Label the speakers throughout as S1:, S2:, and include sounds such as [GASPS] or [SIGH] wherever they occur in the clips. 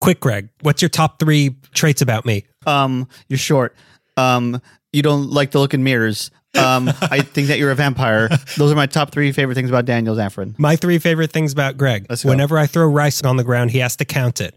S1: quick, Greg. What's your top three traits about me?
S2: Um, you're short. Um, you don't like to look in mirrors. Um, I think that you're
S1: [LAUGHS]
S2: a vampire. Those are my top three favorite things about Daniel Zaffron.
S1: My three favorite things about Greg.
S2: Let's go.
S1: Whenever I throw rice on the ground, he has to count
S2: [LAUGHS]
S1: it.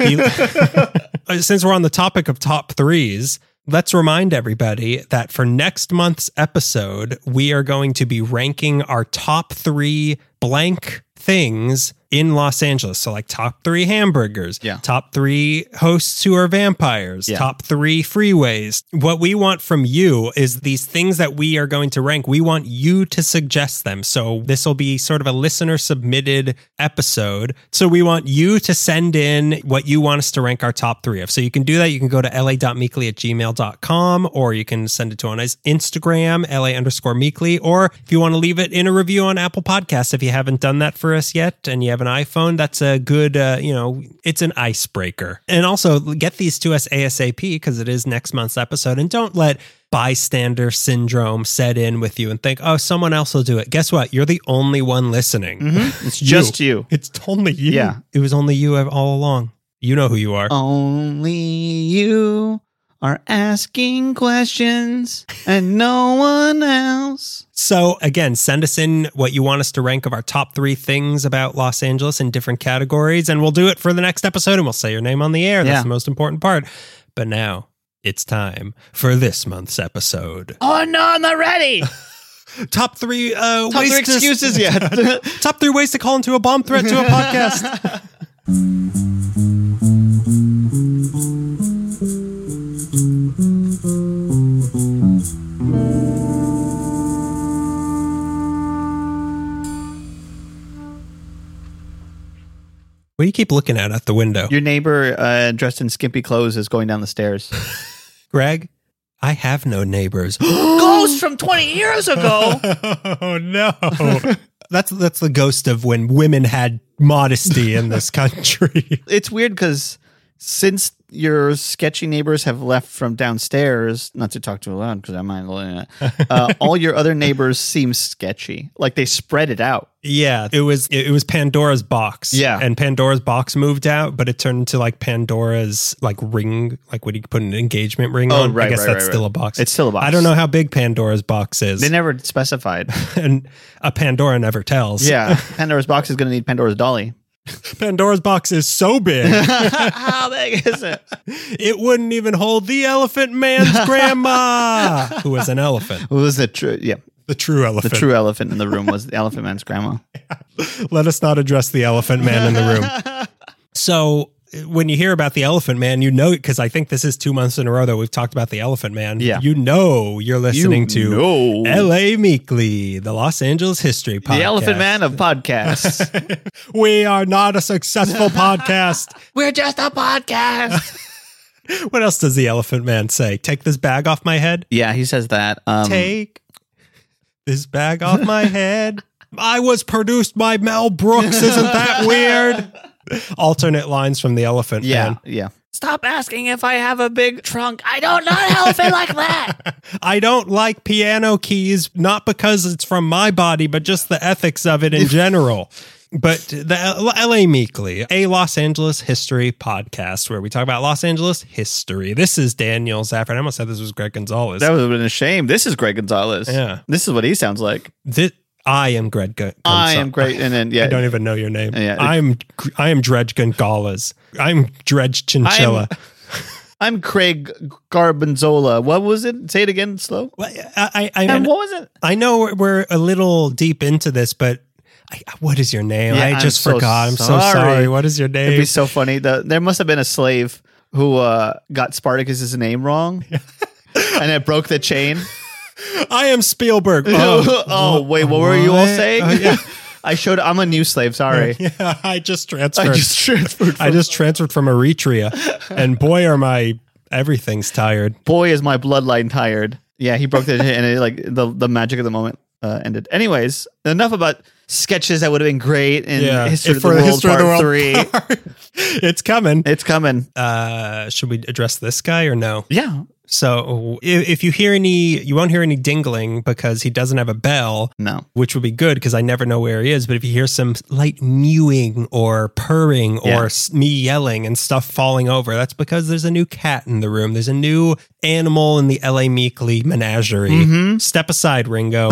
S1: He- Uh, since we're on the topic of top threes, let's remind everybody that for next month's episode, we are going to be ranking our top three blank things in Los Angeles. So, like top three hamburgers,
S2: Yeah.
S1: top three hosts who are vampires,
S2: Yeah.
S1: top three freeways. What we want from you is these things that we are going to rank. We want you to suggest them. So this will be sort of a listener submitted episode. So we want you to send in what you want us to rank our top three of. So you can do that. You can go to la.meekly at gmail.com or you can send it to on Instagram, la underscore meekly, or if you want to leave it in a review on Apple Podcasts, if you haven't done that for us yet and you have an iPhone, that's a good, uh, you know, it's an icebreaker. And also get these to us ASAP because it is next month's episode. And don't let bystander syndrome set in with you and think, oh, someone else will do it. Guess what? You're the only one listening.
S2: Mm-hmm. It's just you.
S1: It's only you.
S2: Yeah. Uh.
S1: It was only you all along. You know who you are.
S2: Only you are asking questions and no one else.
S1: So again, send us in what you want us to rank of our top three things about Los Angeles in different categories, and we'll do it for the next episode, and we'll say your name on the air. That's
S2: Yeah.
S1: the most important part. But now it's time for this month's episode.
S2: Oh no, I'm not ready.
S1: Top three uh,
S2: Top
S1: ways
S2: three
S1: to- [LAUGHS]
S2: excuses yet.
S1: top three ways to call into a bomb threat to a
S2: [LAUGHS]
S1: podcast. What do you keep looking at out the window?
S2: Your neighbor uh, dressed in skimpy clothes is going down the stairs.
S1: Greg, I have no neighbors. [GASPS]
S2: [GASPS] Ghost from 20 years ago.
S1: oh no. [LAUGHS] that's that's the ghost of when women had modesty in [LAUGHS] this country.
S2: it's weird because since your sketchy neighbors have left from downstairs, not to talk too loud because I might learn
S1: [LAUGHS]
S2: it, uh, all your other neighbors seem sketchy. Like they spread it out.
S1: Yeah, it was it was Pandora's box.
S2: Yeah.
S1: and Pandora's box moved out, but it turned into like Pandora's like ring, like what do you put an engagement ring
S2: Oh,
S1: on? I
S2: right,
S1: guess
S2: right,
S1: that's
S2: right,
S1: still
S2: right.
S1: a box.
S2: It's still a box.
S1: I don't know how big Pandora's box is,
S2: They never specified.
S1: [LAUGHS] and a Pandora never tells.
S2: yeah. Pandora's box is going to need Pandora's dolly. [LAUGHS]
S1: Pandora's box is so big
S2: How big is it?
S1: it wouldn't even hold the Elephant Man's
S2: [LAUGHS]
S1: grandma, who was an elephant,
S2: What was the true? Yeah.
S1: the true
S2: The
S1: elephant.
S2: true elephant in the room was the elephant man's grandma.
S1: Let us not address the Elephant Man in the room. [LAUGHS] So when you hear about the elephant man, you know because I think this is two months in a row that we've talked about the elephant man.
S2: Yeah.
S1: you know you're [LAUGHS] listening to
S2: know.
S1: L.A. Meekly, the Los Angeles History Podcast.
S2: The elephant man of podcasts.
S1: [LAUGHS] We are not a successful [LAUGHS] podcast.
S2: We're just a podcast.
S1: What else does the elephant man say? Take this bag off my head.
S2: yeah, he says that. Um,
S1: Take this bag off my head. I was produced by Mel Brooks. Isn't that [LAUGHS] weird? Alternate lines from the elephant
S2: Yeah.
S1: man.
S2: Yeah.
S3: Stop asking if I have a big trunk. I don't know an elephant like
S1: [LAUGHS]
S3: that.
S1: I don't like piano keys, not because it's from my body, but just the ethics of
S2: [LAUGHS]
S1: it in general. But the L- LA Meekly, a Los Angeles history podcast where we talk about Los Angeles history. This is Daniel Zaffron. I almost said this was Greg Gonzalez.
S2: That would have been a shame. This is Greg Gonzalez.
S1: Yeah.
S2: This is what he sounds like.
S1: Thi- I am Greg Gon-
S2: I
S1: Gonzalez.
S2: am great. And then, yeah.
S1: [LAUGHS] I don't even know your name.
S2: Yeah.
S1: I'm I am Dredge Gonzalez. I'm Dredge Chinchilla.
S2: I'm Craig Garbanzola. What was it? Say it again slow.
S1: Well, I, I, I,
S2: And what was it?
S1: I know we're, we're a little deep into this, but I, what is your name?
S2: Yeah,
S1: I
S2: I'm
S1: just
S2: so
S1: forgot. I'm so
S2: sorry.
S1: sorry. What is your
S2: It'd be
S1: name?
S2: so funny. The, there must have been a slave who uh, got Spartacus's name
S1: [LAUGHS]
S2: wrong. and it broke the chain.
S1: I am
S2: [LAUGHS]
S1: Spielberg.
S2: Oh, wait, what were you all
S1: what?
S2: saying?
S1: Oh, yeah.
S2: [LAUGHS] I showed I'm a new slave, sorry.
S1: yeah, [LAUGHS] I just
S2: I
S1: transferred.
S2: [LAUGHS] just transferred. From,
S1: transferred from
S2: [LAUGHS]
S1: Eritrea, and boy, are my everything's tired.
S2: boy is my bloodline tired. Yeah, he broke the chain and it, like the the magic of the moment uh, ended. Anyways, enough about sketches that would have been great in
S1: Yeah,
S2: history, of the,
S1: for
S2: world,
S1: History of the
S2: part
S1: World
S2: three. [LAUGHS]
S1: it's coming.
S2: It's coming.
S1: Uh, should we address this guy or no?
S2: Yeah.
S1: So i- if you hear any, you won't hear any dingling because he doesn't have a bell,
S2: No.
S1: which would be good because I never know where he is. But if you hear some light mewing or purring
S2: Yeah.
S1: or s- me yelling and stuff falling over, that's because there's a new cat in the room. There's a new animal in the LA Meekly menagerie.
S2: Mm-hmm.
S1: Step aside,
S2: [LAUGHS]
S1: Ringo.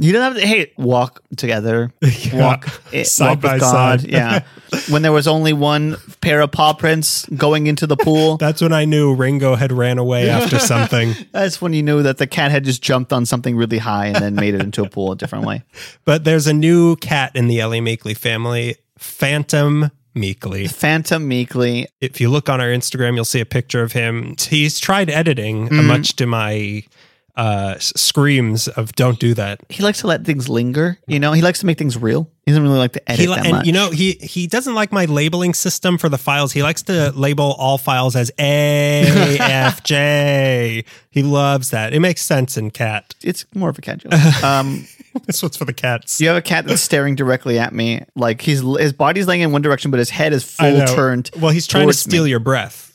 S2: You don't have to. Hey, walk
S1: [LAUGHS]
S2: together. Walk it,
S1: Side
S2: walk
S1: by
S2: with God.
S1: side. [LAUGHS]
S2: Yeah. when there was only one pair of paw prints going into
S1: [LAUGHS]
S2: the pool,
S1: That's when I knew Ringo had ran away after
S2: [LAUGHS]
S1: something.
S2: that's when you knew that the cat had just jumped on something really high and then made it into a pool a different
S1: [LAUGHS]
S2: way.
S1: But there's a new cat in the Ellie Meekley family, Phantom Meekley.
S2: Phantom meekly.
S1: If you look on our Instagram, you'll see a picture of him. He's tried editing, uh, much to my uh, s- screams of "Don't do that."
S2: He likes to let things linger. You know, he likes to make things real. He doesn't really like to edit
S1: He li-
S2: that
S1: and
S2: much.
S1: you know he he doesn't like my labeling system for the files. He likes to label all files as A F J. He loves that. It makes sense in cat.
S2: it's more of a
S1: [LAUGHS]
S2: cat joke. Um,
S1: This one's for the cats.
S2: you have a cat that's staring directly at me. Like he's his body's laying in one direction, but his head is
S1: I
S2: full
S1: know.
S2: turned.
S1: Well, he's trying to
S2: towards me.
S1: steal your breath.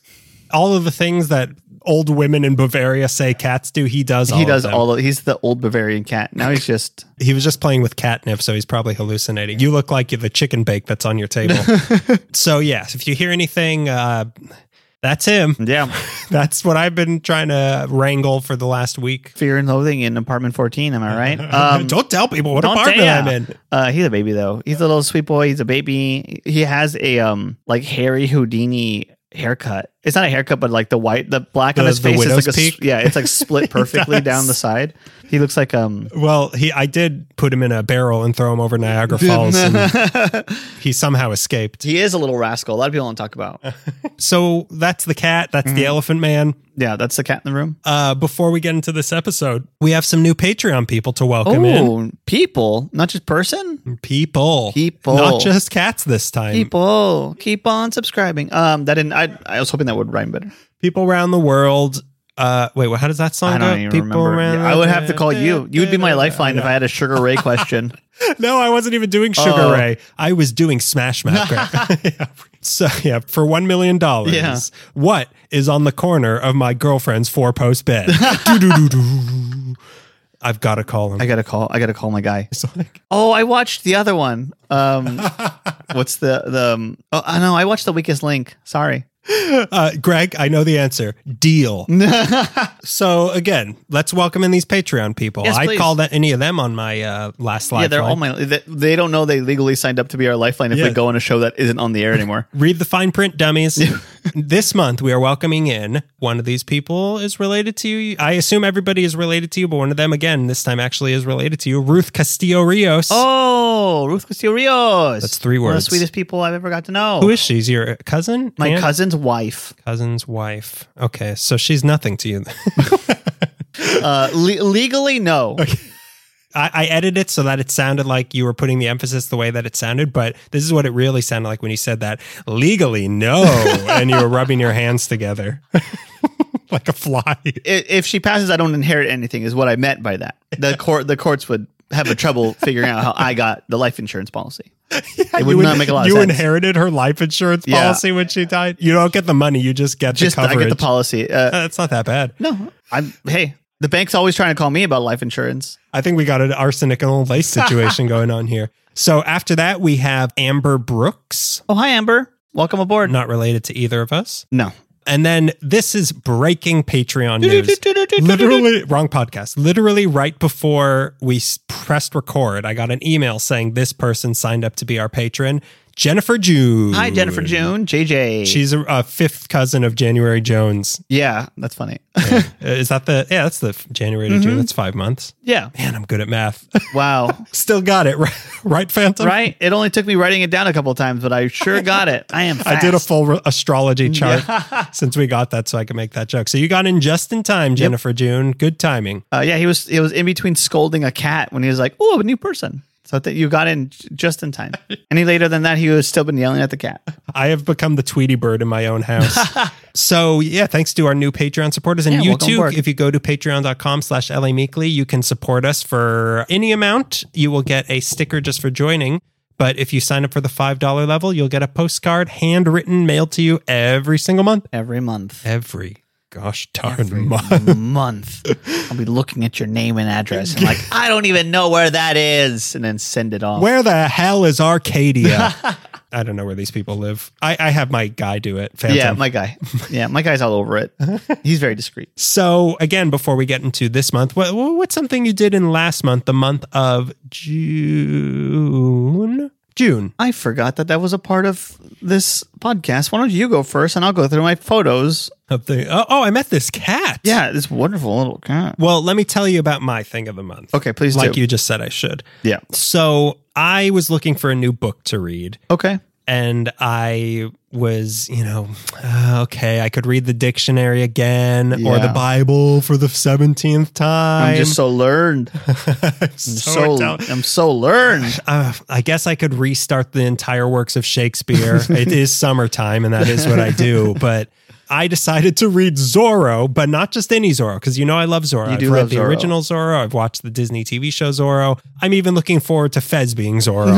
S1: All of the things that old women in Bavaria say cats do, he does. All
S2: He does
S1: of them.
S2: all of. He's the old Bavarian cat. Now
S1: [LAUGHS]
S2: he's just.
S1: He was just playing with catnip, so he's probably hallucinating. You look like the chicken bake that's on your
S2: [LAUGHS]
S1: table. so yes, if you hear anything, uh, that's him. [LAUGHS]
S2: Yeah.
S1: That's what I've been trying to wrangle for the last week.
S2: Fear and Loathing in Apartment 14. Am I
S1: [LAUGHS]
S2: right? Um,
S1: don't tell people what
S2: don't
S1: apartment
S2: say,
S1: I'm
S2: uh,
S1: in.
S2: Uh, he's a baby though. He's a little sweet boy. He's a baby. He has a um like Harry Houdini haircut. It's not a haircut, but like the white, the black on
S1: The-
S2: his
S1: the
S2: face is
S1: widow's
S2: like a s-
S1: peak?
S2: yeah, it's
S1: [LAUGHS]
S2: like split perfectly down the side. He looks like um.
S1: Well, he I did put him in a barrel and throw him over Niagara Falls, and
S2: [LAUGHS] he
S1: he somehow escaped.
S2: is a little rascal. A lot of people don't talk
S1: [LAUGHS]
S2: about.
S1: So that's the cat. That's
S2: Mm-hmm.
S1: the elephant man.
S2: Yeah, that's the cat in the room.
S1: uh, before we get into this episode, we have some new Patreon people to welcome
S2: Oh, people, not just person.
S1: in. People.
S2: People.
S1: Not just cats this time. People,
S2: People, keep on subscribing. Um, that didn't. I I was hoping that would rhyme better.
S1: around the world. Uh, wait, what, how does that song
S2: I
S1: go?
S2: don't even
S1: people
S2: remember.
S1: around.
S2: Yeah, I would have to call you. You would be my lifeline if I had a Sugar Ray question.
S1: [LAUGHS] No, I wasn't even doing Sugar
S2: Oh.
S1: Ray. I was doing Smash Mouth. [LAUGHS] yeah.
S2: [LAUGHS]
S1: So yeah, for one million dollars,
S2: Yeah.
S1: what is on the corner of my girlfriend's four post
S2: [LAUGHS]
S1: bed? Doo-doo-doo-doo. I've got to call him.
S2: I gotta call. I gotta call my guy.
S1: [LAUGHS] It's like-
S2: Oh, I watched the other one.
S1: [LAUGHS]
S2: Um, what's the the? Um, oh, I know. I watched the Weakest Link. Sorry.
S1: Uh, Greg, I know the answer.
S2: [LAUGHS]
S1: Deal. so again, let's welcome in these Patreon people.
S2: Yes,
S1: I
S2: please.
S1: called that any of them on my uh, last slide.
S2: Yeah, they're all my. They, they don't know they legally signed up to be our lifeline if
S1: Yeah.
S2: they go on a show that isn't on the air
S1: [LAUGHS]
S2: anymore.
S1: Read the fine print,
S2: [LAUGHS]
S1: dummies. this month, we are welcoming in one of these people is related to you. I assume everybody is related to you, but one of them, again, this time actually is related to you. Ruth Castillo Rios.
S2: Oh, Ruth Castillo Rios.
S1: That's three
S2: One of the
S1: words.
S2: sweetest people I've ever got to know.
S1: Who is she? Is your cousin?
S2: my
S1: Aunt?
S2: cousin's wife.
S1: Cousin's wife. Okay, so she's nothing to you. [LAUGHS]
S2: Uh, le- legally,
S1: [LAUGHS]
S2: no.
S1: I, I edited it so that it sounded like you were putting the emphasis the way that it sounded, but this is what it really sounded like when you said that legally,
S2: [LAUGHS]
S1: no, and you were rubbing your hands together [LAUGHS] like a fly.
S2: i- if she passes, I don't inherit anything. Is what I meant by that.
S1: [LAUGHS]
S2: The court, the courts would have a trouble figuring out how I got the life insurance policy.
S1: [LAUGHS]
S2: It would
S1: you
S2: not make a lot of
S1: you
S2: sense.
S1: inherited her life insurance
S2: Yeah.
S1: policy when she died. You don't get the money; you just get
S2: Just
S1: the
S2: I
S1: coverage.
S2: get the policy. Uh,
S1: That's not that bad.
S2: no, I'm. Hey, the bank's always trying to call me about life insurance.
S1: I think we got an arsenic and old lace
S2: [LAUGHS]
S1: situation going on here. So after that, we have Amber Brooks,
S2: Oh, hi Amber, welcome aboard.
S1: not related to either of us.
S2: No,
S1: And then this is breaking Patreon
S2: [LAUGHS]
S1: news. literally wrong podcast literally right before we s- pressed record i got an email saying this person signed up to be our patron jennifer june
S2: hi Jennifer June, JJ.
S1: she's a, a fifth cousin of january jones
S2: yeah, that's funny. [LAUGHS]
S1: Uh, is that the yeah that's the f- january to june that's five months
S2: yeah,
S1: man i'm good at math [LAUGHS]
S2: [LAUGHS] wow.
S1: still got it right, [LAUGHS] right phantom
S2: Right? It only took me writing it down a couple of times, but I sure got it. I am.
S1: [LAUGHS] I did a
S2: fast.
S1: full re- astrology chart since we got that, so I could make that joke. So you got in just in time, Jennifer June. Good timing.
S2: Uh, yeah, he was. It was in between scolding a cat when he was like, "Oh, a new person." So that you got in j- just
S1: [LAUGHS]
S2: in time. Any later than that, he was still been yelling at the cat.
S1: I have become the Tweety Bird in my own
S2: [LAUGHS]
S1: house. so yeah, thanks to our new Patreon supporters and
S2: Yeah,
S1: you
S2: welcome
S1: too.
S2: aboard.
S1: If you go to patreon.com slash LA Meekly, you can support us for any amount. You will get a sticker just for joining. But if you sign up for the $5 level, you'll get a postcard handwritten mailed to you every single month.
S2: Every month,
S1: Every gosh darn
S2: Every
S1: month.
S2: month. I'll be looking at your name and address and like, I don't even know where that is. And then send it
S1: [LAUGHS]
S2: off.
S1: Where the hell is
S2: [LAUGHS]
S1: Arcadia? I don't know where these people live. I, I have my guy do it. Phantom.
S2: Yeah, my guy. Yeah, my guy's all over it. He's very discreet.
S1: so again, before we get into this month, what, what's something you did in last month, the month of June? June.
S2: I forgot that that was a part of this podcast. Why don't you go first and I'll go through my photos?
S1: Of the, oh, oh, I met this cat.
S2: Yeah, this wonderful little cat.
S1: Well, let me tell you about my thing of the month.
S2: Okay, please
S1: Like
S2: do.
S1: you just said I should.
S2: Yeah.
S1: So I was looking for a new book to read.
S2: Okay.
S1: and I was, you know, uh, okay, I could read the dictionary again or
S2: Yeah.
S1: the Bible for the 17th
S2: I'm,
S1: time.
S2: just so [LAUGHS] learned.
S1: I'm
S2: I'm
S1: so
S2: so,
S1: down.
S2: I'm so learned.
S1: Uh, I guess I could restart the entire works of
S2: [LAUGHS]
S1: Shakespeare. it is summertime, and that is what I do. But I decided to read Zorro, but not just any Zorro, because you know I love Zorro.
S2: You
S1: I've
S2: do
S1: read
S2: love
S1: the
S2: Zorro.
S1: original Zorro. I've watched the Disney TV show Zorro. I'm even looking forward to Fez being
S2: [LAUGHS]
S1: Zorro.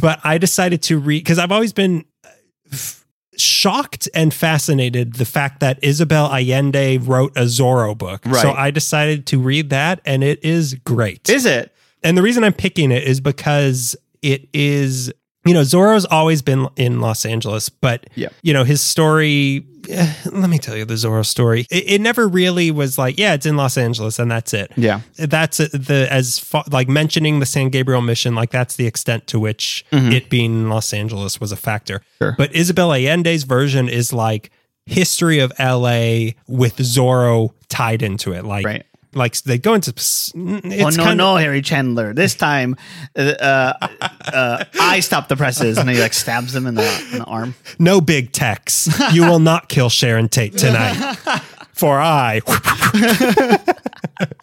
S1: but I decided to read because I've always been uh, f- shocked and fascinated the fact that Isabel Allende wrote a Zorro book. So
S2: Right.
S1: I decided to read that, and it is great.
S2: [LAUGHS] Is it?
S1: And the reason I'm picking it is because it is, you know, Zorro's always been in Los Angeles, but,
S2: Yeah.
S1: you know, his story, eh, let me tell you the Zorro story. It, it never really was like, yeah, it's in Los Angeles and that's it.
S2: Yeah.
S1: That's it- the, as far, like mentioning the San Gabriel mission, like that's the extent to which it being in Los Angeles was a factor.
S2: Mm-hmm. Sure.
S1: But Isabel Allende's version is like history of LA with Zorro tied into it. Like,
S2: Right.
S1: like they go into, it's
S2: oh no,
S1: kind of-
S2: no, Harry Chandler. This time, uh, uh, uh, I stop the presses, and he like stabs him in the, in the arm.
S1: No big techs. You will not kill Sharon Tate
S2: [LAUGHS]
S1: tonight. For I.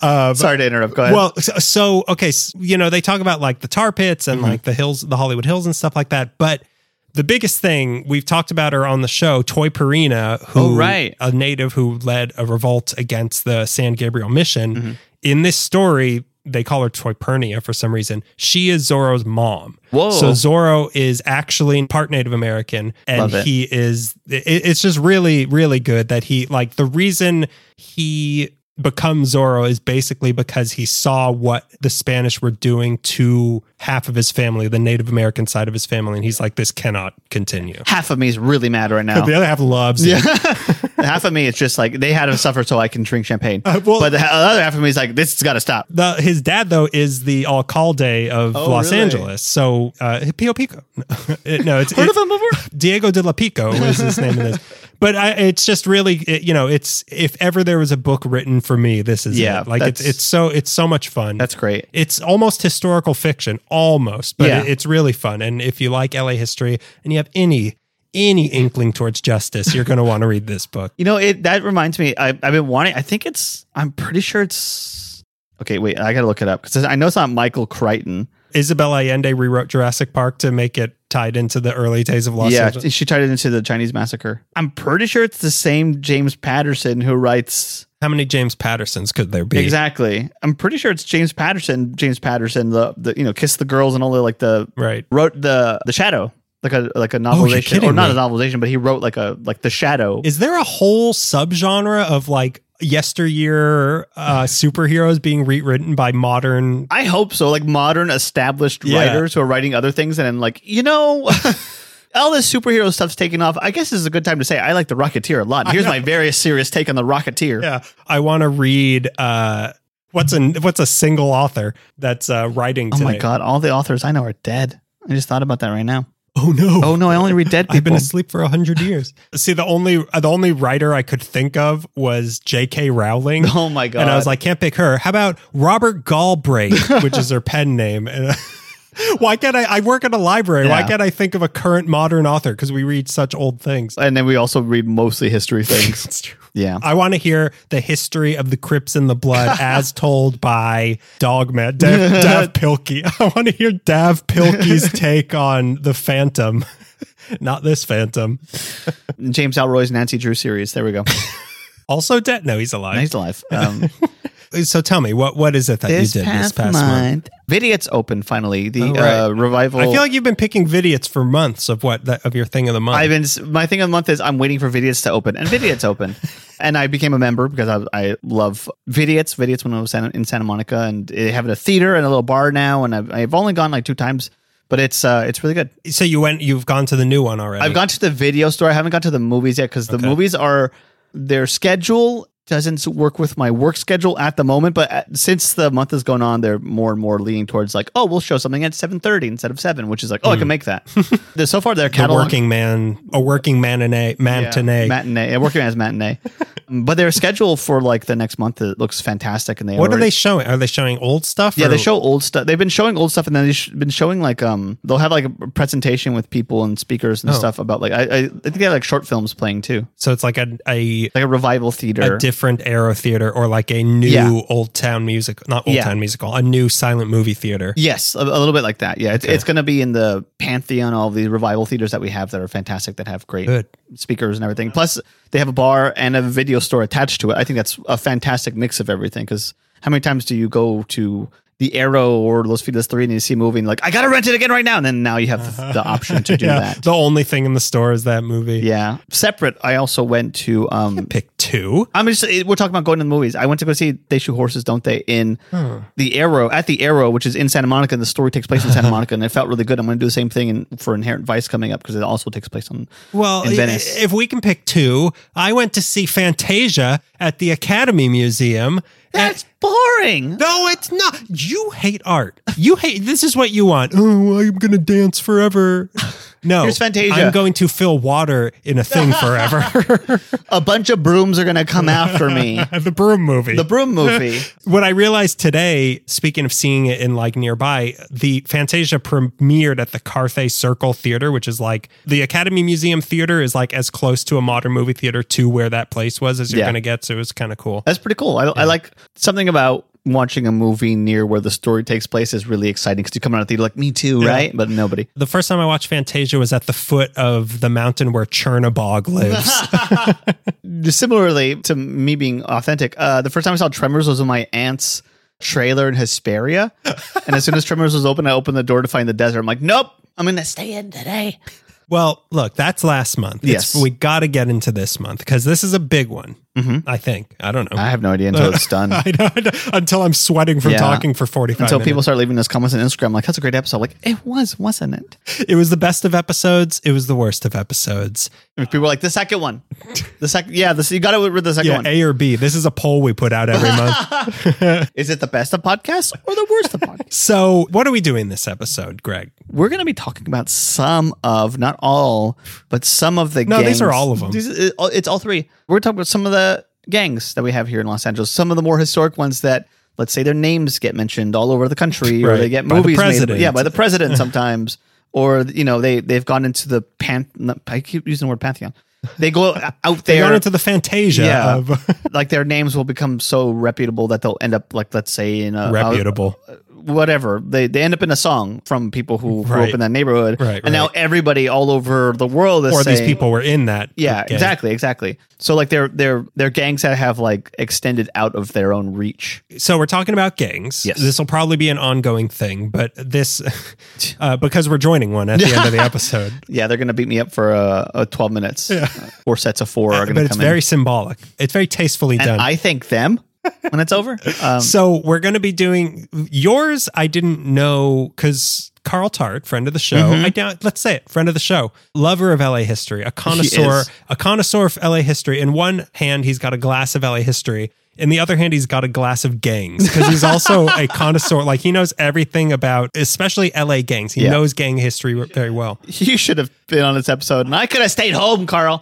S2: Sorry to interrupt. Go ahead.
S1: Well, so, so, okay, s- you know, they talk about like the tar pits
S2: Mm-hmm.
S1: and like the hills, the Hollywood Hills and stuff like that. But the biggest thing we've talked about her on the show, Toy Perina, who,
S2: Oh, right.
S1: a native who led a revolt against the San Gabriel mission.
S2: Mm-hmm.
S1: In this story, they call her Toy Pernia for some reason. She is Zorro's mom.
S2: Whoa.
S1: So Zorro is actually part Native American and
S2: Love it.
S1: he is it, it's just really really good that he like the reason he becomes Zorro is basically because he saw what the Spanish were doing to half of his family, the Native American side of his family and he's like this cannot continue.
S2: half of me is really mad right
S1: [LAUGHS]
S2: now.
S1: The other half loves it.
S2: half of me is just like they had to suffer so I can drink champagne.
S1: Uh, well-
S2: but the ha- other half of me is like this has got to stop.
S1: The, his dad though is the alcalde of
S2: Oh,
S1: Los
S2: really?
S1: Angeles, so uh, Pio Pico. [LAUGHS] no, it's it-
S2: Heard of him before?
S1: Diego de la Pico is his name in
S2: [LAUGHS]
S1: this. But I, it's just really, it- you know, it's if ever there was a book written for me, this is
S2: Yeah,
S1: it. Like it's
S2: that's-
S1: it's so it's so much fun.
S2: That's great.
S1: it's almost historical fiction, almost, but
S2: Yeah.
S1: it- it's really fun. And if you like LA history and you have any any inkling towards justice, you're going to want to read this book.
S2: You know, it that reminds me. I, I've been wanting. I think it's. I'm pretty sure it's. Okay, wait. I gotta look it up because I know it's not Michael Crichton.
S1: Isabel Allende rewrote Jurassic Park to make it tied into the early days of Los
S2: yeah,
S1: Angeles.
S2: she tied it into the Chinese massacre. I'm pretty sure it's the same James Patterson who writes
S1: How many James Pattersons could there be?
S2: exactly. I'm pretty sure it's James Patterson. James Patterson, the, the you know, kiss the girls and all the like the
S1: Right.
S2: wrote the the shadow like a like a
S1: Oh, you're
S2: novelization
S1: kidding
S2: or not
S1: me.
S2: a novelization, but he wrote like a like the shadow.
S1: Is there a whole subgenre of like yesteryear uh, superheroes being rewritten by modern?
S2: I hope so. Like modern established
S1: Yeah.
S2: writers who are writing other things, and then like you know. [LAUGHS] All this superhero stuff's taking off. I guess this is a good time to say I like the Rocketeer a lot. Here's my very serious take on the Rocketeer.
S1: Yeah, I want to read. Uh, what's a what's a single author that's uh, writing?
S2: Oh
S1: Today?
S2: my god, all the authors I know are dead. I just thought about that right now.
S1: Oh no!
S2: Oh no, I only read dead
S1: I've been
S2: people.
S1: asleep for a hundred years. [LAUGHS] See, the only uh, the only writer I could think of was J.K. Rowling.
S2: [LAUGHS] oh my god.
S1: And I was like, can't pick her. How about Robert
S2: [LAUGHS]
S1: Galbraith, which is her pen name? And uh, [LAUGHS] why can't I? I work at a library. Why
S2: Yeah.
S1: can't I think of a current modern author? Because we read such old
S2: [LAUGHS]
S1: things.
S2: and then we also read mostly history
S1: [LAUGHS]
S2: things.
S1: It's true.
S2: yeah.
S1: I want to hear the history of the Crips and the
S2: [LAUGHS]
S1: Blood as told by Dogma, Dav, Dav Pilkey. [LAUGHS] I want to hear Dav
S2: [LAUGHS]
S1: Pilkey's take on the Phantom. [LAUGHS] Not this Phantom.
S2: James Alroy's Nancy Drew series. There
S1: [LAUGHS]
S2: we go.
S1: Also dead. No, he's alive. [LAUGHS]
S2: He's alive. Um,
S1: So tell me, what what is it that you did this past month?
S2: Vidiot's open finally. The
S1: Oh, right.
S2: uh, revival.
S1: I feel like you've been picking vidiots for months of what that, of your thing of the month. [LAUGHS]
S2: I've been. My thing of the month is I'm waiting for Vidiot's to open, and Vidiot's open. and I became a member because I, I love Vidiot's. Vidiot's when I was in in Santa Monica, and they have it a theater and a little bar now. And I've, I've only gone like two times, but it's uh, it's really good.
S1: So you went. You've gone to the new one already.
S2: I've gone to the video store. I haven't gone to the movies yet because the
S1: Okay.
S2: movies are their schedule doesn't work with my work schedule at the moment. But at- since the month has gone on, they're more and more leaning towards like, oh, we'll show something at seven thirty instead of seven, which is like, oh, I can
S1: [LAUGHS]
S2: make that. The- so far, their
S1: the
S2: catalog
S1: Hmm. working man, a working matinee,
S2: yeah,
S1: matinee.
S2: matinee, yeah, working
S1: [LAUGHS]
S2: as matinee. but their schedule for like the next month it looks fantastic, and they
S1: what are
S2: already-
S1: they showing? Are they showing old stuff?
S2: yeah,
S1: or-
S2: they show old stuff. They've been showing old stuff, and then they've sh- been showing like um, they'll have like a presentation with people and speakers and
S1: Oh.
S2: stuff about like I, I, I think they have like short films playing too,
S1: So it's like a a,
S2: like a revival theater.
S1: a different Aero theater or like a new
S2: Yeah.
S1: old town music, not old
S2: Yeah.
S1: town musical, a new silent movie theater.
S2: yes, a, a little bit like that. Yeah, it's, it's going to be in the pantheon all the revival theaters that we have that are fantastic that have great
S1: Good.
S2: speakers and everything. Plus, they have a bar and a video store attached to it. I think that's a fantastic mix of everything. Because how many times do you go to the Arrow or Los Feliz Three and you see a movie and like I gotta rent it again right now, and then now
S1: [LAUGHS]
S2: you have the, the option to do
S1: yeah.
S2: that.
S1: The only thing in the store is that movie.
S2: Yeah. Separate. I also went to. Um,
S1: Pick two.
S2: I'm just. eh, We're talking about going to the movies. I went to go see They Shoot Horses, Don't They? In the Arrow, at the Arrow, which is in Santa Monica, and the story takes place in Santa Monica, and it felt really good. I'm going to do the same thing in, for Inherent Vice coming up because it also takes place on.
S1: Well, eh,
S2: in
S1: i-
S2: Venice.
S1: if we can pick two, I went to see Fantasia at the Academy Museum.
S2: That's boring.
S1: No, it's not. You hate art. You hate. This is what you want. Oh, I'm gonna dance forever. No,
S2: [LAUGHS] Here's Fantasia.
S1: I'm going to fill water in a thing forever.
S2: A bunch of brooms are going to come after me.
S1: the broom movie.
S2: [LAUGHS] The broom movie.
S1: what I realized today, speaking of seeing it in like nearby, the Fantasia premiered at the Carthay Circle Theater, which is like the Academy Museum Theater is like as close to a modern movie theater to where that place was as you're
S2: Yeah.
S1: gonna get. So it was kind of cool.
S2: That's pretty cool. I, I like something about watching a movie near where the story takes place is really exciting because you come out of the theater like me too, right? But nobody.
S1: The first time I watched Fantasia was at the foot of the mountain where Chernabog lives.
S2: [LAUGHS] similarly to me being authentic, uh, the first time I saw Tremors was in my aunt's trailer in Hesperia. and as soon as Tremors was open, I opened the door to find the desert. I'm like, nope, I'm going to stay in today.
S1: Well, look, that's last month.
S2: Yes.
S1: we got to get into this month because this is a big one. I think. I don't know.
S2: Mm-hmm. I have no idea until it's
S1: [LAUGHS]
S2: done.
S1: I don't, until I'm sweating from
S2: Yeah.
S1: talking for 45
S2: Until
S1: minutes.
S2: people start leaving us comments on Instagram, like, that's a great episode. Like, it was, wasn't it?
S1: it was the best of episodes. It was the worst of episodes.
S2: And people were like, the second one. The second, yeah, this, you got to read the second
S1: Yeah,
S2: one.
S1: A or B. This is a poll we put out every
S2: [LAUGHS]
S1: month.
S2: Is it the best of podcasts or the worst of podcasts?
S1: So, what are we doing this episode, Greg?
S2: we're going to be talking about some of, not all, but some of the
S1: No,
S2: gangs.
S1: these are all of 'em.
S2: These- it- it's all three. We're talking about some of the gangs that we have here in Los Angeles, some of the more historic ones that, let's say, their names get mentioned all over the country or
S1: Right.
S2: they get
S1: By the
S2: movies
S1: president.
S2: made. Yeah, by
S1: [LAUGHS]
S2: the president sometimes. Or, you know, they, they've gone into the pan. no, I keep using the word pantheon. They go out
S1: They
S2: there
S1: got into the Fantasia
S2: Yeah.
S1: of
S2: like their names will become so reputable that they'll end up like let's say in
S1: [LAUGHS]
S2: a
S1: reputable.
S2: whatever they they end up in a song from people who grew
S1: Right.
S2: up in that neighborhood
S1: Right,
S2: and now
S1: right.
S2: everybody all over the world is
S1: or these
S2: saying-
S1: people were in that.
S2: yeah
S1: gang.
S2: exactly exactly so like they're they're they're gangs that have like extended out of their own reach
S1: so we're talking about gangs.
S2: Yes.
S1: This will probably be an ongoing thing, but this, [LAUGHS] uh, because we're joining one at the end of
S2: [LAUGHS]
S1: the episode,
S2: yeah they're gonna beat me up for uh, uh 12 minutes Uh, [LAUGHS] four sets of four are gonna
S1: but it's
S2: come
S1: very
S2: in
S1: symbolic. It's very tastefully
S2: and
S1: done.
S2: i thank them when
S1: [LAUGHS]
S2: it's over um
S1: so we're going to be doing yours. I didn't know because Carl Tart, friend of the show, I doubt, let's say it, friend of the show, lover of LA history, a connoisseur,
S2: Mm-hmm. is.
S1: a connoisseur of LA history. In one hand, he's got a glass of LA history. In the other hand, he's got a glass of gangs because he's also a connoisseur. Like he knows everything about, especially LA gangs. He
S2: Yeah.
S1: knows gang history very well.
S2: you should have been on this episode and i could have stayed home
S1: [LAUGHS]
S2: carl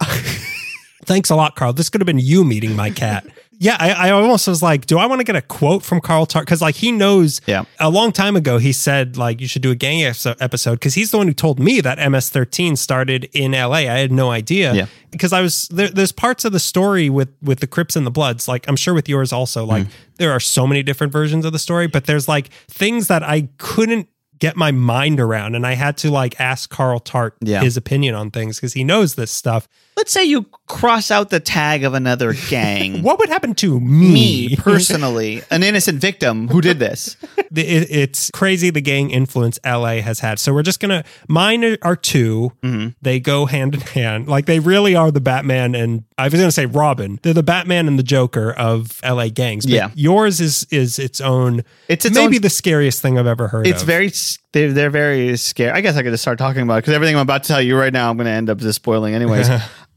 S1: Thanks a lot, Carl. This could have been you meeting my
S2: [LAUGHS]
S1: cat. yeah, I, I almost was like, do I want to get a quote from Carl Tart? Because like he knows.
S2: Yeah.
S1: A long time ago, he said like you should do a gang episo- episode because he's the one who told me that MS13 started in LA. I had no idea.
S2: Yeah.
S1: Because I was there, there's parts of the story with with the Crips and the Bloods. Like I'm sure with yours also.
S2: Mm.
S1: Like there are so many different versions of the story, but there's like things that I couldn't get my mind around and I had to like ask Carl Tart
S2: Yeah.
S1: his opinion on things because he knows this stuff.
S2: let's say you cross out the tag of another gang
S1: [LAUGHS] What would happen to me?
S2: me [LAUGHS] personally, an innocent victim who did this.
S1: The- it, it's crazy the gang influence LA has had. So we're just
S2: Mm-hmm.
S1: gonna mine are 2 They go hand in hand, like they really are the Batman and I was going to say Robin. They're the Batman and the Joker of LA gangs.
S2: Yeah.
S1: yours is is its own.
S2: It's its
S1: maybe
S2: own-
S1: the scariest thing I've ever heard.
S2: It's
S1: of.
S2: very s- they're, they're very scary. I guess I could just start talking about it because everything I'm about to tell you right now, I'm going to end up just spoiling
S1: [LAUGHS]
S2: anyways.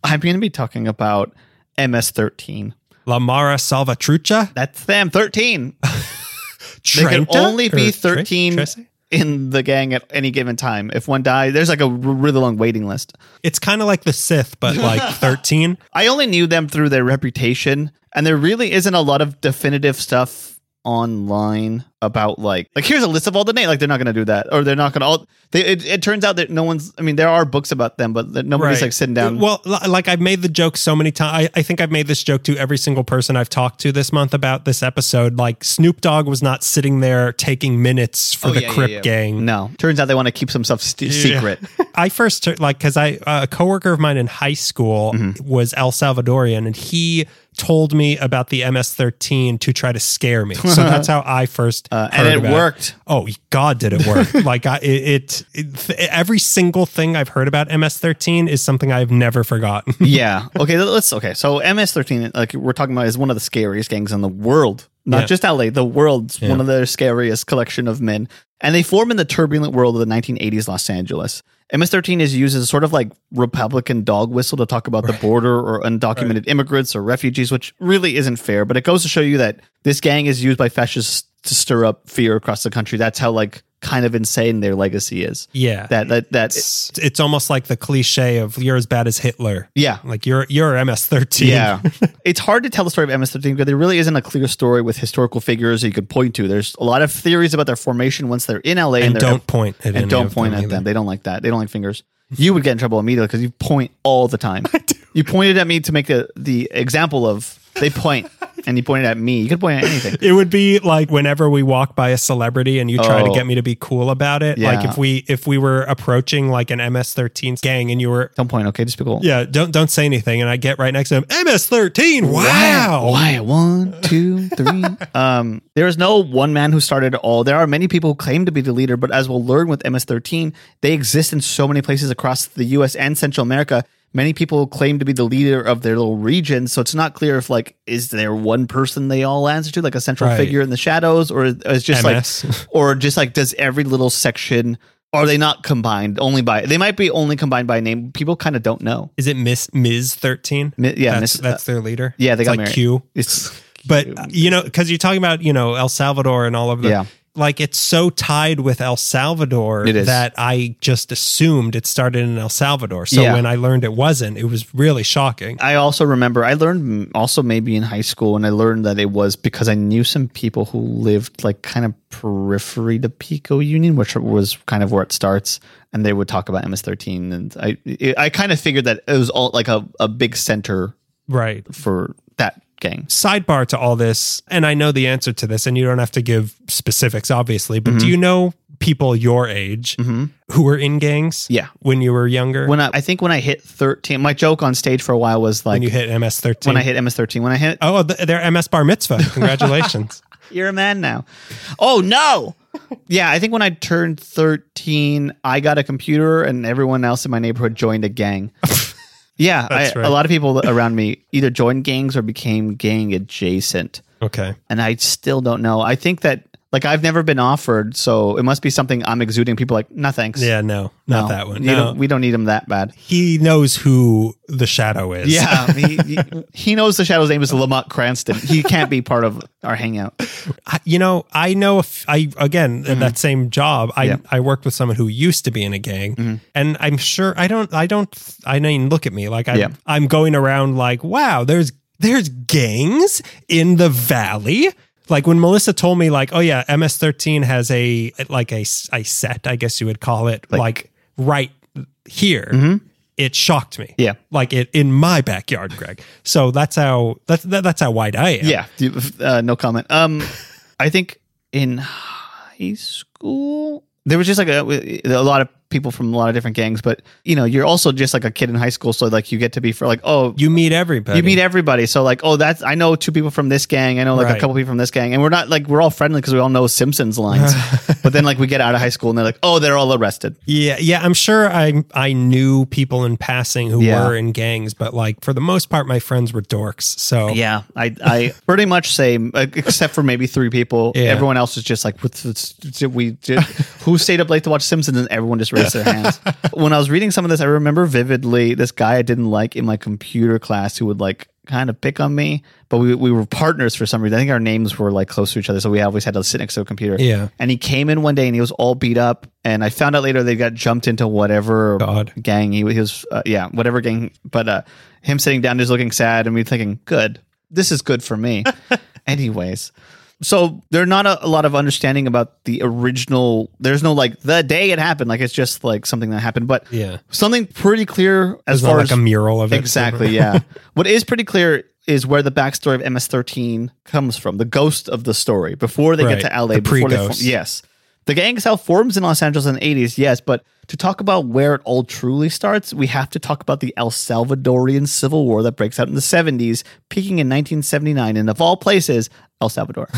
S2: I'm going to be talking about MS13.
S1: Lamara Salvatrucha.
S2: That's them, 13. They
S1: Trenta?
S2: can only be
S1: Or Tre-
S2: 13
S1: Trece?
S2: in the gang at any given time. If one dies, there's like a r- really long waiting list.
S1: It's kind of like the Sith,
S2: [LAUGHS]
S1: but like thirteen.
S2: I only knew them through their reputation, and there really isn't a lot of definitive stuff online about like like here's a list of all the names. Like they're not going to do that, or they're not going to all. They, it, it turns out that no one's. I mean, there are books about them, but that nobody's
S1: Right.
S2: like sitting down.
S1: Well, li- like I've made the joke so many times. I, I think I've made this joke to every single person I've talked to this month about this episode. Like Snoop Dogg was not sitting there taking minutes for
S4: Oh,
S1: the
S4: yeah, yeah,
S1: Crip
S4: yeah.
S1: Gang.
S2: no, turns out they want to keep some stuff
S1: [LAUGHS]
S2: st- secret.
S1: I first took like because I uh, a coworker of mine in high school
S2: Mm-hmm.
S1: was El Salvadorian, and he told me about the MS-13 to try to scare me. So that's how I first
S2: [LAUGHS] Uh, and
S1: heard
S2: it
S1: about
S2: worked.
S1: Oh God, did it work?
S2: [LAUGHS]
S1: like I, it, it, it, every single thing I've heard about MS-13 is something I've never forgotten.
S2: yeah. Okay. Let's. Okay. So MS13, like we're talking about, is one of the scariest gangs in the world. Not
S1: Yeah.
S2: just LA. The world's one of their scariest collection of men, and they form in the turbulent world of the 1980s Los Angeles. MS13 is used as a sort of like Republican dog whistle to talk about the border or undocumented immigrants or refugees, which really isn't fair. But it goes to show you that this gang is used by fascists to stir up fear across the country. That's how like kind of insane their legacy is.
S1: yeah,
S2: That that that
S1: it's, it's almost like the cliche of you're as bad as Hitler.
S2: yeah.
S1: Like you're you're MS-13.
S2: Yeah. [LAUGHS] it's hard to tell the story of MS 13 because there really isn't a clear story with historical figures that you could point to. There's a lot of theories about their formation once they're in LA and,
S1: And
S2: they're-
S1: don't point at any
S2: and don't
S1: of
S2: point
S1: them
S2: at
S1: either.
S2: them. They don't like that. They don't like fingers. You would get in trouble immediately because you point all
S1: [LAUGHS]
S2: the time. You pointed at me to make the, the example of they point and you pointed at me. You could point
S1: [LAUGHS]
S2: at anything.
S1: It would be like whenever we walk by a celebrity and you try to
S2: Oh.
S1: get me to be cool about it.
S2: Yeah.
S1: Like if we if we were approaching like an MS13 gang and you were
S2: Don't point, okay? Just be cool.
S1: yeah, don't don't say anything and I get right next to him. MS13. Wow.
S2: Why? One, two,
S1: [LAUGHS]
S2: three. um, there is no one man who started it all. There are many people who claim to be the leader, but as we'll learn with MS-13, they exist in so many places across the U.S. and Central America. Many people claim to be the leader of their little region, so it's not clear if like is there one person they all answer to, like a central
S1: Right.
S2: figure in the shadows, or is just
S1: MS.
S2: like, or just like does every little section are they not combined only by they might be only combined by name. People kind of don't know.
S1: [LAUGHS] Is it Miss Ms 13?
S2: Mi- yeah,
S1: that's,
S2: Miss- uh,
S1: that's their leader.
S2: yeah, they
S1: It's
S2: got
S1: like
S2: married.
S1: Q.
S2: It's
S1: But uh, you know, because you're talking about you know El Salvador and all of that.
S2: Yeah.
S1: Like it's so tied with El Salvador
S2: It is.
S1: that I just assumed it started in El Salvador. So
S2: Yeah.
S1: when I learned it wasn't, it was really shocking.
S2: I also remember I learned m- also maybe in high school and I learned that it was because I knew some people who lived like kind of periphery to Pico Union, which was kind of where it starts, and they would talk about MS13, and I it, I kind of figured that it was all like a, a big center
S1: Right.
S2: for that gang.
S1: sidebar to all this, and I know the answer to this, and you don't have to give specifics, obviously, but
S2: Mm-hmm.
S1: do you know people your age who were in gangs?
S2: Yeah.
S1: When you were younger?
S2: When I, I think when I hit 13, my joke on stage for a while was like
S1: When you hit MS 13?
S2: when I hit MS13, when I hit
S1: Oh, th- they're MS Bar
S2: [LAUGHS]
S1: Mitzvah. Congratulations.
S2: You're a man now. Oh no. yeah, I think when I turned 13, I got a computer and everyone else in my neighborhood joined a
S1: [LAUGHS]
S2: gang. yeah, I,
S1: That's right.
S2: a lot of people around me either joined gangs or became gang adjacent.
S1: okay.
S2: And I still don't know. I think that like I've never been offered, so it must be something I'm exuding. People are like, no thanks.
S1: Yeah, no, not
S2: No,
S1: that one.
S2: they don't-
S1: No.
S2: we don't need him that
S1: [LAUGHS]
S2: bad.
S1: He knows who the shadow is.
S2: Yeah, he, he, he knows the shadow's name is Lamont Cranston. He can't be part of our hangout.
S1: I- you know, I know if I again in that same job, I
S2: Mm-hmm. Yeah. Mm-hmm.
S1: I worked with someone who used to be in a gang, and I'm sure I don't I don't I mean look at me like I'm
S2: Yeah.
S1: I'm going around like wow there's there's gangs in the valley. Like when Melissa told me like oh yeah MS13 has a like a, s- a set I guess you would call it like, right here.
S2: Mm-hmm.
S1: It shocked me.
S2: Yeah.
S1: like it in my backyard, Greg. So that's how that's that, that's how wide I am.
S2: Yeah. You- Uh, no comment. Um, I think in high school there was just like a, a lot of people from a lot of different gangs, but you know, you're also just like a kid in high school, so like you get to be for like, oh,
S1: You meet everybody.
S2: you meet everybody. So like, oh, that's I know two people from this gang. I know like
S1: Right.
S2: a couple people from this gang, and we're not like we're all friendly because we all know
S1: [LAUGHS]
S2: Simpsons lines. but then like we get out of high school and they're like, oh, they're all arrested.
S1: Yeah, yeah, I'm sure I I knew people in passing who
S2: Yeah.
S1: were in gangs, but like for the most part, my friends were dorks. So
S2: Yeah, I
S1: [LAUGHS]
S2: I pretty much say like, except for maybe three people.
S1: Yeah.
S2: Everyone else is just like, what's, what's, did we did, who stayed up late to watch Simpsons, and everyone just
S1: [LAUGHS]
S2: raised their hands. when I was reading some of this, I remember vividly this guy I didn't like in my computer class who would like kind of pick on me, but we we were partners for some reason. I think our names were like close to each other, so we always had to sit next to a computer.
S1: Yeah.
S2: and he came in one day and he was all beat up. And I found out later they got jumped into whatever
S1: God.
S2: gang. He, he was, uh, yeah, whatever gang. But uh, him sitting down, just looking sad, and me thinking, good, this is good for
S1: [LAUGHS]
S2: me. Anyways, so there's not a, a lot of understanding about the original. There's no like the day it happened. Like it's just like something that happened. But
S1: Yeah.
S2: something pretty clear as
S1: it's not
S2: far
S1: like
S2: as
S1: a mural of it.
S2: Exactly. Yeah.
S1: [LAUGHS]
S2: what is pretty clear is where the backstory of MS-13 comes from. The ghost of the story before they
S1: Right,
S2: get to LA.
S1: the
S2: before they form-
S1: pre-ghost.
S2: yes. The gang cell forms in Los Angeles in the 80s, yes, but to talk about where it all truly starts, we have to talk about the El Salvadorian Civil War that breaks out in the 70s, peaking in 1979, and of all places,
S1: [LAUGHS]
S2: El Salvador.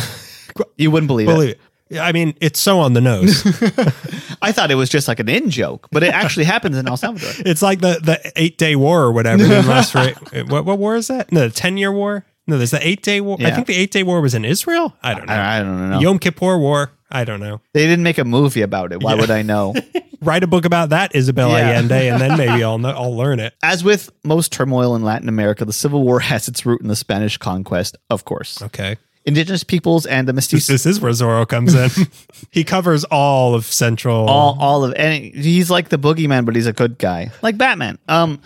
S2: you wouldn't believe it.
S1: Believe it. Yeah, I mean, it's so on the nose.
S2: [LAUGHS] I thought it was just like an in joke, but it actually happens in El Salvador.
S1: [LAUGHS] it's like the, the eight day war or whatever.
S2: [LAUGHS]
S1: didn't last for eight- what, what war is that? No, the 10 year war? No, there's the eight day war. I
S2: Yeah.
S1: think the eight day war was in Israel. I don't know.
S2: I, I don't know.
S1: Yom Kippur War. I don't know.
S2: They didn't make a movie about it. Why would
S1: [LAUGHS]
S2: I know?
S1: Write a book about that, Isabel
S2: Yeah.
S1: Allende, and then
S2: [LAUGHS]
S1: maybe I'll, know, I'll learn it.
S2: As with most turmoil in Latin America, the Civil War [LAUGHS] has its root in the Spanish conquest, of course.
S1: Okay.
S2: Indigenous peoples and the mestizo
S1: This is where Zorro comes in.
S2: [LAUGHS]
S1: he covers all of Central.
S2: all, all of and he's like the boogeyman, but he's a good guy, like Batman.
S1: [LAUGHS]
S2: Um,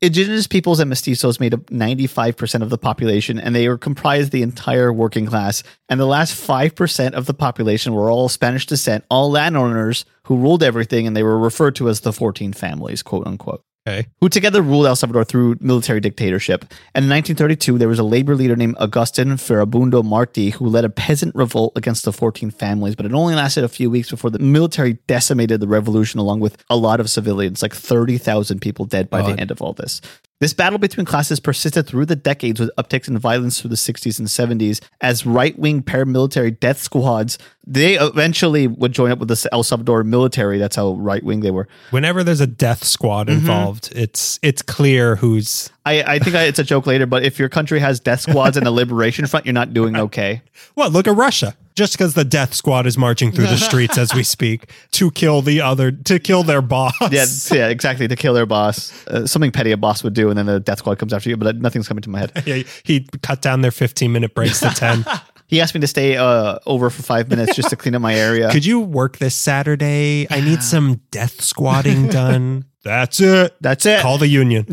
S2: indigenous peoples and mestizos made up ninety five percent of the population, and they were comprised the entire working class. And the last five percent of the population were all Spanish descent, all landowners who ruled everything, and they were referred to as the fourteen families, quote unquote.
S1: Okay.
S2: who together ruled El Salvador through military dictatorship. And in 1932, there was a labor leader named Agustin Ferabundo Marti who led a peasant revolt against the 14 families, but it only lasted a few weeks before the military decimated the revolution along with a lot of civilians, like 30,000 people dead by the end of all this. This battle between classes persisted through the decades with upticks in violence through the 60s and 70s as right-wing paramilitary death squads, they eventually would join up with the El Salvador military. That's how right-wing they were.
S1: Whenever there's a death squad
S2: Mm-hmm.
S1: involved, it's it's clear who's
S2: I, I think I, it's a joke later, but if your country has death squads and a liberation front, you're not
S1: [LAUGHS]
S2: doing okay.
S1: Well, look at Russia. Just because the death squad is marching
S2: [LAUGHS]
S1: through the streets as we speak to kill the other, to kill their boss.
S2: Yeah, yeah, exactly. To kill their boss, uh, something petty a boss would do, and then the death squad comes after you. But nothing's coming to my head.
S1: Yeah, he cut down their 15 minute breaks to
S2: [LAUGHS]
S1: 10.
S2: He asked me to stay uh, over for five minutes just to clean up my area.
S1: Could you work this Saturday? I need some death squatting
S2: [LAUGHS]
S1: done. That's it.
S2: That's it.
S1: Call the union,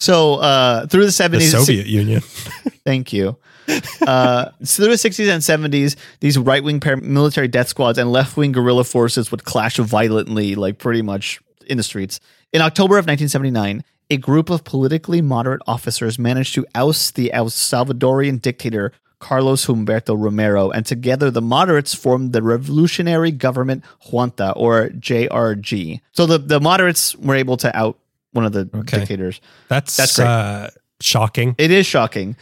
S2: So uh, through the
S1: the
S2: seventies,
S1: Soviet Union.
S2: Thank you. Uh, [LAUGHS] so through the 60s and 70s, these right wing paramilitary death squads and left wing guerrilla forces would clash violently, like pretty much in the streets. In October of 1979, a group of politically moderate officers managed to oust the El Salvadorian dictator Carlos Humberto Romero, and together the moderates formed the Revolutionary Government Junta, or JRG. So the, the moderates were able to out one of the
S1: Okay.
S2: dictators.
S1: That's,
S2: That's great.
S1: uh, shocking.
S2: It is shocking.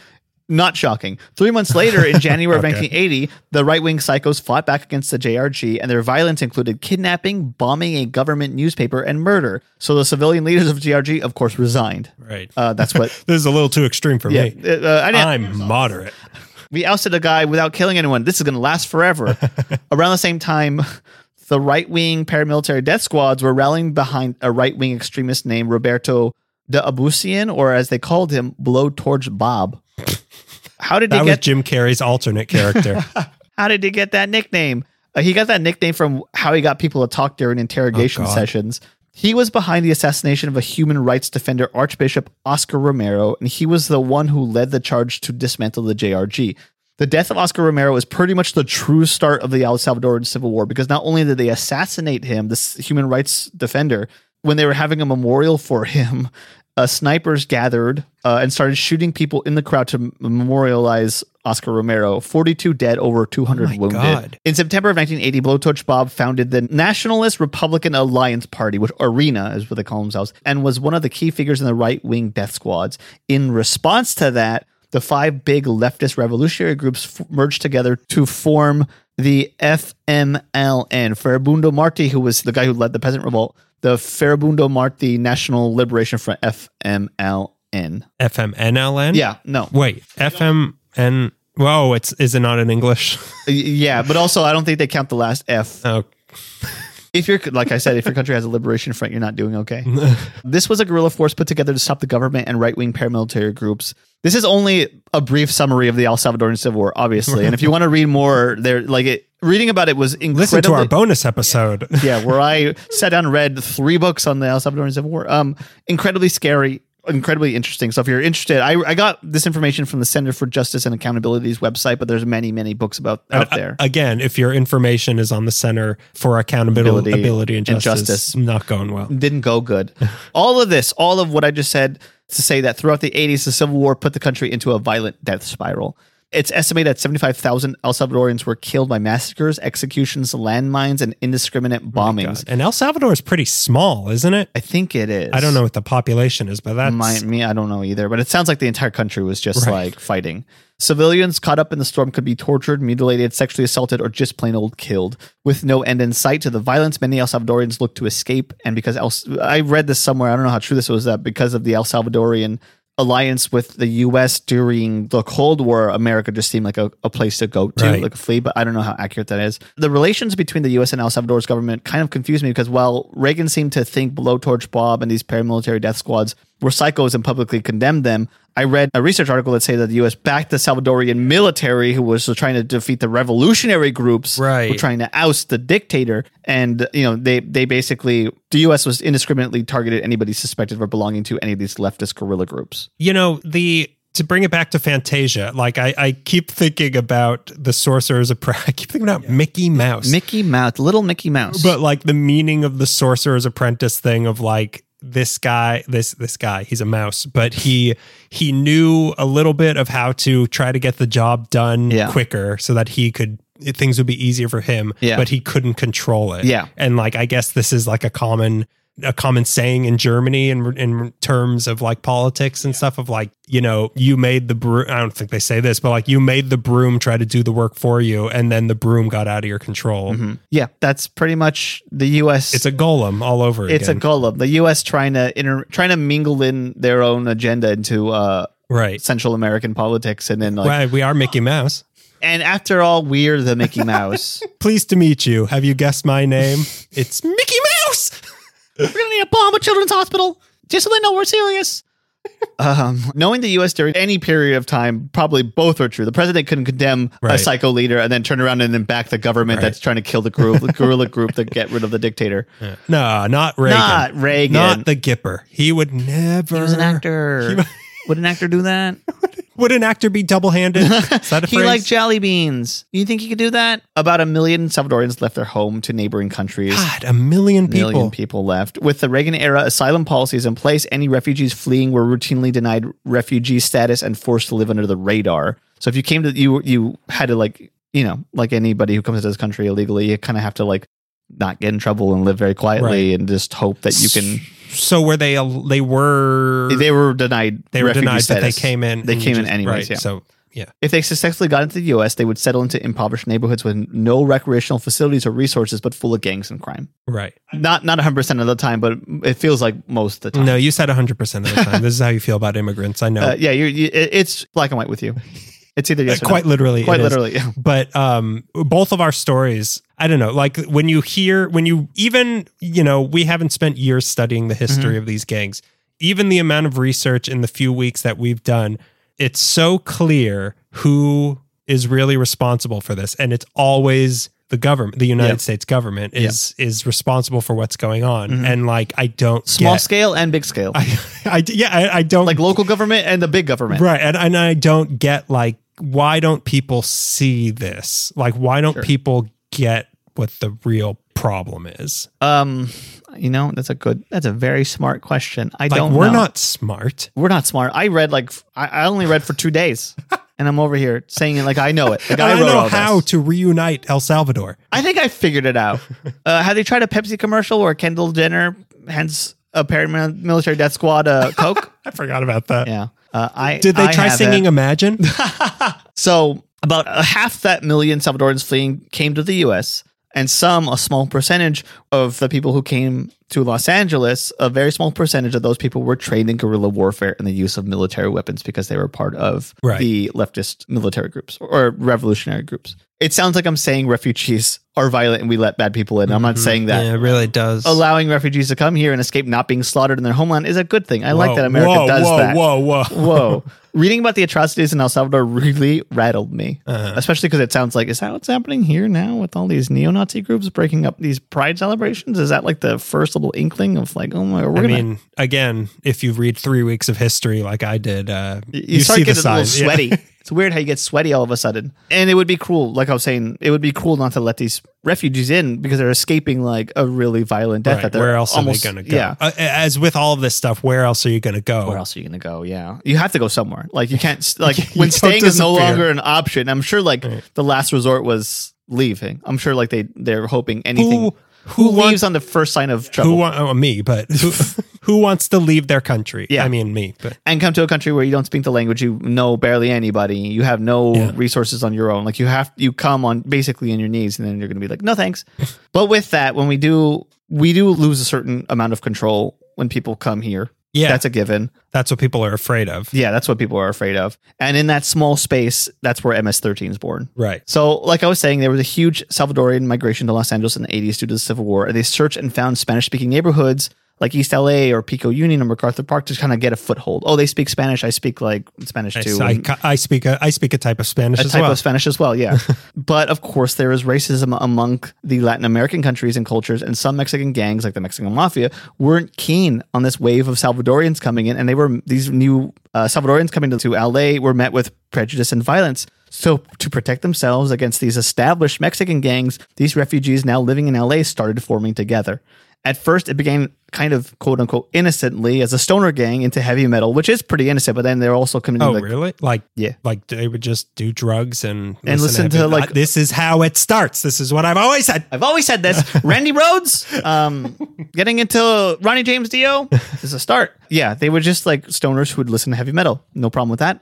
S2: Not shocking. Three months later,
S1: [LAUGHS]
S2: in January of
S1: Okay.
S2: 1980, the right wing psychos fought back against the JRG, and their violence included kidnapping, bombing a government newspaper, and murder. So the civilian leaders of JRG, of course, resigned.
S1: Right.
S2: Uh,
S1: [LAUGHS]
S2: that's what.
S1: this is a little too extreme for
S2: yeah.
S1: me.
S2: Uh, uh, I didn't,
S1: I'm moderate.
S2: we ousted a guy without killing anyone. This is going to
S1: [LAUGHS]
S2: last forever. Around the same time, the right wing paramilitary death squads were rallying behind a right wing extremist named Roberto de Abusian, or as they called him, Blowtorch Bob. How did
S1: That
S2: he
S1: was
S2: get?
S1: Jim Carrey's alternate
S2: [LAUGHS]
S1: character.
S2: How did he get that nickname? Uh, he got that nickname from how he got people to talk during interrogation
S1: Oh, God.
S2: sessions. He was behind the assassination of a human rights defender, Archbishop Oscar Romero, and he was the one who led the charge to dismantle the JRG. The death of Oscar Romero is pretty much the true start of the El Salvadoran Civil War because not only did they assassinate him, this human rights defender, when they were having a memorial for him, uh, snipers gathered uh, and started shooting people in the crowd to memorialize Oscar Romero. 42 dead, over 200
S1: my
S2: wounded.
S1: God.
S2: In September of 1980, Blowtorch Bob founded the Nationalist Republican Alliance Party, which Arena is what they call themselves, and was one of the key figures in the right wing death squads. In response to that, the five big leftist revolutionary groups f- merged together to form the FMLN. Faribundo Marti, who was the guy who led the peasant revolt, the Faribundo Marti National Liberation Front, FMLN.
S1: FMNLN?
S2: Yeah, no.
S1: Wait, FMN. Whoa, it's is it not in English? [LAUGHS]
S2: Y- Yeah, but also I don't think they count the last F.
S1: oh,
S2: If you're, like I said, if your country has a liberation front, you're not
S1: [LAUGHS]
S2: doing okay. this was a guerrilla force put together to stop the government and right wing paramilitary groups. This is only a brief summary of the El Salvadoran Civil War, obviously. and if you want to read more, there, like it, reading about it was incredibly.
S1: listen to our bonus episode.
S2: [LAUGHS] yeah, where I sat down and read three books on the El Salvadoran Civil War. Um, incredibly scary, incredibly interesting. So if you're interested, I, I got this information from the Center for Justice and Accountability's website, but there's many, many books about out there.
S1: [LAUGHS] Again, if your information is on the Center for Accountability
S2: Ability
S1: ability and,
S2: and
S1: justice,
S2: Justice.
S1: not going well.
S2: didn't
S1: [LAUGHS]
S2: go good. All of this, all of what I just said to say that throughout the 80s, the Civil War put the country into a violent death spiral. It's estimated that 75,000 El Salvadorans were killed by massacres, executions, landmines, and indiscriminate
S1: Oh
S2: bombings.
S1: And El Salvador is pretty small, isn't it?
S2: I think it is.
S1: I don't know what the population is, but that's
S2: My, me, I don't know either, but it sounds like the entire country was just
S1: Right.
S2: like fighting. Civilians caught up in the storm could be tortured, mutilated, sexually assaulted, or just plain old killed. With no end in sight to the violence, many El Salvadorians looked to escape. And because El, I read this somewhere, I don't know how true this was, that because of the El Salvadorian alliance with the U.S. during the Cold War, America just seemed like a, a place to go to,
S1: Right.
S2: like a flee, but I don't know how accurate that is. The relations between the U.S. and El Salvador's government kind of confused me because while Reagan seemed to think Blowtorch Bob and these paramilitary death squads were psychos and publicly condemned them, I read a research article that said that the U.S. backed the Salvadorian military, who was trying to defeat the revolutionary groups, who
S1: Right.
S2: trying to oust the dictator and you know they they basically the US was indiscriminately targeted anybody suspected of belonging to any of these leftist guerrilla groups.
S1: you know the to bring it back to Fantasia, like I, I keep thinking about the Sorcerer's Apprentice. [LAUGHS] I keep thinking about Mickey Mouse.
S2: Mickey Mouse, little Mickey Mouse.
S1: but like the meaning of the sorcerer's apprentice thing of like this guy this this guy he's a mouse but he he knew a little bit of how to try to get the job done
S2: Yeah.
S1: quicker so that he could things would be easier for him
S2: Yeah.
S1: but he couldn't control it
S2: Yeah.
S1: and like i guess this is like a common a common saying in germany in in terms of like politics and stuff of like you know you made the broom i don't think they say this but like you made the broom try to do the work for you and then the broom got out of your control
S2: Mhm. yeah, that's pretty much the US
S1: it's a golem all over
S2: it's a
S1: again.
S2: golem. The US trying to inter- trying to mingle in their own agenda into uh
S1: right.
S2: Central American politics and then like
S1: well, we are Mickey Mouse.
S2: and after all we're the Mickey Mouse.
S1: Pleased to meet you. Have you guessed my name? It's Mickey Mouse.
S2: [LAUGHS] We're gonna need a bomb at Children's Hospital. Just so they know we're serious. um, knowing the U.S. during any period of time, probably both are true. The president couldn't condemn a
S1: Right.
S2: psycho leader and then turn around and then back the government
S1: Right.
S2: that's trying to kill the group, the guerrilla group that get rid of the dictator.
S1: No, not Reagan.
S2: Not Reagan.
S1: Not the Gipper. He would never.
S3: He was an actor. Would an actor do that?
S1: Would an actor be
S2: [LAUGHS]
S1: double-handed? Is that a
S2: He
S1: phrase?
S2: liked jelly beans.
S3: You think he could do that?
S2: About a million Salvadorians left their home to neighboring countries.
S1: God, a million Ah, people.
S2: million people left. With the Reagan era asylum policies in place, any refugees fleeing were routinely denied refugee status and forced to live under the radar. So if you came to you you had to like you know like anybody who comes to this country illegally, you kind of have to like not get in trouble and live very quietly and just hope that you can.
S1: So were they? al- They were.
S2: They were denied.
S1: they were
S2: refugee
S1: denied that they
S2: status.
S1: came in.
S2: They
S1: and
S2: came in
S1: just-
S2: anyways,
S1: Right,
S2: yeah.
S1: So yeah.
S2: If they successfully got into the U.S., they would settle into impoverished neighborhoods with no recreational facilities or resources, but full of gangs and crime.
S1: Right.
S2: Not not 100 percent of the time, but it feels like most of the time.
S1: No, you said 100 percent of the time. this is how you feel about immigrants. I know.
S2: Uh, yeah, you, you, it- it's black and white with you. It's either yes or
S1: Uh, Quite
S2: no.
S1: literally.
S2: quite
S1: it is.
S2: literally.
S1: but um both of our stories i don't know like when you hear when you even you know we haven't spent years studying the history
S2: Mm-hmm.
S1: of these gangs even the amount of research in the few weeks that we've done it's so clear who is really responsible for this and it's always the government the united
S2: Yeah. Mm-hmm.
S1: states government is is responsible for what's going on and like i don't
S2: [LAUGHS] Small
S1: get-
S2: scale and big scale,
S1: [LAUGHS] I, I yeah i, I don't
S2: like local government and the big government.
S1: Right. And, and I don't get like, why don't people see this? Like, why don't people get what the real problem is?
S2: Um, You know, that's a good. That's a very smart question. I
S1: Like
S2: don't.
S1: we're
S2: know.
S1: not smart.
S2: We're not smart. I read like f- I, I only read for two days, and I'm over here saying it like I know it.
S1: [LAUGHS]
S2: Like
S1: I
S2: I,
S1: don't
S2: wrote
S1: know
S2: all
S1: how
S2: this.
S1: to reunite El Salvador.
S2: I think I figured it out. Uh, have they tried a Pepsi commercial or Kendall Jenner, hence a paramilitary death squad, uh, Coke?
S1: I forgot about that.
S2: yeah. Uh, I
S1: Did they
S2: I
S1: try
S2: have
S1: singing
S2: it.
S1: Imagine?
S2: So about a half that million Salvadorans fleeing came to the U.S. And some, a small percentage of the people who came to Los Angeles, a very small percentage of those people were trained in guerrilla warfare and the use of military weapons because they were part of
S1: Right.
S2: the leftist military groups or revolutionary groups. It sounds like I'm saying refugees are violent and we let bad people in. I'm not saying that.
S1: Mm-hmm. it really does.
S2: Allowing refugees to come here and escape not being slaughtered in their homeland is a good thing. [LAUGHS] I like that America
S1: whoa,
S2: does
S1: whoa,
S2: that
S1: Whoa, whoa, whoa.
S2: whoa reading about the atrocities in el salvador really rattled me
S1: Uh-huh.
S2: especially because it sounds like is that what's happening here now with all these neo-nazi groups breaking up these pride celebrations is that like the first little inkling of like oh my we're
S1: I
S2: gonna
S1: mean, again, if you read three weeks of history like I did, uh,
S2: you, start
S1: see the
S2: getting a little
S1: signs. Yeah.
S2: sweaty it's weird how you get sweaty all of a sudden and it would be cruel like i was saying it would be cruel not to let these refugees in because they're escaping like a really violent death
S1: Right,
S2: that they're
S1: where else
S2: almost,
S1: are they going to go?
S2: yeah
S1: Uh, as with all of this stuff, where else are you going to go?
S2: where else are you gonna go? Yeah, you have to go somewhere. Like you can't s-
S1: [LAUGHS]
S2: like when
S1: don't
S2: staying is no
S1: disappear.
S2: longer an option. I'm sure like the last resort was leaving. I'm sure like they they're hoping anything.
S1: Who-
S2: Who,
S1: who wants-
S2: leaves on the first sign of trouble
S1: Who wa- oh, me, but
S2: [LAUGHS]
S1: who, who wants to leave their country?
S2: Yeah.
S1: I mean, me, but
S2: and come to a country where you don't speak the language, you know barely anybody, you have no
S1: Yeah.
S2: resources on your own. Like you have you come on basically on your knees, and then you're gonna be like, no
S1: [LAUGHS]
S2: thanks. but with that, when we do we do lose a certain amount of control when people come here.
S1: Yeah.
S2: that's a given.
S1: that's what people are afraid of.
S2: Yeah, that's what people are afraid of. And in that small space, that's where MS-13 is born.
S1: Right.
S2: So, like I was saying, there was a huge Salvadorian migration to Los Angeles in the 80s due to the Civil War, and they searched and found Spanish-speaking neighborhoods like East LA or Pico Union or MacArthur Park to kind of get a foothold. Oh, they speak Spanish. I speak like Spanish too.
S1: So I,
S2: and
S1: ca- I speak a, I speak a type of Spanish
S2: a
S1: as
S2: type
S1: well.
S2: of Spanish as well,
S1: [LAUGHS]
S2: yeah. but of course, there is racism among the Latin American countries and cultures, and some Mexican gangs, like the Mexican Mafia, weren't keen on this wave of Salvadorians coming in, and they were these new uh, Salvadorians coming to, to LA were met with prejudice and violence. So, to protect themselves against these established Mexican gangs, these refugees now living in LA started forming together. At first, it began kind of quote unquote innocently as a stoner gang into heavy metal, which is pretty innocent, but then they're also committing
S1: Oh,
S2: like,
S1: really? Like,
S2: Yeah.
S1: like they would just do drugs and
S2: And listen to,
S1: heavy-
S2: like-
S1: I- this is how it starts. This is what I've always said.
S2: I've always
S1: [LAUGHS]
S2: said this. Randy Rhodes, um, getting into Ronnie James Dio is a start. Yeah, they were just like stoners who would listen to heavy metal. No problem with that.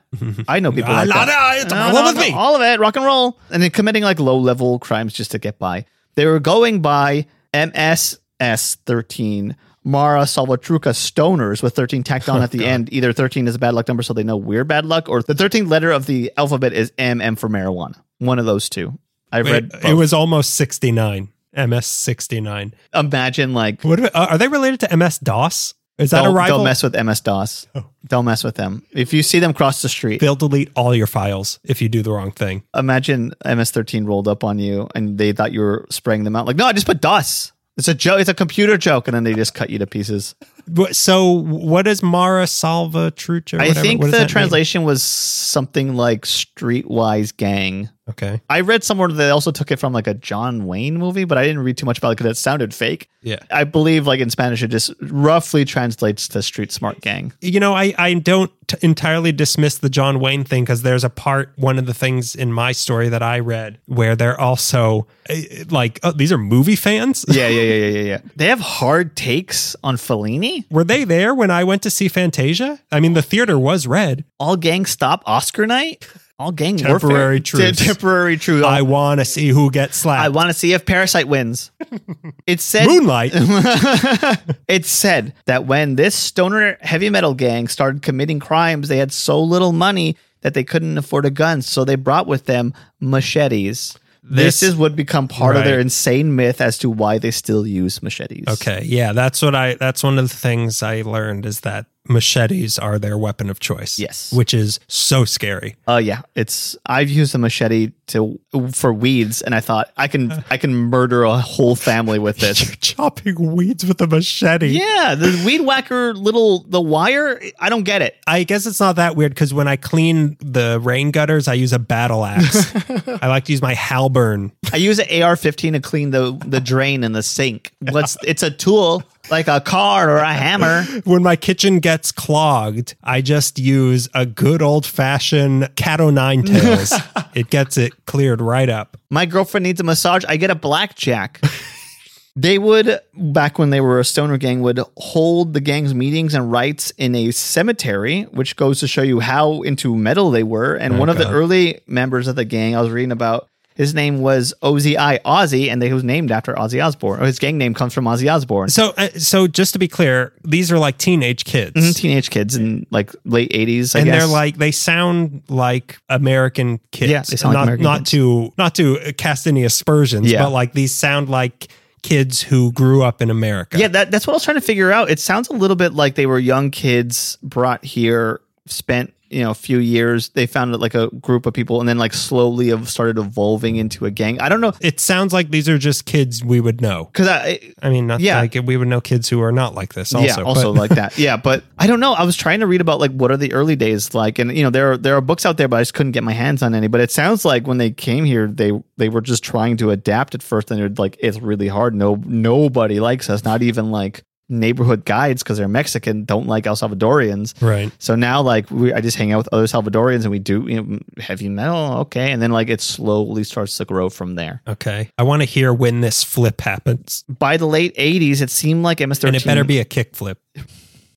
S2: I know
S1: [LAUGHS]
S2: people
S1: A
S2: like
S1: lot
S2: that.
S1: of- it's a problem with me.
S2: All of it, rock and roll, and then committing like low level crimes just to get by. They were going by MSS thirteen. Mara Salvatruca stoners with 13 tacked
S1: [LAUGHS]
S2: on
S1: Oh,
S2: at the end. Either 13 is a bad luck number, so they know we're bad luck, or the 13th letter of the alphabet is M, M for marijuana. One of those two. I've read
S1: It,
S2: both.
S1: it was almost 69. MS 69.
S2: Imagine like
S1: What are, uh, are they related to MS DOS? Is that
S2: don't,
S1: a rival?
S2: Don't mess with MS DOS. Don't mess with them. If you see them cross the street,
S1: They'll delete all your files if you do the wrong thing.
S2: imagine MS thirteen rolled up on you and they thought you were spraying them out. Like, no, I just put DOS. It's a joke. It's a computer joke, and then they just cut you to pieces.
S1: Wh- So, what is Mara Salva Trucha?
S2: I
S1: whatever-
S2: think
S1: what does that
S2: the
S1: mean?
S2: translation was something like "streetwise gang."
S1: Okay.
S2: I read somewhere that they also took it from like a John Wayne movie, but I didn't read too much about it because it sounded fake.
S1: Yeah.
S2: I believe, like in Spanish, it just roughly translates to "street smart gang."
S1: You know, I, I don't t- entirely dismiss the John Wayne thing because there's a part, one of the things in my story that I read where they're also uh, like, oh, these are movie fans?
S2: Yeah, yeah, yeah, yeah, yeah, yeah. They have hard takes on Fellini.
S1: Were they there when I went to see Fantasia? I mean, the theater was red.
S2: all gang stop Oscar night, all gang
S1: Temporary
S2: warfare,
S1: truce.
S2: Te- temporary truth.
S1: I
S2: I,
S1: want to see who gets slapped.
S2: want to see if
S1: [LAUGHS]
S2: Parasite wins. It said [LAUGHS]
S1: Moonlight.
S2: it said that when this stoner heavy metal gang started committing crimes, they had so little money that they couldn't afford a gun, so they brought with them machetes. This,
S1: This-
S2: is would become part of their
S1: Right.
S2: insane myth as to why they still use machetes.
S1: Okay, yeah, that's what I. That's one of the things I learned is that machetes are their weapon of choice.
S2: Yes.
S1: which is so scary.
S2: Oh yeah, it's I've used a machete to for weeds, and I thought I
S1: [LAUGHS]
S2: can I can murder a whole family with this.
S1: You're chopping weeds with a machete.
S2: yeah, the weed whacker little the wire. I don't get it.
S1: I guess it's not that weird because when I clean the rain gutters, I use a battle axe. I like to use my halberd.
S2: I use an AR fifteen to clean the the drain in the sink. What's it's a tool. like a car or a hammer.
S1: When my kitchen gets clogged, I just use a good old fashioned cat o' nine tails. it gets it cleared right up.
S2: My girlfriend needs a massage. I get a blackjack. they would, back when they were a stoner gang, would hold the gang's meetings and rights in a cemetery, which goes to show you how into metal they were. And one of the
S1: God.
S2: early members of the gang I was reading about, his name was OZI Ozzy, and they was named after Ozzy Osbourne. Or his gang name comes from Ozzy Osbourne.
S1: So, uh, so just to be clear, these are like teenage kids.
S2: Teenage kids in like late 80s, I
S1: and
S2: guess.
S1: they're like they sound like American kids.
S2: Yeah, they sound like
S1: not
S2: American
S1: not
S2: kids.
S1: to not to cast any aspersions,
S2: Yeah.
S1: but like these sound like kids who grew up in America.
S2: Yeah, that, that's what I was trying to figure out. It sounds a little bit like they were young kids brought here, spent you know a few years. They found like a group of people, and then like slowly have started evolving into a gang. I don't know
S1: It sounds like these are just kids we would know.
S2: because I
S1: I mean, not
S2: Yeah.
S1: like we would know kids who are not like this. Also,
S2: yeah also
S1: but-
S2: like that yeah, but I don't know. I was trying to read about like what are the early days like, and you know there are, there are books out there, but I just couldn't get my hands on any. But it sounds like when they came here, they they were just trying to adapt at first, and they're like it's really hard. No nobody likes us, not even like neighborhood guides because they're Mexican don't like El Salvadorians.
S1: right.
S2: So now, like, we, I just hang out with other Salvadorians and we do you know, heavy metal, okay, and then like it slowly starts to grow from there.
S1: Okay, I want to hear when this flip happens,
S2: By the late '80s, it seemed like MS13.
S1: and it better be a kick flip.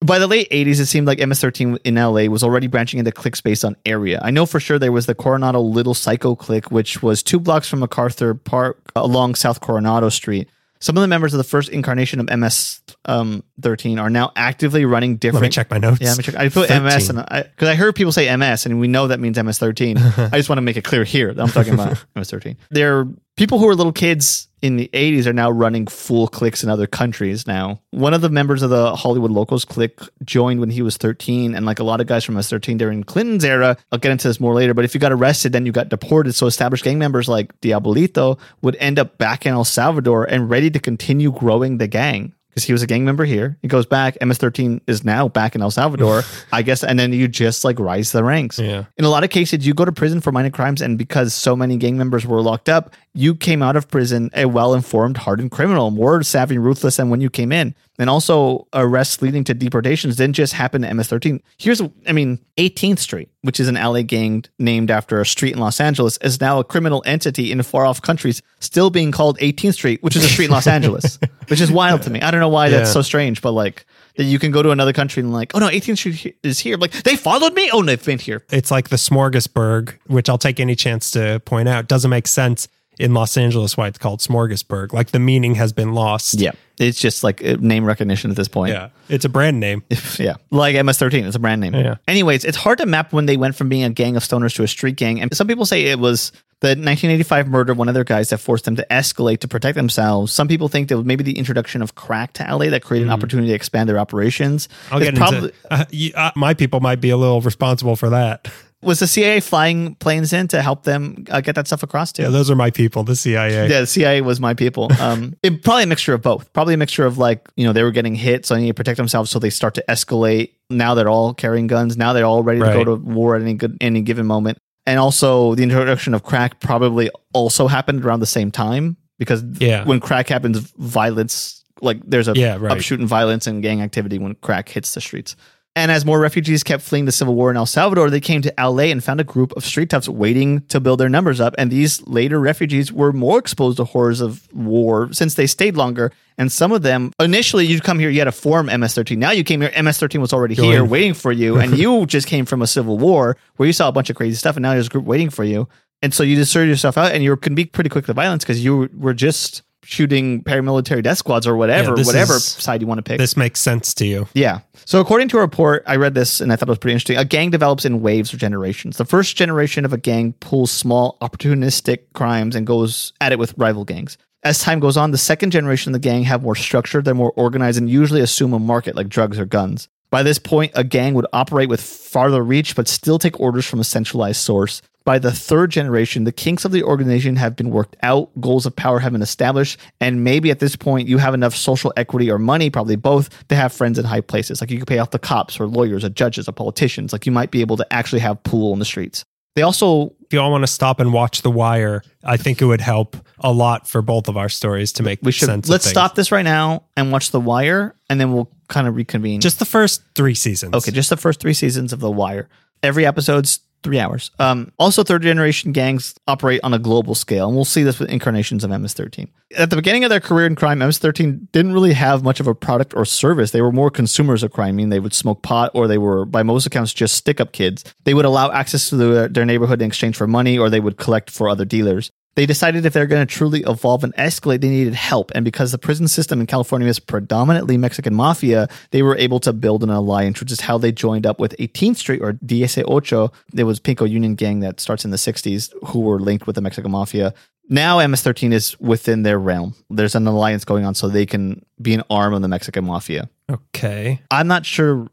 S2: By the late '80s, it seemed like MS13 in LA was already branching into clicks based on area. I know for sure there was the Coronado Little Psycho clique, which was two blocks from MacArthur Park along South Coronado Street. Some of the members of the first incarnation of MS13 are now actively running different.
S1: Let me check my notes.
S2: Yeah, let me check. I put
S1: 13.
S2: MS and because I, heard people say MS, and we know that means MS13. I just want to make it clear here that I'm talking about MS13. They're people who were little kids in the 80s are now running full cliques in other countries now. One of the members of the Hollywood Locals clique joined when he was 13, and like a lot of guys from MS13 during Clinton's era, I'll get into this more later, but if you got arrested, then you got deported. So established gang members like Diabolito would end up back in El Salvador and ready to continue growing the gang because he was a gang member here. He goes back. MS13 is now back in El Salvador, I guess. And then you just like rise the ranks.
S1: Yeah.
S2: In a lot of cases, you go to prison for minor crimes. And because so many gang members were locked up, you came out of prison a well informed, hardened criminal, more savvy, ruthless than when you came in. And also, arrests leading to deportations didn't just happen to MS13. Here's, I mean, 18th Street, which is an LA gang named after a street in Los Angeles, is now a criminal entity in far off countries, still being called 18th Street, which is a street in Los Angeles, which is wild to me. I don't know why that's
S1: Yeah.
S2: so strange, but like that you can go to another country and like, oh no, 18th Street he- is here. Like they followed me. Oh no, they've been here.
S1: It's like the smorgasburg, which I'll take any chance to point out doesn't make sense in Los Angeles why it's called smorgasburg. Like the meaning has been lost.
S2: Yeah, it's just like uh, name recognition at this point.
S1: Yeah. It's a brand name.
S2: yeah. Like MS13, it's a brand name.
S1: Yeah.
S2: Anyways, it's hard to map when they went from being a gang of stoners to a street gang. And some people say it was the 1985 murder of one of their guys that forced them to escalate to protect themselves. Some people think that was maybe the introduction of crack to LA that created an opportunity to expand their operations.
S1: Mm. I'll
S2: It's
S1: get into [LAUGHS] uh, you, uh, my people might be a little responsible for that. [LAUGHS]
S2: Was the CIA flying planes in to help them uh, get that stuff across to?
S1: Yeah, those are my people, the CIA.
S2: yeah, the CIA was
S1: [LAUGHS]
S2: my people. Um, it probably a mixture of both. Probably a mixture of like you know they were getting hit, so they need to protect themselves, so they start to escalate. Now they're all carrying guns. Now they're all ready to
S1: Right.
S2: go to war at any good any given moment. And also the introduction of crack probably also happened around the same time because
S1: Yeah.
S2: when crack happens, violence like there's a
S1: Yeah, right.
S2: upshoot in violence and gang activity when crack hits the streets. And as more refugees kept fleeing the civil war in El Salvador, they came to LA and found a group of street toughs waiting to build their numbers up. And these later refugees were more exposed to horrors of war since they stayed longer. And some of them, initially, you'd come here, you had to form MS 13. Now you came here, MS 13 was already here waiting for you.
S1: [LAUGHS]
S2: And you just came from a civil war where you saw a bunch of crazy stuff. And now there's a group waiting for you. And so you just sorted yourself out and you can be pretty quick to violence because you were just shooting paramilitary death squads or whatever,
S1: this
S2: whatever
S1: is-
S2: side you want to pick.
S1: This makes sense to you.
S2: Yeah. So according to a report, I read this and I thought it was pretty interesting. A gang develops in waves or generations. The first generation of a gang pulls small opportunistic crimes and goes at it with rival gangs. As time goes on, the second generation of the gang have more structure, they're more organized and usually assume a market like drugs or guns. By this point, a gang would operate with farther reach but still take orders from a centralized source. By the third generation, the kinks of the organization have been worked out, goals of power have been established, and maybe at this point you have enough social equity or money, probably both, to have friends in high places. Like you could pay off the cops or lawyers or judges or politicians. Like you might be able to actually have pool in the streets. They also
S1: If you all want to stop and watch The Wire, I think it would help a lot for both of our stories to make
S2: We should
S1: sense. of
S2: let's
S1: things.
S2: stop this right now and watch The Wire, and then we'll kind of reconvene.
S1: Just the first three seasons.
S2: Okay, just the first three seasons of The Wire. Every episode's three hours. Um, also, third generation gangs operate on a global scale, and we'll see this with incarnations of MS-13. At the beginning of their career in crime, MS-13 didn't really have much of a product or service. They were more consumers of crime, meaning they would smoke pot, or they were, by most accounts, just stick-up kids. They would allow access to their, their neighborhood in exchange for money, or they would collect for other dealers. They decided if they're going to truly evolve and escalate, they needed help. And because the prison system in California is predominantly Mexican mafia, they were able to build an alliance, which is how they joined up with 18th Street or DSA Ocho. There was Pinco Union gang that starts in the 60s who were linked with the Mexican mafia. Now MS-13 is within their realm. There's an alliance going on so they can be an arm of the Mexican mafia.
S1: Okay.
S2: I'm not sure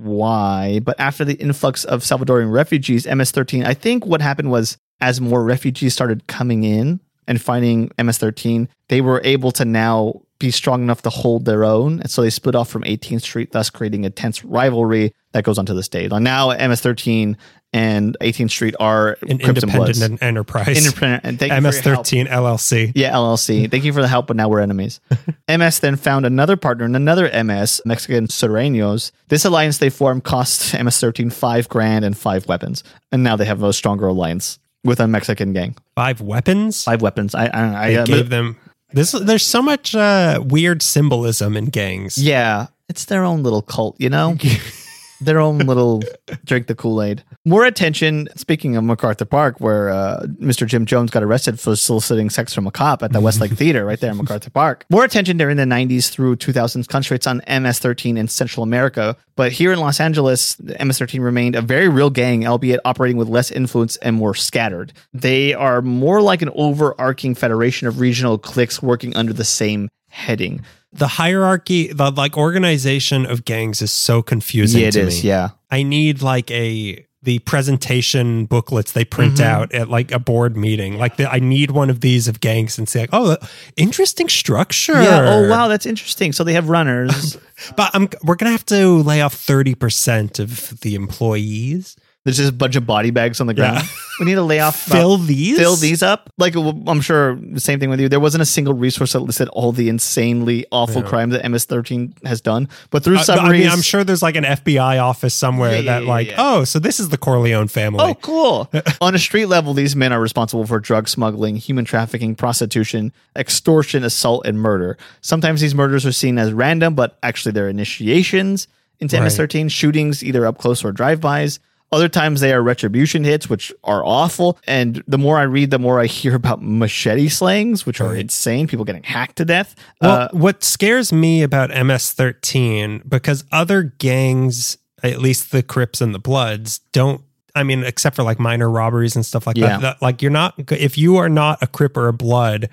S2: why, but after the influx of Salvadorian refugees, MS 13, I think what happened was as more refugees started coming in and finding MS 13, they were able to now be strong enough to hold their own. And so they split off from 18th Street, thus creating a tense rivalry that goes on to this day. Like, Now MS 13 and 18th Street are
S1: An
S2: Crips
S1: independent
S2: and Bloods.
S1: and enterprise.
S2: Independent- and thank you for your help.
S1: MS13 LLC.
S2: Yeah, LLC. Thank you for the help, but now
S1: [LAUGHS]
S2: we're enemies. MS then found another partner in another MS, Mexican Serenos. This alliance they formed cost MS 13 five grand and five weapons. And now they have a stronger alliance with a Mexican gang.
S1: Five weapons.
S2: Five weapons. I, I, I,
S1: they
S2: uh,
S1: gave them this. There's so much uh, weird symbolism in gangs.
S2: Yeah, it's their own little cult,
S1: [LAUGHS]
S2: you know? their own little drink the Kool Aid. More attention. Speaking of MacArthur Park, where uh, Mr. Jim Jones got arrested for soliciting sex from a cop at the
S1: [LAUGHS]
S2: Westlake Theater right there in MacArthur Park. More attention during the 90s through 2000s concentrates on MS 13 in Central America. But here in Los Angeles, MS 13 remained a very real gang, albeit operating with less influence and more scattered. They are more like an overarching federation of regional cliques working under the same heading.
S1: The hierarchy, the like organization of gangs is so confusing
S2: it
S1: to
S2: is,
S1: me.
S2: yeah.
S1: I need like a the presentation booklets they print
S2: Mm-hmm.
S1: out at like a board meeting. Like the, I need one of these of gangs and say like, oh, interesting structure.
S2: Yeah. Oh wow, that's interesting. So they have runners.
S1: But I'm, we're gonna have to lay off thirty percent of the employees.
S2: [LAUGHS] There's just a bunch of body bags on the ground.
S1: Yeah.
S2: [LAUGHS] We need to lay off. about-
S1: Fill these.
S2: Fill these up. Like w- I'm sure the same thing with you. There wasn't a single resource that listed all the insanely awful crime that MS-13 has done. But through
S1: Uh, but I
S2: summaries,
S1: mean, I'm sure there's like an FBI office somewhere
S2: Yeah, yeah,
S1: that
S2: yeah,
S1: like,
S2: yeah.
S1: oh, so this is the Corleone family.
S2: Oh, cool. [LAUGHS] On a street level, these men are responsible for drug smuggling, human trafficking, prostitution, extortion, assault, and murder. Sometimes these murders are seen as random, but actually they're initiations into
S1: Right.
S2: MS 13 shootings, either up close or drive bys. Other times they are retribution hits, which are awful. And the more I read, the more I [LAUGHS] hear about machete slangs, which are insane. People getting hacked to death.
S1: Well,
S2: uh,
S1: what scares me about MS-13 because other gangs, at least the Crips and the Bloods, don't. I mean, except for like minor robberies and stuff like
S2: Yeah.
S1: that, that. Like you're not if you are not a Crip or a Blood,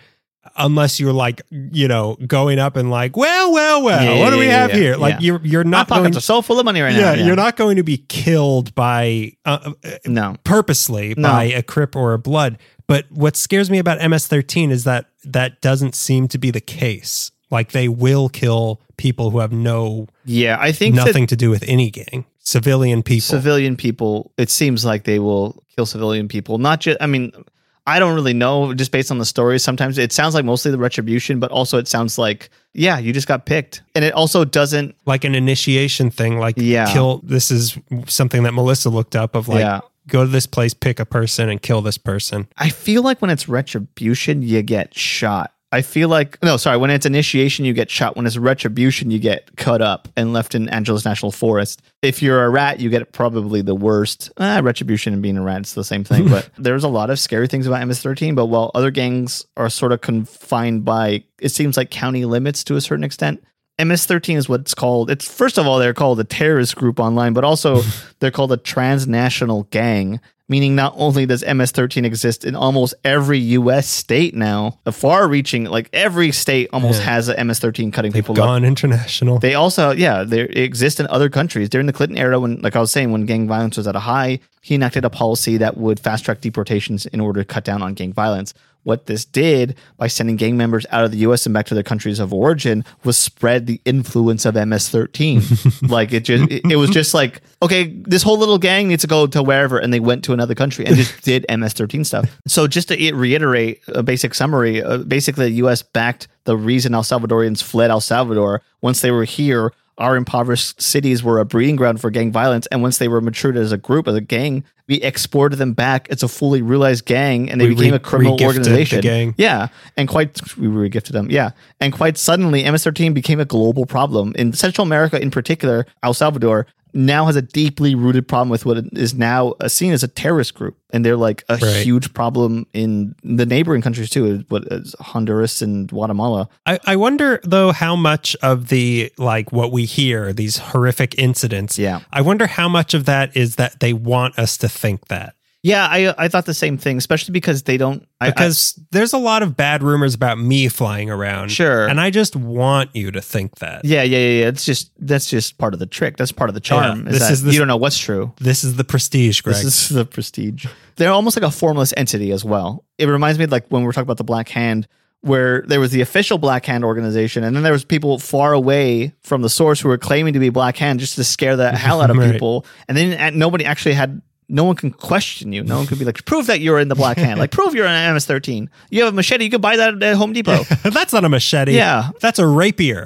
S1: unless you're like you know going up and like, well, well, well,
S2: Yeah,
S1: what do we
S2: yeah,
S1: have
S2: yeah,
S1: here?
S2: yeah.
S1: Like you're you're
S2: my
S1: not
S2: pockets
S1: going.
S2: are so full of money right now.
S1: yeah, you're not going to be killed by uh, uh,
S2: No.
S1: purposely
S2: No.
S1: by a crip or a blood. But what scares me about MS-13 is that that doesn't seem to be the case. Like they will kill people who have no
S2: Yeah, I think that-
S1: nothing to do with any gang, civilian people.
S2: civilian people it seems like they will kill civilian people not just i mean i don't really know just based on the story sometimes it sounds like mostly the retribution but also it sounds like yeah you just got picked and it also doesn't
S1: like an initiation thing, like
S2: Yeah.
S1: kill. This is something that Melissa looked up of like
S2: Yeah.
S1: go to this place, pick a person, and kill this person.
S2: i feel like when it's retribution you get shot i feel like no sorry when it's initiation you get shot when it's retribution you get cut up and left in angeles national forest if you're a rat you get probably the worst ah, retribution and being a rat it's the same thing but there's a lot of scary things about ms13 but while other gangs are sort of confined by it seems like county limits to a certain extent MS-13 is what's called. It's first of all they're called a terrorist group online, but also they're called a transnational gang, meaning not only does MS-13 exist in almost every U.S. state now, the far-reaching, like every state almost has a MS-13 cutting people up.
S1: Gone international.
S2: They also, yeah, they exist in other countries. During the Clinton era, when, like I was saying, when gang violence was at a high, he enacted a policy that would fast track deportations in order to cut down on gang violence. What this did by sending gang members out of the US and back to their countries of origin was spread the influence of MS 13. like it just, it, it was just like, okay, this whole little gang needs to go to wherever. And they went to to another country
S1: [LAUGHS]
S2: and just did MS-13 stuff. So just to i- reiterate a basic summary, uh, basically the U.S. backed the reason El Salvadorians fled El Salvador. Once they were here, our impoverished cities were a breeding ground for gang violence, and once they were matured as a group, as a gang, we exported them back. It's a fully realized gang, and they
S1: We
S2: became
S1: re-
S2: a criminal
S1: regifted the
S2: organization.
S1: gang.
S2: Yeah, and quite we were gifted them. Yeah, and quite suddenly, MS-13 became a global problem in Central America, in particular, El Salvador. Now has a deeply rooted problem with what is now seen as a terrorist group, and they're like a
S1: Right.
S2: huge problem in the neighboring countries too, what is Honduras and Guatemala.
S1: I, I wonder though how much of the like what we hear these horrific incidents.
S2: Yeah.
S1: I wonder how much of that is that they want us to think that
S2: Yeah, I I thought the same thing, especially because they don't I- I,
S1: because there's a lot of bad rumors about me flying around.
S2: Sure.
S1: and I just want you to think that
S2: Yeah, yeah, yeah, yeah. It's just that's just part of the trick. That's part of the charm.
S1: Yeah,
S2: is
S1: this
S2: that
S1: is the-
S2: you don't know what's true.
S1: this is the prestige, Greg.
S2: This is the prestige. They're almost like a formless entity as well. It reminds me of like when we were talking about the Black Hand, where there was the official Black Hand organization, and then there was people far away from the source who were claiming to be Black Hand just to scare the hell out of
S1: Right.
S2: people, and then and nobody actually had. No one can question you. No one could be like, prove that you're in the Black Hand. Like, prove you're an MS-13. You have a machete. You can buy that at Home Depot.
S1: [LAUGHS] That's not a machete.
S2: Yeah.
S1: that's a rapier.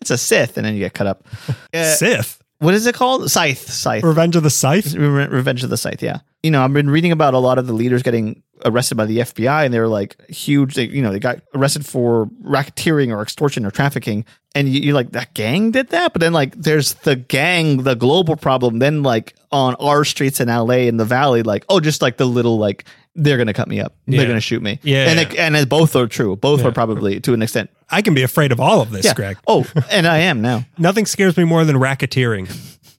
S2: It's a Sith, and then you get cut up. Uh,
S1: Sith.
S2: what is it called? Scythe. Scythe.
S1: Revenge of the Scythe.
S2: Re- Revenge of the Scythe. Yeah, you know, I've been reading about a lot of the leaders getting arrested by the FBI, and they were like huge. They, you know, they got arrested for racketeering or extortion or trafficking, and you, you're like, that gang did that. But then, like, there's the gang, the global problem. Then, like on our streets in LA in the Valley, like, oh, just like the little like. They're gonna cut me up.
S1: Yeah.
S2: They're gonna shoot me.
S1: Yeah,
S2: and
S1: yeah.
S2: it, and it, both are true. Both are probably to an extent.
S1: I can be afraid of all of this,
S2: Yeah.
S1: Greg.
S2: [LAUGHS] Oh, and I am now.
S1: Nothing scares me more than racketeering.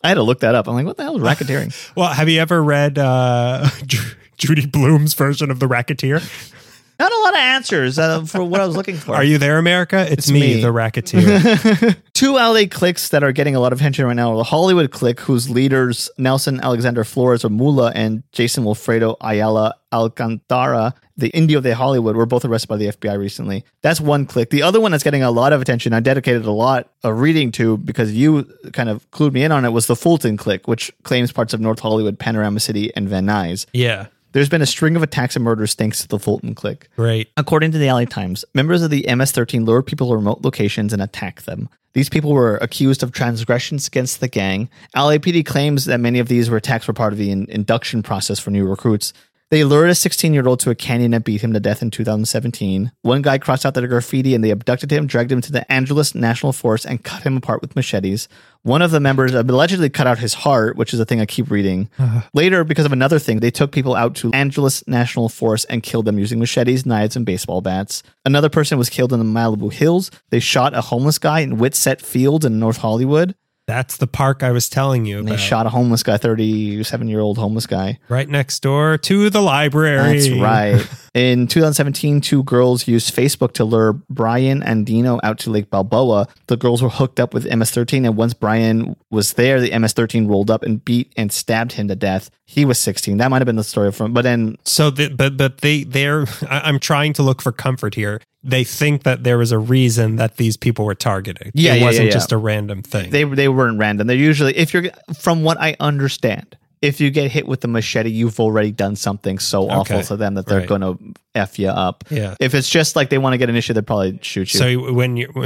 S2: I had to look that up. I'm like, what the hell is racketeering?
S1: [LAUGHS] Well, have you ever read uh, [LAUGHS] Judy Bloom's version of The Racketeer?
S2: Not a lot of answers uh, for what I was looking for.
S1: Are you there, America? It's, me,
S2: me.
S1: the
S2: [LAUGHS]
S1: Racketeer.
S2: two LA cliques that are getting a lot of attention right now are the Hollywood clique, whose leaders Nelson Alexander Flores or Mula and Jason Wilfredo Ayala Alcantara, the Indio de Hollywood, were both arrested by the FBI recently. That's one clique. The other one that's getting a lot of attention, I dedicated a lot of reading to because you kind of clued me in on it, was the Fulton clique, which claims parts of North Hollywood, Panorama City, and Van Nuys.
S1: yeah,
S2: There's been a string of attacks and murders thanks to the Fulton clique.
S1: great.
S2: According to the LA Times, members of the MS 13 lured people to remote locations and attacked them. These people were accused of transgressions against the gang. LAPD claims that many of these were attacks were part of the in- induction process for new recruits. They lured a 16 year old to a canyon and beat him to death in 2017. One guy crossed out their graffiti and they abducted him, dragged him to the Angeles National Forest, and cut him apart with machetes. One of the members allegedly cut out his heart, which is a thing I keep reading. Later, because of another thing, they took people out to Angeles National Forest and killed them using machetes, knives, and baseball bats. Another person was killed in the Malibu Hills. They shot a homeless guy in Whitsett Field in North Hollywood.
S1: That's the park I was telling you
S2: And they
S1: about.
S2: shot a homeless guy, 37 year old homeless guy.
S1: right next door to the library.
S2: That's
S1: [LAUGHS]
S2: right. In 2017, two girls used Facebook to lure Brian and Dino out to Lake Balboa. The girls were hooked up with MS-13, and once Brian was there, the MS-13 rolled up and beat and stabbed him to death. He was 16. That might have been the story from, but then
S1: So, the, but but they they're. I, I'm trying to look for comfort here. They think that there was a reason that these people were targeted.
S2: Yeah,
S1: it
S2: yeah,
S1: wasn't
S2: yeah, yeah.
S1: just a random thing.
S2: they they weren't random. They're usually if you're from what I understand, if you get hit with the machete, you've already done something so awful to them that they're
S1: right.
S2: going to f you up.
S1: Yeah.
S2: If it's just like they want to get an issue, they'd probably shoot you.
S1: So when you [LAUGHS]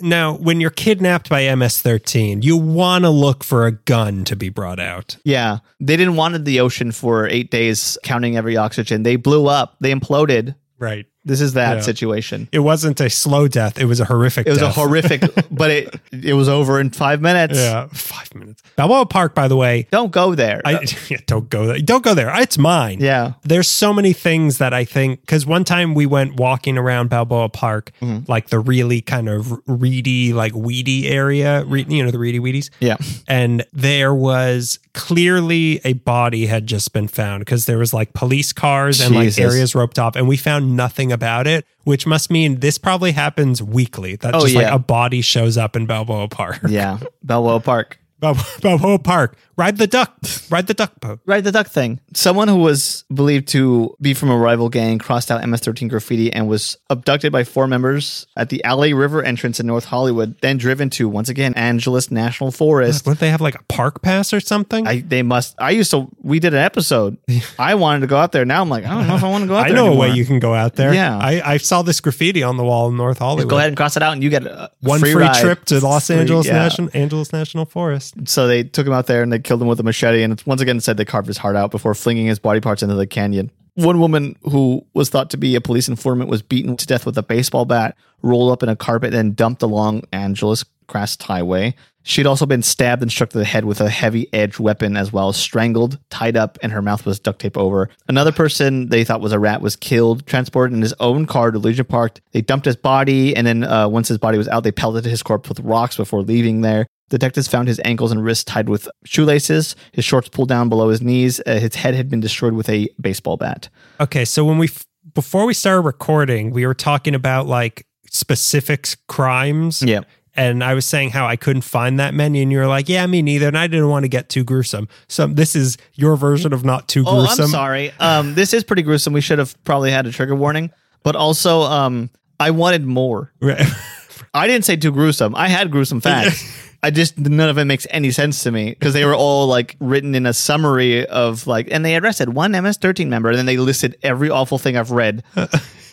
S1: now when you're kidnapped by MS-13, you want to look for a gun to be brought out.
S2: Yeah, they didn't wanted the ocean for eight days, counting every oxygen. They blew up. They imploded.
S1: Right.
S2: This is that
S1: Yeah.
S2: situation.
S1: It wasn't a slow death. It was a horrific.
S2: It was
S1: death. [LAUGHS]
S2: a horrific, but it it was over in five minutes.
S1: Yeah, five minutes. Balboa Park, by the way.
S2: Don't go there.
S1: I [LAUGHS] don't go there. Don't go there. It's mine.
S2: yeah,
S1: There's so many things that I think because one time we went walking around Balboa Park,
S2: Mm-hmm.
S1: like the really kind of reedy, like weedy area, re- you know, the reedy weedies.
S2: yeah.
S1: and there was clearly a body had just been found because there was like police cars and
S2: Jesus.
S1: like areas roped off and we found nothing about it which must mean this probably happens weekly that
S2: Oh,
S1: just like
S2: yeah.
S1: a body shows up in balboa park
S2: yeah. Balboa Park.
S1: [LAUGHS] Bob, Bob Park. Ride the duck. Ride the duck boat.
S2: Right, the duck thing. Someone who was believed to be from a rival gang crossed out MS-13 graffiti and was abducted by four members at the Alley River entrance in North Hollywood, then driven to once again Angeles National Forest.
S1: Wouldn't they have like a park pass or something?
S2: I they must. I used to. We did
S1: [LAUGHS]
S2: an episode. I wanted to go out there. Now I'm like, I don't know if I want to go out
S1: I
S2: there.
S1: know
S2: anymore.
S1: a way you can go out there.
S2: Yeah.
S1: I, I saw this graffiti on the wall in North Hollywood.
S2: go ahead and cross it out, and you get a
S1: One free,
S2: ride.
S1: trip to Los
S2: Free-
S1: Angeles,
S2: yeah.
S1: National, Angeles National Forest.
S2: So they took him out there and they killed him with a machete. And it's once again said they carved his heart out before flinging his body parts into the canyon. One woman who was thought to be a police informant was beaten to death with a baseball bat, rolled up in a carpet, and dumped along Angeles Crest Highway. She'd also been stabbed and struck to the head with a heavy edged weapon, as well as strangled, tied up, and her mouth was duct tape over. Another person they thought was a rat was killed, transported in his own car to Legion Park. They dumped his body, and then uh, once his body was out, they pelted his corpse with rocks before leaving there. Detectives found his ankles and wrists tied with shoelaces, his shorts pulled down below his knees, uh, his head had been destroyed with a baseball bat.
S1: Okay, so when we f- before we started recording, we were talking about like specific crimes.
S2: Yeah.
S1: And I was saying how I couldn't find that many, and you were like, "Yeah, me neither." And I didn't want to get too gruesome. So this is your version of not too
S2: Oh,
S1: gruesome.
S2: I'm sorry. Um, this is pretty gruesome. We should have probably had a trigger warning, but also, um, I wanted more.
S1: Right. [LAUGHS]
S2: I didn't say too gruesome. I had gruesome facts. I just none of it makes any sense to me because they were all like written in a summary of like, and they arrested one MS-13 member, and then they listed every awful thing I've read.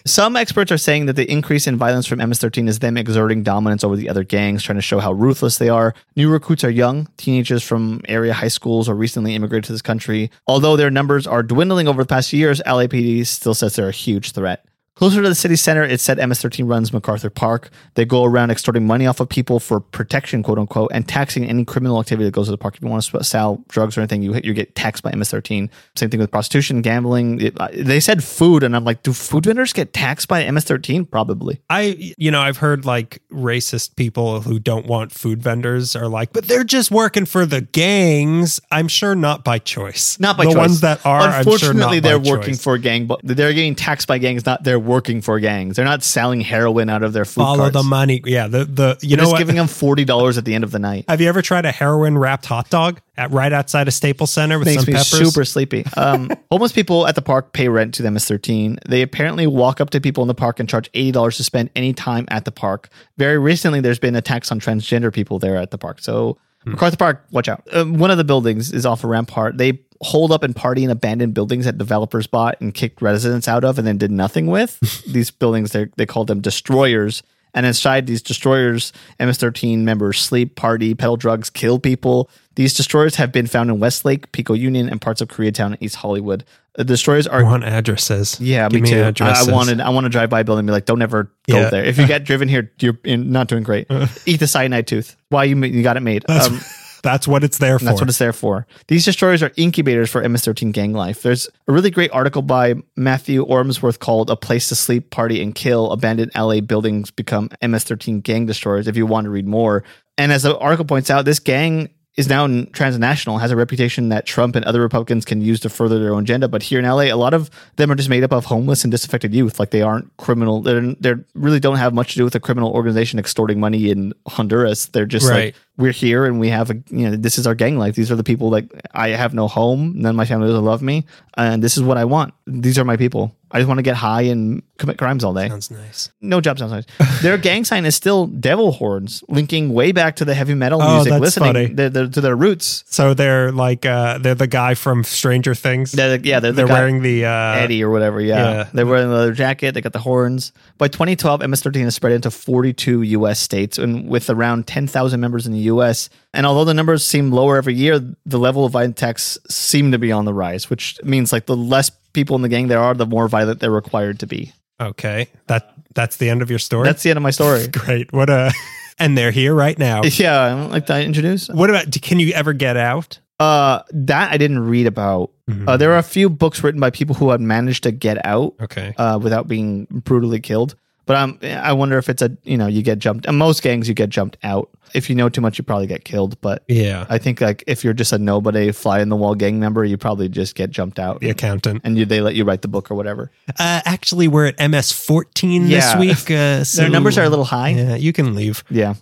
S2: Some experts are saying that the increase in violence from MS-13 is them exerting dominance over the other gangs, trying to show how ruthless they are. New recruits are young, teenagers from area high schools or recently immigrated to this country. Although their numbers are dwindling over the past years, LAPD still says they're a huge threat. Closer to the city center, it said MS-13 runs MacArthur Park. They go around extorting money off of people for protection, quote unquote, and taxing any criminal activity that goes to the park. If you want to sell drugs or anything, you you get taxed by MS-13. Same thing with prostitution, gambling. It- I- they said food, and I'm like, do food vendors get taxed by MS-13? Probably.
S1: I, you know, I've heard like racist people who don't want food vendors are like, but they're just working for the gangs. I'm sure not by choice.
S2: Not by
S1: the
S2: choice.
S1: ones that are. I'm sure
S2: Unfortunately,
S1: not
S2: they're
S1: by
S2: working
S1: choice.
S2: for gang, but they're getting taxed by gangs. Not they're working for gangs. They're not selling heroin out of their food.
S1: follow
S2: carts.
S1: the money. Yeah, the the you
S2: They're
S1: know
S2: just
S1: what?
S2: giving them forty dollars at the end of the night.
S1: Have you ever tried a heroin wrapped hot dog at right outside a Staples Center with
S2: makes
S1: some
S2: me
S1: peppers?
S2: super sleepy.
S1: [LAUGHS]
S2: Um, homeless people at the park pay rent to them as 13. They apparently walk up to people in the park and charge $80 to spend any time at the park. Very recently, there's been attacks on transgender people there at the park. So,
S1: Hmm.
S2: MacArthur Park, watch out. Um, one of the buildings is off a rampart. They hold up and party in abandoned buildings that developers bought and kicked residents out of and then did
S1: [LAUGHS]
S2: nothing with. these buildings, they're- they called them destroyers. And inside these destroyers, MS-13 members sleep, party, peddle drugs, kill people. These destroyers have been found in Westlake, Pico Union, and parts of Koreatown and East Hollywood. Uh, The destroyers are
S1: I want addresses.
S2: yeah,
S1: Give
S2: me
S1: me
S2: too. I, I
S1: addresses.
S2: wanted I want to drive by a building and be like, don't ever go
S1: Yeah.
S2: there.
S1: [LAUGHS]
S2: If you get driven here, you're in, not doing great. Eat the cyanide tooth. Why you ma- you got it made? Um,
S1: That's what it's there for.
S2: that's what it's there for. These destroyers are incubators for MS-13 gang life. There's a really great article by Matthew Ormsworth called "A Place to Sleep, Party, and Kill: Abandoned LA Buildings Become MS-13 Gang Destroyers." If you want to read more, and as the article points out, this gang is now n- transnational, has a reputation that Trump and other Republicans can use to further their own agenda. But here in LA, a lot of them are just made up of homeless and disaffected youth. Like they aren't criminal. They they really don't have much to do with a criminal organization extorting money in Honduras. They're just
S1: Right.
S2: like we're here and we have a you know this is our gang life these are the people that i have no home none of my family doesn't love me and this is what i want these are my people i just want to get high and commit crimes all day
S1: Sounds nice.
S2: no job sounds
S1: [LAUGHS]
S2: nice their gang sign is still devil horns linking way back to the heavy metal
S1: Oh,
S2: music
S1: that's
S2: listening
S1: funny.
S2: they're- they're- to their roots
S1: So they're like uh they're the guy from Stranger Things.
S2: they're, the- yeah they're, the
S1: They're
S2: guy-
S1: wearing the uh
S2: Eddie or whatever, yeah.
S1: yeah.
S2: They're wearing the leather jacket. They got the horns. By 2012, MS-13 has spread into 42 U.S. states, and with around 10,000 members in the U.S. And although the numbers seem lower every year, the level of violent attacks seem to be on the rise, which means like the less people in the gang there are, the more violent they're required to be.
S1: Okay. That that's the end of your story.
S2: That's the end of my
S1: [LAUGHS]
S2: story.
S1: great. What a and they're here right now.
S2: yeah, I don't like that
S1: [LAUGHS]
S2: introduce.
S1: What about can you ever get out?
S2: Uh, that I didn't read about. Uh, there are a few books written by people who had managed to get out.
S1: Okay.
S2: uh, without being brutally killed. But um, I wonder if it's a you know you get jumped. In most gangs, you get jumped out. If you know too much, you probably get killed. But
S1: Yeah.
S2: I think like if you're just a nobody, fly in the wall gang member, you probably just get jumped out.
S1: The
S2: [LAUGHS]
S1: accountant.
S2: And you, they let you write the book or whatever.
S1: Uh, actually, we're at MS 14
S2: Yeah.
S1: this week. Uh, so
S2: Their numbers are a little
S1: [LAUGHS]
S2: high. [LAUGHS]
S1: Yeah, you can leave.
S2: Yeah.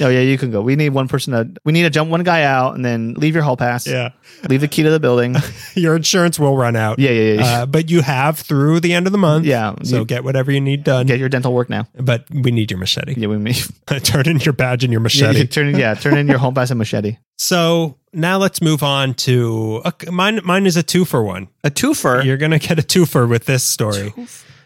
S2: Oh yeah, you can go. We need one person to. We need to jump one guy out and then leave your hall pass.
S1: Yeah.
S2: Leave the key to
S1: [LAUGHS]
S2: the building.
S1: Your insurance will run out.
S2: Yeah, yeah, yeah.
S1: Uh, but you have through the end of the month.
S2: Yeah,
S1: So
S2: you-
S1: get whatever you need done.
S2: Get your dental work now.
S1: But we need your machete.
S2: Yeah, we may.
S1: [LAUGHS] turn in your badge and your
S2: Yeah,
S1: machete.
S2: you [LAUGHS] turn in- yeah, turn in your hall pass and machete.
S1: So now let's move on to okay, mine. Mine is a two for one.
S2: A twofer.
S1: You're gonna get a twofer with this story.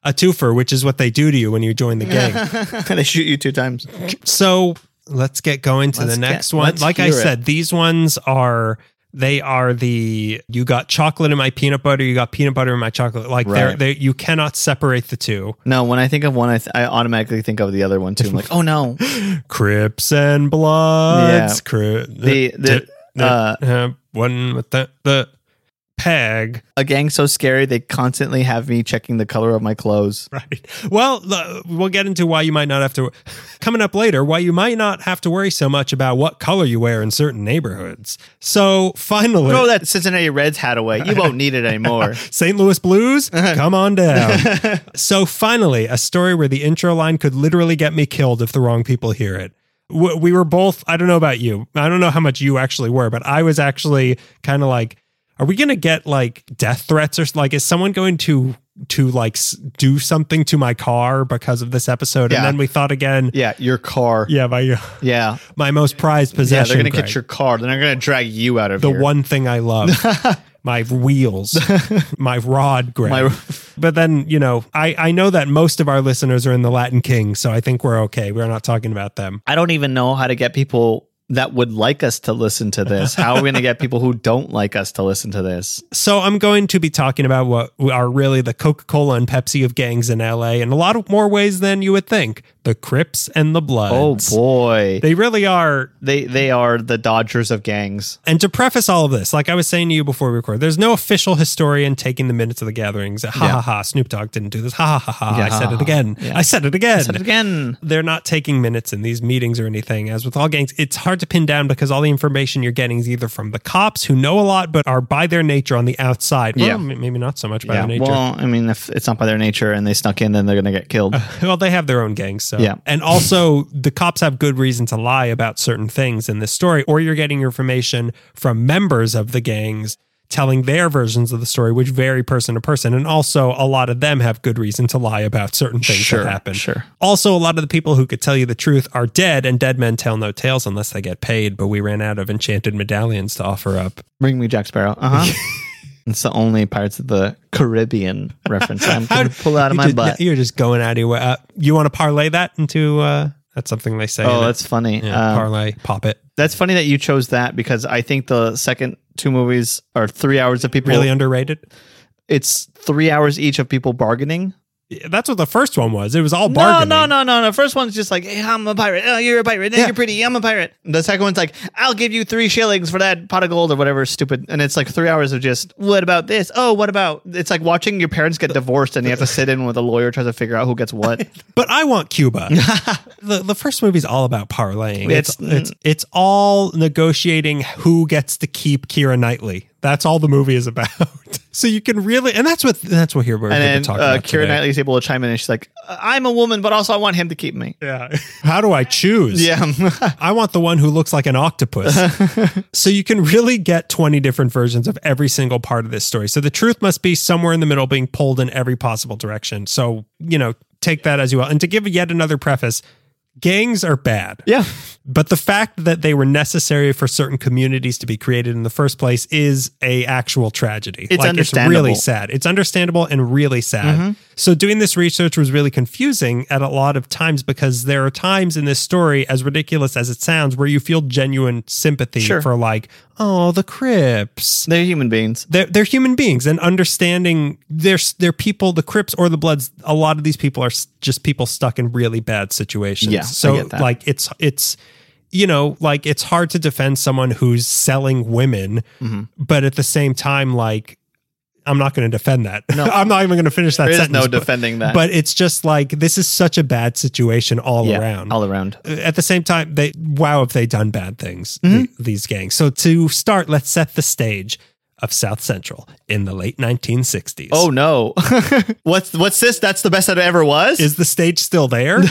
S1: A twofer, which is what they do to you when you join
S2: [LAUGHS]
S1: the gang.
S2: [LAUGHS] they shoot you two times.
S1: so let's get going to
S2: Let's
S1: the
S2: get-
S1: next one.
S2: let's
S1: Like I
S2: hear it.
S1: said, these ones are they are the you got chocolate in my peanut butter, you got peanut butter in my chocolate. Like they're
S2: Right.
S1: they you cannot separate the two.
S2: No, when I think of one, I, th- I automatically think of the other one too. I'm like, oh no,
S1: Crips and Bloods.
S2: Yeah.
S1: Cri-
S2: The- the- uh,
S1: one with the the peg.
S2: a gang's so scary they constantly have me checking the color of my clothes.
S1: [LAUGHS] Right. Well, l- we'll get into why you might not have to. [LAUGHS] Coming up later, why you might not have to worry so much about what color you wear in certain neighborhoods. So finally,
S2: Throw that Cincinnati Reds hat away. You won't [LAUGHS] need it anymore.
S1: St. Louis Blues,
S2: Uh-huh.
S1: come on down.
S2: [LAUGHS]
S1: so finally, a story where the intro line could literally get me killed if the wrong people hear it. W- We were both, I don't know about you. I don't know how much you actually were, but I was actually kind of like, are we going to get like death threats or s- like, is someone going to, to like s- do something to my car because of this episode?
S2: Yeah.
S1: And then we thought again,
S2: yeah, your car. Yeah,
S1: yeah, my,
S2: yeah,
S1: my most prized possession.
S2: they're gonna
S1: Greg
S2: get your car. They're not gonna drag you out of
S1: the
S2: here.
S1: one thing I
S2: [LAUGHS]
S1: love. my wheels, my rod grip.
S2: My-
S1: but then, you know, I, I know that most of our listeners are in the Latin King, so I think we're okay. We're not talking about them.
S2: I don't even know how to get people that would like us to listen to this. How are we going to get people who don't like us to listen to this?
S1: So I'm going to be talking about what are really the Coca Cola and Pepsi of gangs in LA in a lot of more ways than you would think the Crips and the
S2: [LAUGHS] Oh
S1: Bloods.
S2: boy.
S1: They really are
S2: They they are the Dodgers of gangs.
S1: And to preface all of this, like I was saying to you before we record, there's no official historian taking the minutes of the gatherings. Ha ha
S2: Yeah.
S1: ha. Snoop Dogg didn't do this. Ha ha ha ha.
S2: Yeah,
S1: I
S2: ha,
S1: said
S2: ha,
S1: it
S2: ha.
S1: again.
S2: Yeah.
S1: I said it again.
S2: Said it again.
S1: They're not taking minutes in these meetings or anything. As with all gangs, it's hard to pin down because all the information you're getting is either from the cops who know a lot but are by their nature on the outside. Well,
S2: Yeah.
S1: m- maybe not so much by
S2: Yeah.
S1: their nature.
S2: Well, I mean, if it's not by their nature and they snuck in, then they're going to get [LAUGHS] killed.
S1: well, they have their own gangs. So,
S2: Yeah.
S1: And also, the cops have good reason to lie about certain things in this story, or you're getting your information from members of the gangs telling their versions of the story, which vary person to person. And also, a lot of them have good reason to lie about certain things
S2: Sure,
S1: that happen.
S2: sure.
S1: Also, a lot of the people who could tell you the truth are dead, and dead men tell no tales unless they get paid. But we ran out of enchanted medallions to offer up.
S2: Bring me Jack Sparrow. Uh huh. [LAUGHS] it's the only Pirates of the Caribbean reference I'm going to pull out of
S1: You
S2: my
S1: just-
S2: butt.
S1: You're just going out of your way. Uh, you want to parlay that into. Uh, that's something they say.
S2: Oh,
S1: in it.
S2: that's funny.
S1: Yeah,
S2: Um,
S1: parlay, pop it.
S2: that's funny that you chose that because I think the second two movies are three hours of people.
S1: Really underrated.
S2: It's three hours each of people bargaining.
S1: That's what the first one was. It was all bargaining.
S2: No, no, no, no, no. First one's just like, hey, I'm a pirate. Oh, you're a pirate. Hey, You're pretty. I'm a pirate. The second one's like, I'll give you three shillings for that pot of gold or whatever stupid. And it's like three hours of just, what about this? Oh, what about? It's like watching your parents get divorced and you have to sit in with a lawyer trying to figure out who gets what.
S1: But I want
S2: [LAUGHS]
S1: Cuba. the The first movie's all about parlaying. It's
S2: It's-
S1: it's it's all negotiating who gets to keep Kira Knightley. That's all the movie is about. [LAUGHS] so you can really, and that's what that's what here we're here
S2: and
S1: to
S2: then
S1: talk
S2: uh,
S1: about
S2: Kira
S1: today.
S2: Knightley's able to chime in and she's like, I'm a woman, but also I want him to keep me.
S1: Yeah. How do I choose?
S2: Yeah. [LAUGHS]
S1: I want the one who looks like an octopus. so you can really get 20 different versions of every single part of this story. So the truth must be somewhere in the middle, being pulled in every possible direction. So, you know, take that as you will. And to give yet another preface, gangs are bad.
S2: yeah.
S1: But the fact that they were necessary for certain communities to be created in the first place is a actual tragedy.
S2: It's
S1: It's
S2: understandable. Mm-hmm.
S1: really sad. It's understandable and really sad. So doing this research was really confusing at a lot of times because there are times in this story, as ridiculous as it sounds, where you feel genuine sympathy
S2: Sure.
S1: for like, oh, the Crips
S2: They're human beings.
S1: they're, they're human beings and understanding they're, they're people the crips or the bloods a lot of these people are s- just people stuck in really bad situations
S2: Yeah, I
S1: so
S2: get that.
S1: like it's it's you know like it's hard to defend someone who's selling women
S2: Mm-hmm.
S1: but at the same time like i'm not going to defend that [LAUGHS] i'm not even going to finish that
S2: There is
S1: sentence
S2: [LAUGHS] no
S1: but-
S2: defending that.
S1: but it's just like this is such a bad situation all
S2: yeah,
S1: around
S2: All around.
S1: at the same time, they wow, have they done bad things? th- these gangs. So to start, let's set the stage. of South Central in the late 1960s.
S2: Oh no! [LAUGHS] what's what's this? That's the best that it ever was.
S1: Is the stage still there?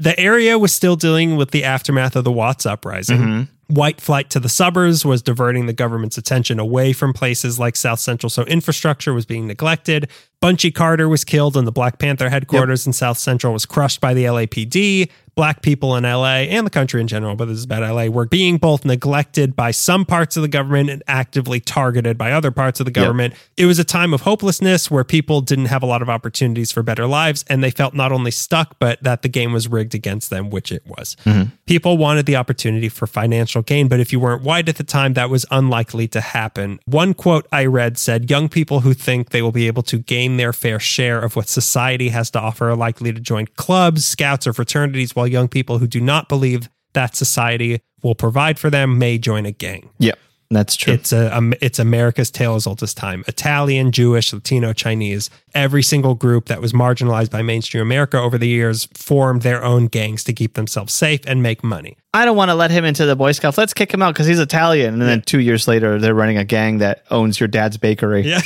S1: the area was still dealing with the aftermath of the Watts uprising. White flight to the suburbs was diverting the government's attention away from places like South Central, so infrastructure was being neglected. Bunchy Carter was killed, and the Black Panther headquarters in South Central was crushed by the LAPD. Black people in LA and the country in general, but this is about LA, were being both neglected by some parts of the government and actively targeted by other parts of the government. It was a time of hopelessness where people didn't have a lot of opportunities for better lives, and they felt not only stuck, but that the game was rigged against them, which it was. People wanted the opportunity for financial gain, but if you weren't white at the time, that was unlikely to happen. One quote I read said, Young people who think they will be able to gain their fair share of what society has to offer are likely to join clubs, scouts, or fraternities, while young people who do not believe that society will provide for them may join a gang.
S2: yeah, that's true.
S1: It's a um, it's America's tale as old as time. Italian, Jewish, Latino, Chinese. Every single group that was marginalized by mainstream America over the years formed their own gangs to keep themselves safe and make money.
S2: I don't want to let him into the Boy Scouts. Let's kick him out because he's Italian. And then two years later, they're running a gang that owns your dad's bakery.
S1: [LAUGHS] Yeah.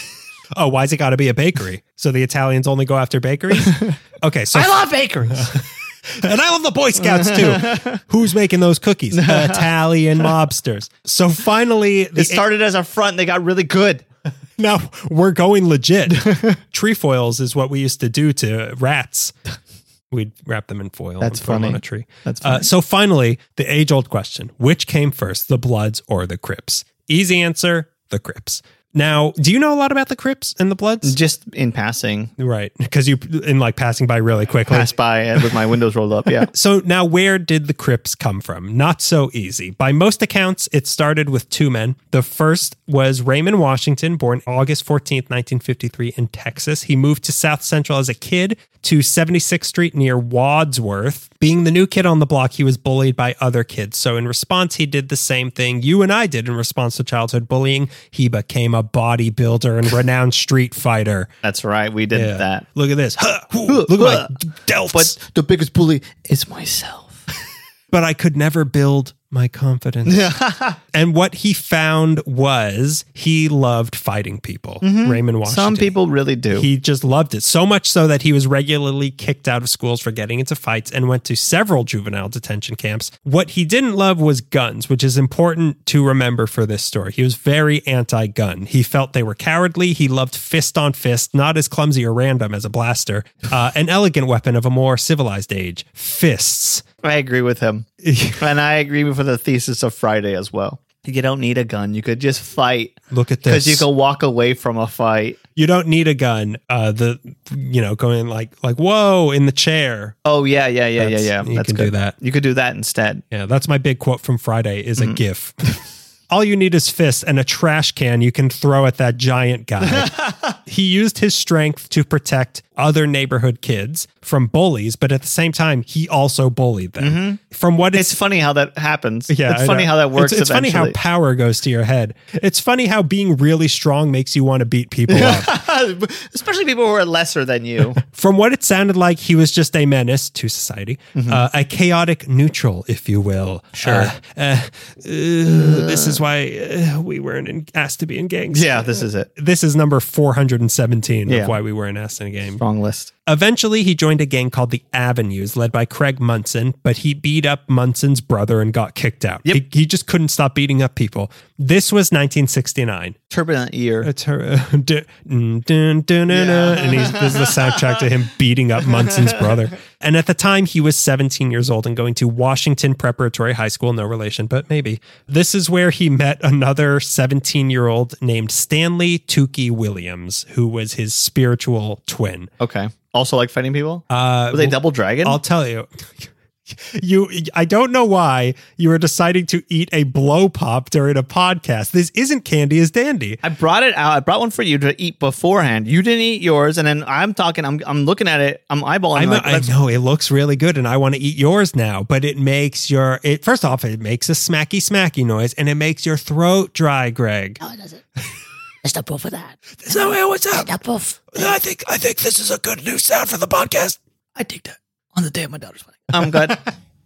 S1: oh, why's it got to be a bakery? So the Italians only go after
S2: [LAUGHS]
S1: bakeries? Okay, so
S3: I love bakeries.
S1: [LAUGHS] and I love the Boy Scouts
S2: [LAUGHS]
S1: too. Who's making those cookies? Italian mobsters. So finally,
S2: It
S1: the
S2: started as a front. They got really good.
S1: No, we're going legit. [LAUGHS] Trefoils is what we used to do to rats. We'd wrap them in foil.
S2: That's
S1: and put 'em
S2: funny.
S1: on a tree.
S2: That's
S1: Uh, so finally, the age-old question: Which came first, the Bloods or the Crips? Easy answer: the Crips. Now, do you know a lot about the Crips and the Bloods?
S2: Just in passing,
S1: Right, because you in like passing by really quickly.
S2: passed by and with my windows rolled up. Yeah.
S1: So now, where did the Crips come from? Not so easy. By most accounts, it started with two men. The first was Raymond Washington, born August 14th, 1953, in Texas. He moved to South Central as a kid to 76th Street near Wadsworth. Being the new kid on the block, he was bullied by other kids. So, in response, he did the same thing you and I did in response to childhood bullying. He became a bodybuilder and renowned street fighter.
S2: [LAUGHS] That's right. We did
S1: Yeah.
S2: that.
S1: Look at this. Huh, hoo, look at my delts.
S2: the biggest bully is myself.
S1: but I could never build my confidence. and what he found was he loved fighting people. Raymond Washington.
S2: Some people really do.
S1: He just loved it so much so that he was regularly kicked out of schools for getting into fights and went to several juvenile detention camps. What he didn't love was guns, which is important to remember for this story. He was very anti gun. He felt they were cowardly. He loved fist on fist, not as clumsy or random as a blaster, uh, an elegant weapon of a more civilized age fists.
S2: I agree
S1: [LAUGHS]
S2: with him. and I agree with the thesis of Friday as well. You don't need a gun. You could just fight
S1: Look at this.
S2: because you can walk away from a fight.
S1: you don't need a gun. Uh, the you know going like like whoa in the chair.
S2: Oh, yeah, yeah, yeah,
S1: That's-
S2: yeah, yeah.
S1: you
S2: That's
S1: can do
S2: good.
S1: that.
S2: You could do that instead.
S1: Yeah, that's my big quote from Friday is
S2: Mm-hmm.
S1: a gif. [LAUGHS] All you need is fists and a trash can you can throw at that giant
S2: [LAUGHS]
S1: guy. he used his strength to protect other neighborhood kids from bullies, but at the same time, he also bullied them. From what it's
S2: Mm-hmm. It's funny how that happens.
S1: Yeah,
S2: it's
S1: I
S2: funny
S1: know.
S2: how that works.
S1: It's, it's funny how
S2: eventually.
S1: power goes to your head. It's funny how being really strong makes you want to beat people up. [LAUGHS]
S2: [LAUGHS] especially people who are lesser than you.
S1: From what it sounded like, he was just a menace to society,
S2: Mm-hmm.
S1: uh, a chaotic neutral, if you will. Sure. this is why uh, we weren't in, asked to be in gangs.
S2: yeah, this is it.
S1: This is number 417
S2: Yeah.
S1: of why we weren't asked in a game.
S2: Wrong list.
S1: Eventually, he joined a gang called the Avenues, led by Craig Munson, but he beat up Munson's brother and got kicked out.
S2: Yep.
S1: He, he just couldn't stop beating up people. This was 1969.
S2: Turbulent year.
S1: It's her- [LAUGHS] uh, dun- dun- dun- dun- dun-
S2: Yeah.
S1: and he's, this is the soundtrack to him beating up Munson's brother. And at the time, he was 17 years old and going to Washington Preparatory High School. No relation, but maybe. This is where he met another 17 year old named Stanley Tukey Williams, who was his spiritual twin.
S2: Okay. Also like fighting people? Uh, Were they double dragon?
S1: I'll tell you. [LAUGHS] You, I don't know why you were deciding to eat a blow pop during a podcast. This isn't candy as dandy.
S2: I brought it out. I brought one for you to eat beforehand. You didn't eat yours, and then I'm talking. I'm I'm looking at it. I'm eyeballing.
S1: I'm
S2: it, like,
S1: I
S2: let's-
S1: know it looks really good, and I want to eat yours now. But it makes your it first off, it makes a smacky smacky noise, and it makes your throat dry, Greg.
S3: no, it doesn't. There's no proof of that.
S1: So hey, what's up?
S3: No proof.
S1: I think I think this is a good new sound for the podcast. [LAUGHS]
S3: I take that on the day of my daughter's wedding.
S2: I'm good.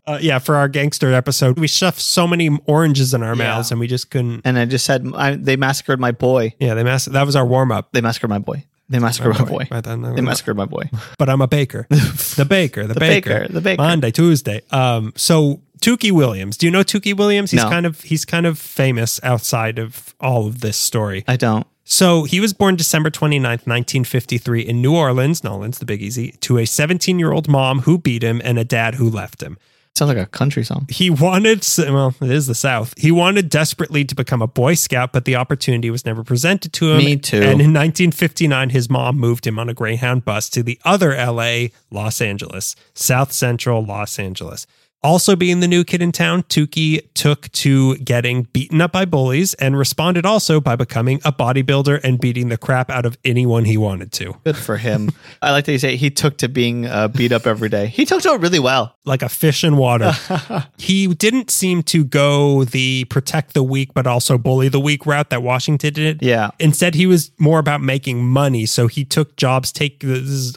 S1: Uh, yeah, for our gangster episode, we shoved so many oranges in our
S2: Yeah.
S1: mouths and we just couldn't.
S2: And I just said I, they massacred my boy.
S1: Yeah, they mass- that was our warm up.
S2: They massacred my boy. They massacred my boy.
S1: Right then,
S2: They massacred my boy.
S1: but I'm a [LAUGHS] baker. The baker, the,
S2: The
S1: baker,
S2: baker, the baker.
S1: Monday, Tuesday. Um, so Tukey Williams. Do you know Tukey Williams? He's
S2: No.
S1: kind of he's kind of famous outside of all of this story.
S2: I don't.
S1: So he was born December 29th, 1953, in New Orleans, Nolans, the Big Easy, to a 17 year old mom who beat him and a dad who left him.
S2: Sounds like a country song.
S1: He wanted, well, it is the South. He wanted desperately to become a Boy Scout, but the opportunity was never presented to him.
S2: Me too.
S1: And in 1959, his mom moved him on a Greyhound bus to the other LA, Los Angeles, South Central Los Angeles. Also being the new kid in town, Tukey took to getting beaten up by bullies and responded also by becoming a bodybuilder and beating the crap out of anyone he wanted to.
S2: Good
S1: [LAUGHS]
S2: for him. I like that you say he took to being uh, beat up every day. He took to it really well.
S1: like a fish in
S2: [LAUGHS]
S1: water. he didn't seem to go the protect the weak but also bully the weak route that Washington did.
S2: Yeah.
S1: Instead, he was more about making money. So he took jobs, take this is,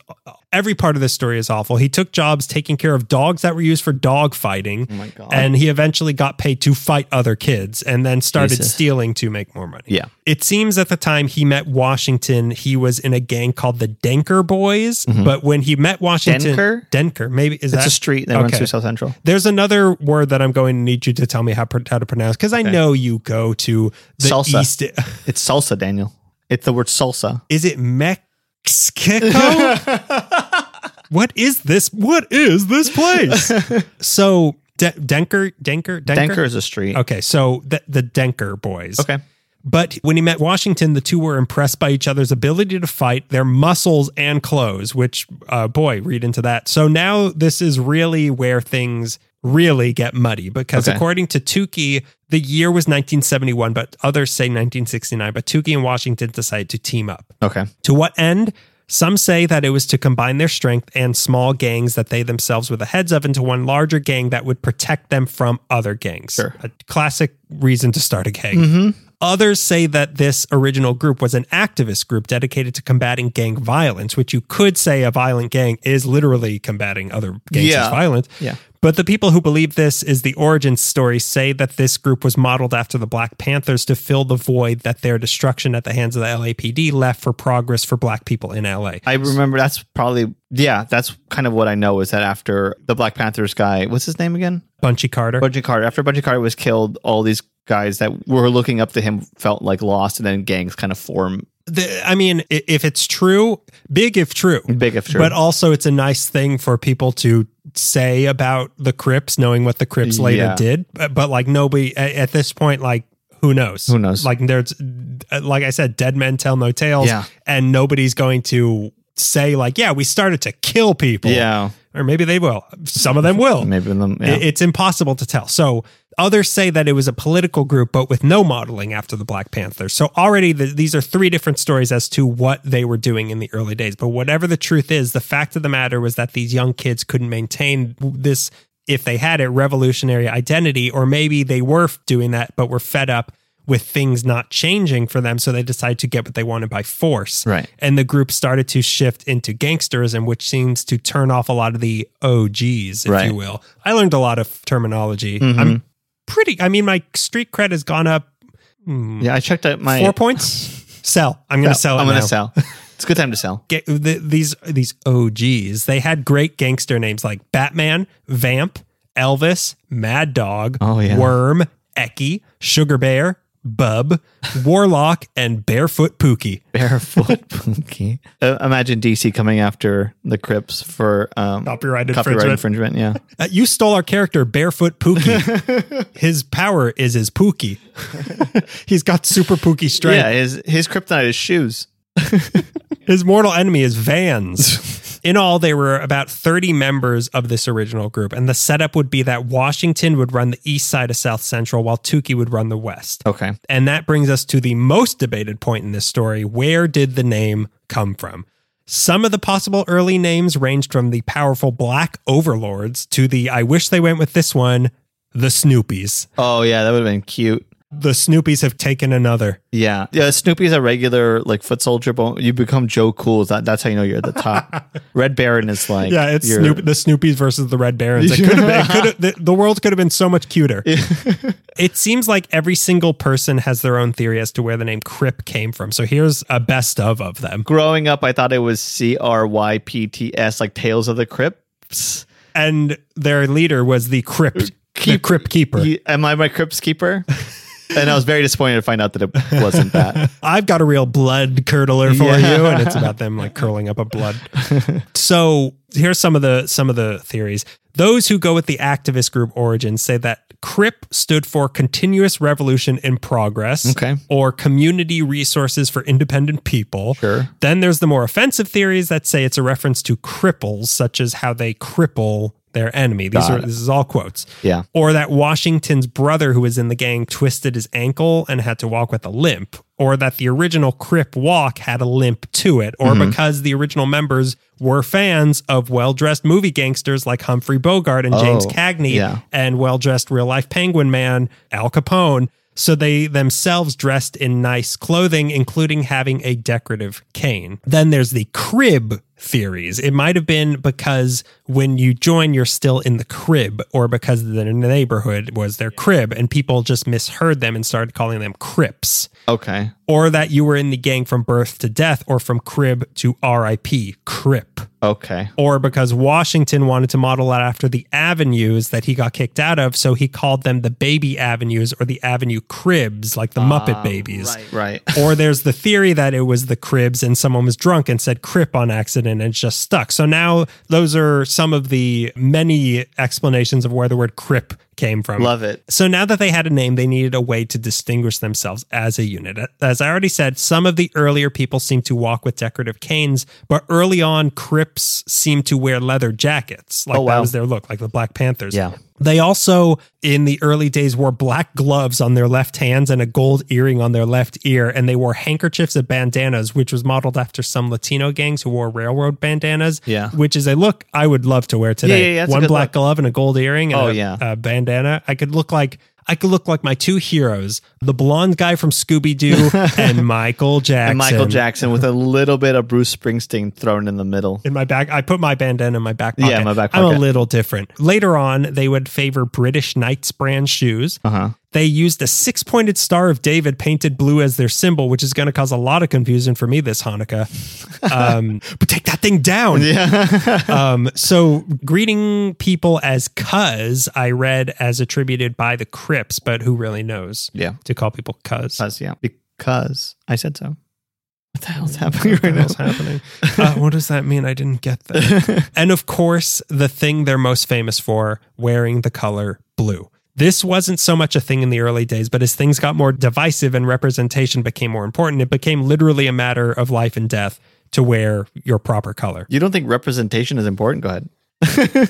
S1: every part of this story is awful. He took jobs taking care of dogs that were used for dog fighting.
S2: Oh my God.
S1: And he eventually got paid to fight other kids and then started
S2: Jesus.
S1: stealing to make more money.
S2: Yeah.
S1: It seems at the time he met Washington, he was in a gang called the Denker Boys. But when he met Washington,
S2: Mm-hmm. Denker?
S1: Denker, maybe is
S2: It's
S1: that
S2: a street that runs
S1: okay.
S2: through South Central.
S1: there's another word that I'm going to need you to tell me how, pr- how to pronounce because I know you go to the
S2: Salsa.
S1: east. E,
S2: It's salsa, Daniel. It's the word salsa.
S1: [LAUGHS] Is it
S2: [LAUGHS]
S1: Mexico? what is this? What is this
S2: [LAUGHS]
S1: place? so De- Denker, Denker, Denker.
S2: Denker is a street.
S1: Okay, so the, the Denker boys.
S2: Okay.
S1: But when he met Washington, the two were impressed by each other's ability to fight, their muscles and clothes, which, uh, boy, read into that. So now this is really where things really get muddy because,
S2: Okay.
S1: according to Tukey, the year was 1971, but others say 1969. But Tukey and Washington decided to team up.
S2: Okay.
S1: To what end? Some say that it was to combine their strength and small gangs that they themselves were the heads of into one larger gang that would protect them from other gangs.
S2: Sure.
S1: A classic reason to start a gang. Others say that this original group was an activist group dedicated to combating gang violence, which you could say a violent gang is literally combating other gangs as
S2: Yeah.
S1: violent.
S2: Yeah.
S1: But the people who believe this is the origin story say that this group was modeled after the Black Panthers to fill the void that their destruction at the hands of the LAPD left for progress for black people in LA.
S2: I remember that's probably yeah, that's kind of what I know is that after the Black Panthers guy, what's his name again?
S1: Bunchy Carter.
S2: Bungie Carter. After Bungie Carter was killed, all these guys that were looking up to him felt like lost and then gangs kind of form
S1: The- I mean, i- if it's true, big if true.
S2: big if true.
S1: But also, it's a nice thing for people to say about the Crips, knowing what the Crips later
S2: Yeah.
S1: did. But, but like nobody a- at this point, like who knows?
S2: Who knows?
S1: Like there's, like I said, dead men tell no tales,
S2: Yeah.
S1: and nobody's going to say like, yeah, we started to kill people.
S2: yeah.
S1: or maybe they will. Some of them will.
S2: Maybe them
S1: I-
S2: yeah.
S1: It's impossible to tell. So others say that it was a political group, but with no modeling after the Black Panthers. So already the, these are three different stories as to what they were doing in the early days. But whatever the truth is, the fact of the matter was that these young kids couldn't maintain this, if they had it, revolutionary identity, or maybe they were f- doing that, but were fed up with things not changing for them. So they decided to get what they wanted by force
S2: Right.
S1: and the group started to shift into gangsterism, which seems to turn off a lot of the OGs, if
S2: Right. Mm-hmm.
S1: you will. I learned a lot of terminology. I'm pretty. I mean, my street cred has gone up
S2: yeah, I checked out my
S1: four points. Sell. I'm going to sell. It
S2: I'm gonna
S1: now. [LAUGHS]
S2: sell. It's a good time to sell.
S1: Ga- the, these these OGs. They had great gangster names like Batman, Vamp, Elvis, Mad Dog,
S2: Oh, yeah.
S1: Worm, Ecky, Sugar Bear, Bub, Warlock, and Barefoot Pookie.
S2: Barefoot punky. Uh, imagine DC coming after the Crips for um,
S1: Copyright
S2: copyright
S1: infringement.
S2: infringement. Yeah.
S1: Uh, you stole our character, Barefoot Pookie. his power is his Pookie. He's got super Pookie [LAUGHS] strength.
S2: Yeah, his his kryptonite is shoes.
S1: His mortal enemy is Vans. In all, there were about 30 members of this original group, and the setup would be that Washington would run the east side of South Central while Tukey would run the west.
S2: Okay.
S1: And that brings us to the most debated point in this story. Where did the name come from? Some of the possible early names ranged from the powerful black overlords to the I wish they went with this one, the Snoopies.
S2: Oh yeah, that would have been cute.
S1: The Snoopies have taken another.
S2: Yeah, yeah. Snoopy's a regular like foot soldier, but you become Joe Cool. That, that's how you know you're at
S1: [LAUGHS]
S2: the top. Red Baron is like
S1: Yeah, it's
S2: you're-
S1: Snoop, the Snoopies versus the Red Barons. It could have been, it could have, the, the world could have been so much cuter. it seems like every single person has their own theory as to where the name Crip came from. So here's a best of of them.
S2: Growing up, I thought it was C R Y P T S, like Tales of the Crypts.
S1: And their leader was the Crypt, the
S2: Keep-
S1: Crypt Keeper.
S2: He- am I my
S1: [LAUGHS]
S2: Crypts keeper? and I was very disappointed to find out that it
S1: [LAUGHS]
S2: wasn't that.
S1: I've got a real blood curdler for
S2: Yeah.
S1: you, and it's about them like curling up a
S2: [LAUGHS]
S1: blood. so here's some of the some of the theories. Those who go with the activist group origin say that CRIP stood for Continuous Revolution in Progress,
S2: Okay.
S1: or Community Resources for Independent People.
S2: Sure.
S1: Then there's the more offensive theories that say it's a reference to cripples, such as how they cripple their enemy. These
S2: Got
S1: are
S2: it.
S1: this is all quotes
S2: Yeah.
S1: or that Washington's brother who was in the gang twisted his ankle and had to walk with a limp, or that the original Crip walk had a limp to it, or
S2: Mm-hmm.
S1: because the original members were fans of well-dressed movie gangsters like Humphrey Bogart and James
S2: Oh,
S1: Cagney
S2: yeah.
S1: and well-dressed real-life penguin man Al Capone. So they themselves dressed in nice clothing, including having a decorative cane. Then there's the crib theories. It might have been because when you join, you're still in the crib, or because the neighborhood was their crib, and people just misheard them and started calling them crips.
S2: Okay.
S1: Or that you were in the gang from birth to death, or from crib to RIP, crip
S2: Okay.
S1: or because Washington wanted to model it after the avenues that he got kicked out of. So he called them the baby avenues or the avenue cribs, like the Muppet babies.
S2: Right.
S1: [LAUGHS] Or there's the theory that it was the cribs and someone was drunk and said crip on accident and it's just stuck. So now those are some of the many explanations of where the word crip came from.
S2: Love it.
S1: So now that they had a name, they needed a way to distinguish themselves as a unit. As I already said, some of the earlier people seemed to walk with decorative canes, but early on, Crips seemed to wear leather jackets. Like
S2: Oh,
S1: that
S2: wow.
S1: was their look, like the Black Panthers.
S2: Yeah.
S1: They also, in the early days, wore black gloves on their left hands and a gold earring on their left ear. And they wore handkerchiefs and bandanas, which was modeled after some Latino gangs who wore railroad bandanas,
S2: Yeah.
S1: which is a look I would love to wear today.
S2: yeah, yeah, that's a
S1: One
S2: good
S1: black
S2: look.
S1: glove and a gold earring and
S2: Oh,
S1: a,
S2: yeah.
S1: a bandana. I could look like I could look like my two heroes, the blonde guy from Scooby Doo
S2: [LAUGHS]
S1: and Michael Jackson.
S2: And Michael Jackson with a little bit of Bruce Springsteen thrown in the middle.
S1: In my back, I put my bandana in my back pocket.
S2: Yeah, my back
S1: I'm a
S2: pocket.
S1: little different. Later on, they would favor British Knights brand shoes.
S2: Uh-huh.
S1: [LAUGHS] They used a six pointed Star of David painted blue as their symbol, which is going to cause a lot of confusion for me this Hanukkah. Um, but take that thing down. um, so greeting people as cuz, I read as attributed by the Crips, but who really knows
S2: Yeah.
S1: to call people cuz?
S2: Because yeah. Because I said so. What the hell's happening right now?
S1: What's happening? [LAUGHS] Uh, what does that mean? I didn't get that. and of course, the thing they're most famous for wearing the color blue. This wasn't so much a thing in the early days, but as things got more divisive and representation became more important, it became literally a matter of life and death to wear your proper color.
S2: You don't think representation is important? Go ahead.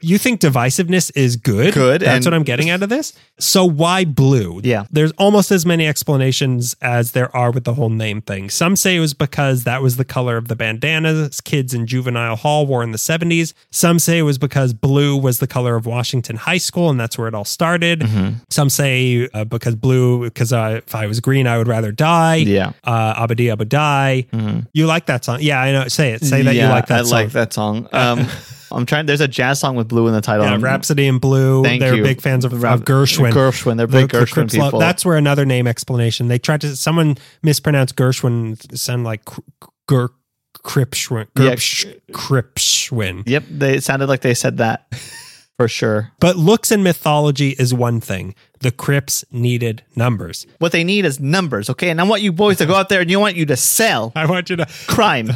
S1: You think divisiveness is good?
S2: Good,
S1: That's
S2: and-
S1: what I'm getting out of this. So why blue?
S2: Yeah.
S1: There's almost as many explanations as there are with the whole name thing. Some say it was because that was the color of the bandanas kids in juvenile hall wore in the 70s. Some say it was because blue was the color of Washington High School and that's where it all started.
S2: Mm-hmm.
S1: Some say uh, because blue, because uh, if I was green, I would rather die.
S2: Yeah. Mm-hmm.
S1: Uh, Abadi Abadai. You like that song? Yeah, I know. Say it. Say that you
S2: Yeah,
S1: like that
S2: I
S1: song.
S2: like
S1: [LAUGHS]
S2: that song. Um, I'm trying. There's a jazz song with blue in the title.
S1: Yeah,
S2: I'm-
S1: Rhapsody in Blue.
S2: Um, Thank
S1: they're
S2: you.
S1: big fans of,
S2: Rap-
S1: of Gershwin.
S2: Gershwin, they're big Gershwin
S1: Crips love-
S2: people.
S1: That's where another name explanation. They tried to someone mispronounced Gershwin to sound like Cr- Ger Kripschwin.
S2: Yeah.
S1: Gerpsch- Kripschwin.
S2: Yep, they it sounded like they
S1: [LAUGHS]
S2: said that for sure.
S1: But looks and mythology is one thing. The Crips needed numbers. [LAUGHS]
S2: What they need is numbers, okay? And I want you boys to go out there and you want you to sell
S1: I want you to [LAUGHS]
S2: crime.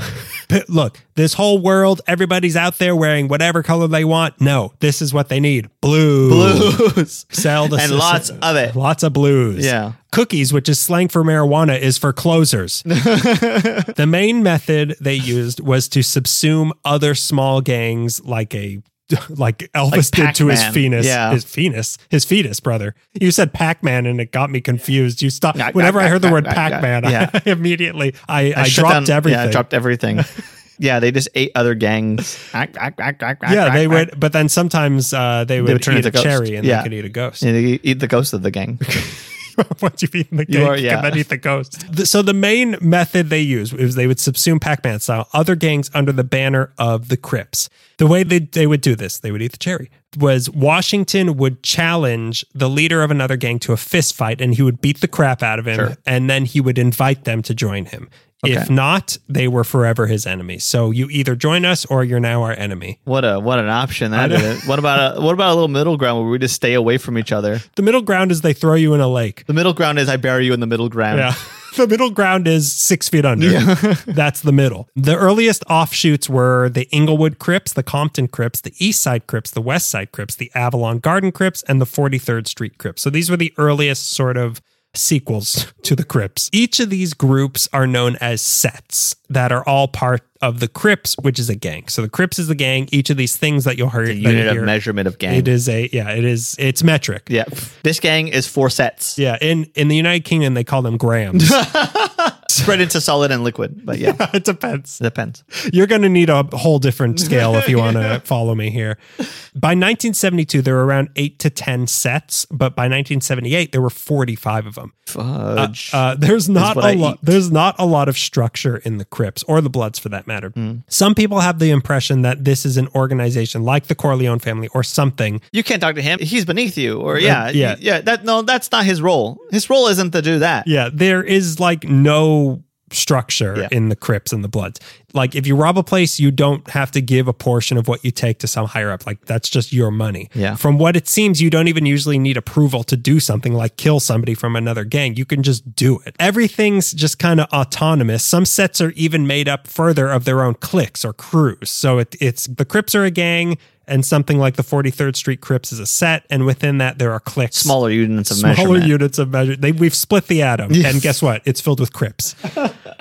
S1: P- look. This whole world, everybody's out there wearing whatever color they want. No, this is what they need: blue.
S2: Blues. [LAUGHS]
S1: Sell the
S2: And lots of it.
S1: Lots of blues.
S2: Yeah.
S1: Cookies, which is slang for marijuana, is for
S2: [LAUGHS]
S1: closers. the main method they used was to subsume other small gangs like a [LAUGHS] like Elvis did to his
S2: Pac-Man.
S1: penis.
S2: Yeah.
S1: His penis. His fetus, brother. You said Pac-Man and it got me confused. You stopped
S2: Knock,
S1: whenever
S2: knock,
S1: I heard the
S2: knock,
S1: word
S2: knock, knock.
S1: Pac-Man,
S2: Yeah.
S1: I [LAUGHS] immediately I, I,
S2: shut
S1: dropped
S2: down-
S1: everything.
S2: Yeah, I
S1: [LAUGHS]
S2: dropped everything. yeah, they just ate other gangs. Ack, ack, ack, ack, ack,
S1: Yeah,
S2: ack,
S1: they
S2: ack.
S1: would, but then sometimes uh, they would,
S2: would turn
S1: eat a
S2: into ghosts.
S1: cherry and
S2: Yeah.
S1: they could eat a ghost. [LAUGHS]
S2: And they eat the ghost of the gang.
S1: from [LAUGHS] once you've eaten the cake
S2: You are- yeah.
S1: and then eat the ghost. [LAUGHS] The- So the main method they use is they would subsume Pac-Man style other gangs under the banner of the Crips. The way they, they would do this, they would eat the cherry, was Washington would challenge the leader of another gang to a fist fight and he would beat the crap out of him
S2: Sure.
S1: and then he would invite them to join him. If not, they were forever his enemy. So you either join us or you're now our enemy.
S2: What a what an option that is. What about a what about a little middle ground where we just stay away from each other?
S1: The middle ground is they throw you in a lake.
S2: The middle ground is I bury you in the middle ground.
S1: Yeah. [LAUGHS] The middle ground is six feet under. [LAUGHS] That's the middle. The earliest offshoots were the Inglewood Crips, the Compton Crips, the East Side Crips, the West Side Crips, the Avalon Garden Crips, and the 43rd Street Crips. So these were the earliest sort of sequels [LAUGHS] to the Crips. Each of these groups are known as sets that are all part of the Crips, which is a gang. So the Crips is the gang. Each of these things that you'll hear, that you
S2: [LAUGHS] Unit of
S1: hear,
S2: measurement of gang.
S1: it is a, yeah, it is, it's metric.
S2: Yeah. This gang is four sets.
S1: Yeah, in, in the United Kingdom, they call them
S2: [LAUGHS]
S1: grams. [LAUGHS]
S2: Spread into solid and liquid. But yeah.
S1: it depends.
S2: Depends.
S1: You're going to need a whole different
S2: [LAUGHS]
S1: scale if you want to follow me here. By 1972, there were around eight to 10 sets, but by 1978, there were 45 of them.
S2: Fudge.
S1: Uh, there's not
S2: what
S1: a
S2: I
S1: lot.
S2: eat.
S1: There's not a lot of structure in the Crips or the Bloods, for that matter.
S2: Mm.
S1: Some people have the impression that this is an organization like the Corleone family or something.
S2: you can't talk to him. He's beneath you. Or yeah.
S1: yeah.
S2: Yeah. Yeah. That no, that's not his role. His role isn't to do that.
S1: Yeah, there is like no structure
S2: Yeah.
S1: in the Crips and the Bloods. Like if you rob a place, you don't have to give a portion of what you take to some higher up. Like that's just your money.
S2: Yeah.
S1: From what it seems, you don't even usually need approval to do something like kill somebody from another gang. You can just do it. Everything's just kind of autonomous. Some sets are even made up further of their own cliques or crews. So it, it's the Crips are a gang and something like the 43rd Street Crips is a set and within that there are cliques
S2: Smaller units of
S1: smaller
S2: measurement.
S1: units of measure. They, we've split the atom, and guess what? It's filled with
S2: [LAUGHS]
S1: crips.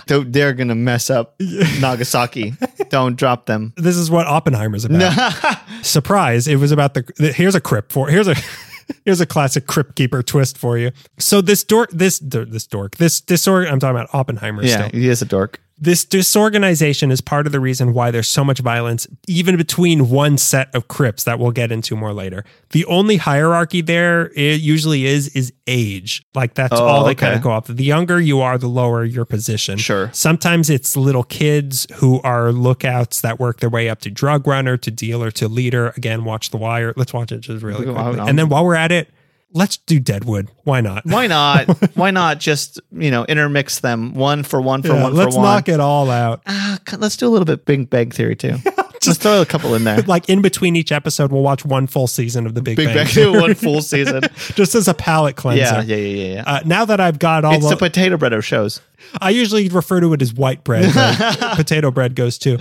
S2: Don't- they're gonna
S1: [LAUGHS]
S2: mess up Nagasaki. Don't drop them.
S1: This is what Oppenheimer's
S2: [LAUGHS]
S1: about. Surprise! It was about the, the- here's a crip for here's a [LAUGHS] here's a classic crip keeper twist for you. So this dork, this dor- this dork, this disorg. I'm talking about Oppenheimer.
S2: Yeah,
S1: still.
S2: he is a dork.
S1: This disorganization is part of the reason why there's so much violence, even between one set of Crips that we'll get into more later. The only hierarchy there it usually is is age. Like that's
S2: Oh,
S1: all they
S2: okay.
S1: kind of go off. The younger you are, the lower your position.
S2: Sure.
S1: Sometimes it's little kids who are lookouts that work their way up to drug runner, to dealer, to leader. Again, watch The Wire. Let's watch it just really
S2: Look at-
S1: quickly. And then while we're at it, let's do Deadwood. Why not? [LAUGHS]
S2: Why not? Why not just you know intermix them one for one for
S1: Yeah,
S2: one
S1: let's
S2: for one?
S1: knock it all out.
S2: Ah, c- let's do a little bit Big Bang Theory too.
S1: [LAUGHS]
S2: just throw a couple in there.
S1: like in between each episode, we'll watch one full season of the Big,
S2: Big
S1: Bang,
S2: Bang Theory one full season.
S1: [LAUGHS] just as a palate cleanser.
S2: Yeah, yeah, yeah, yeah. yeah.
S1: Uh, now that I've got all,
S2: it's
S1: the,
S2: the potato bread of shows.
S1: I usually refer to it as white bread.
S2: [LAUGHS]
S1: but potato bread goes too.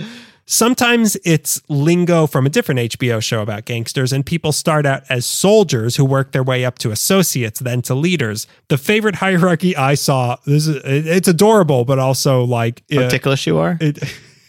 S1: Sometimes it's lingo from a different HBO show about gangsters, and people start out as soldiers who work their way up to associates, then to leaders. The favorite hierarchy I saw this is it- it's adorable, but also like
S2: The
S1: yeah,
S2: ticklish you are,
S1: it,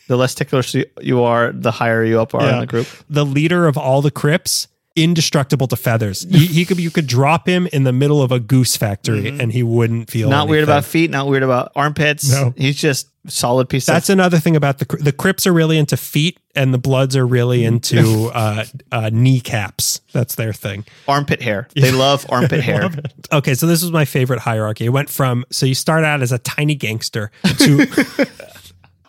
S2: the less ticklish you- you are, the higher you up are in
S1: Yeah.
S2: the group.
S1: the leader of all the Crips, indestructible to feathers. You, he could you could drop him in the middle of a goose factory and he wouldn't feel
S2: Mm-hmm. Not weird
S1: anything.
S2: about feet. Not weird about armpits.
S1: No.
S2: He's just solid piece
S1: That's another thing about the Cri- the Crips are really into feet and the Bloods are really
S2: Mm-hmm.
S1: into uh, uh, kneecaps. That's their thing.
S2: of armpit hair.
S1: [LAUGHS]
S2: They love armpit hair.
S1: Okay, so this was my favorite hierarchy. It went from so you start out as a tiny gangster
S2: [LAUGHS]
S1: to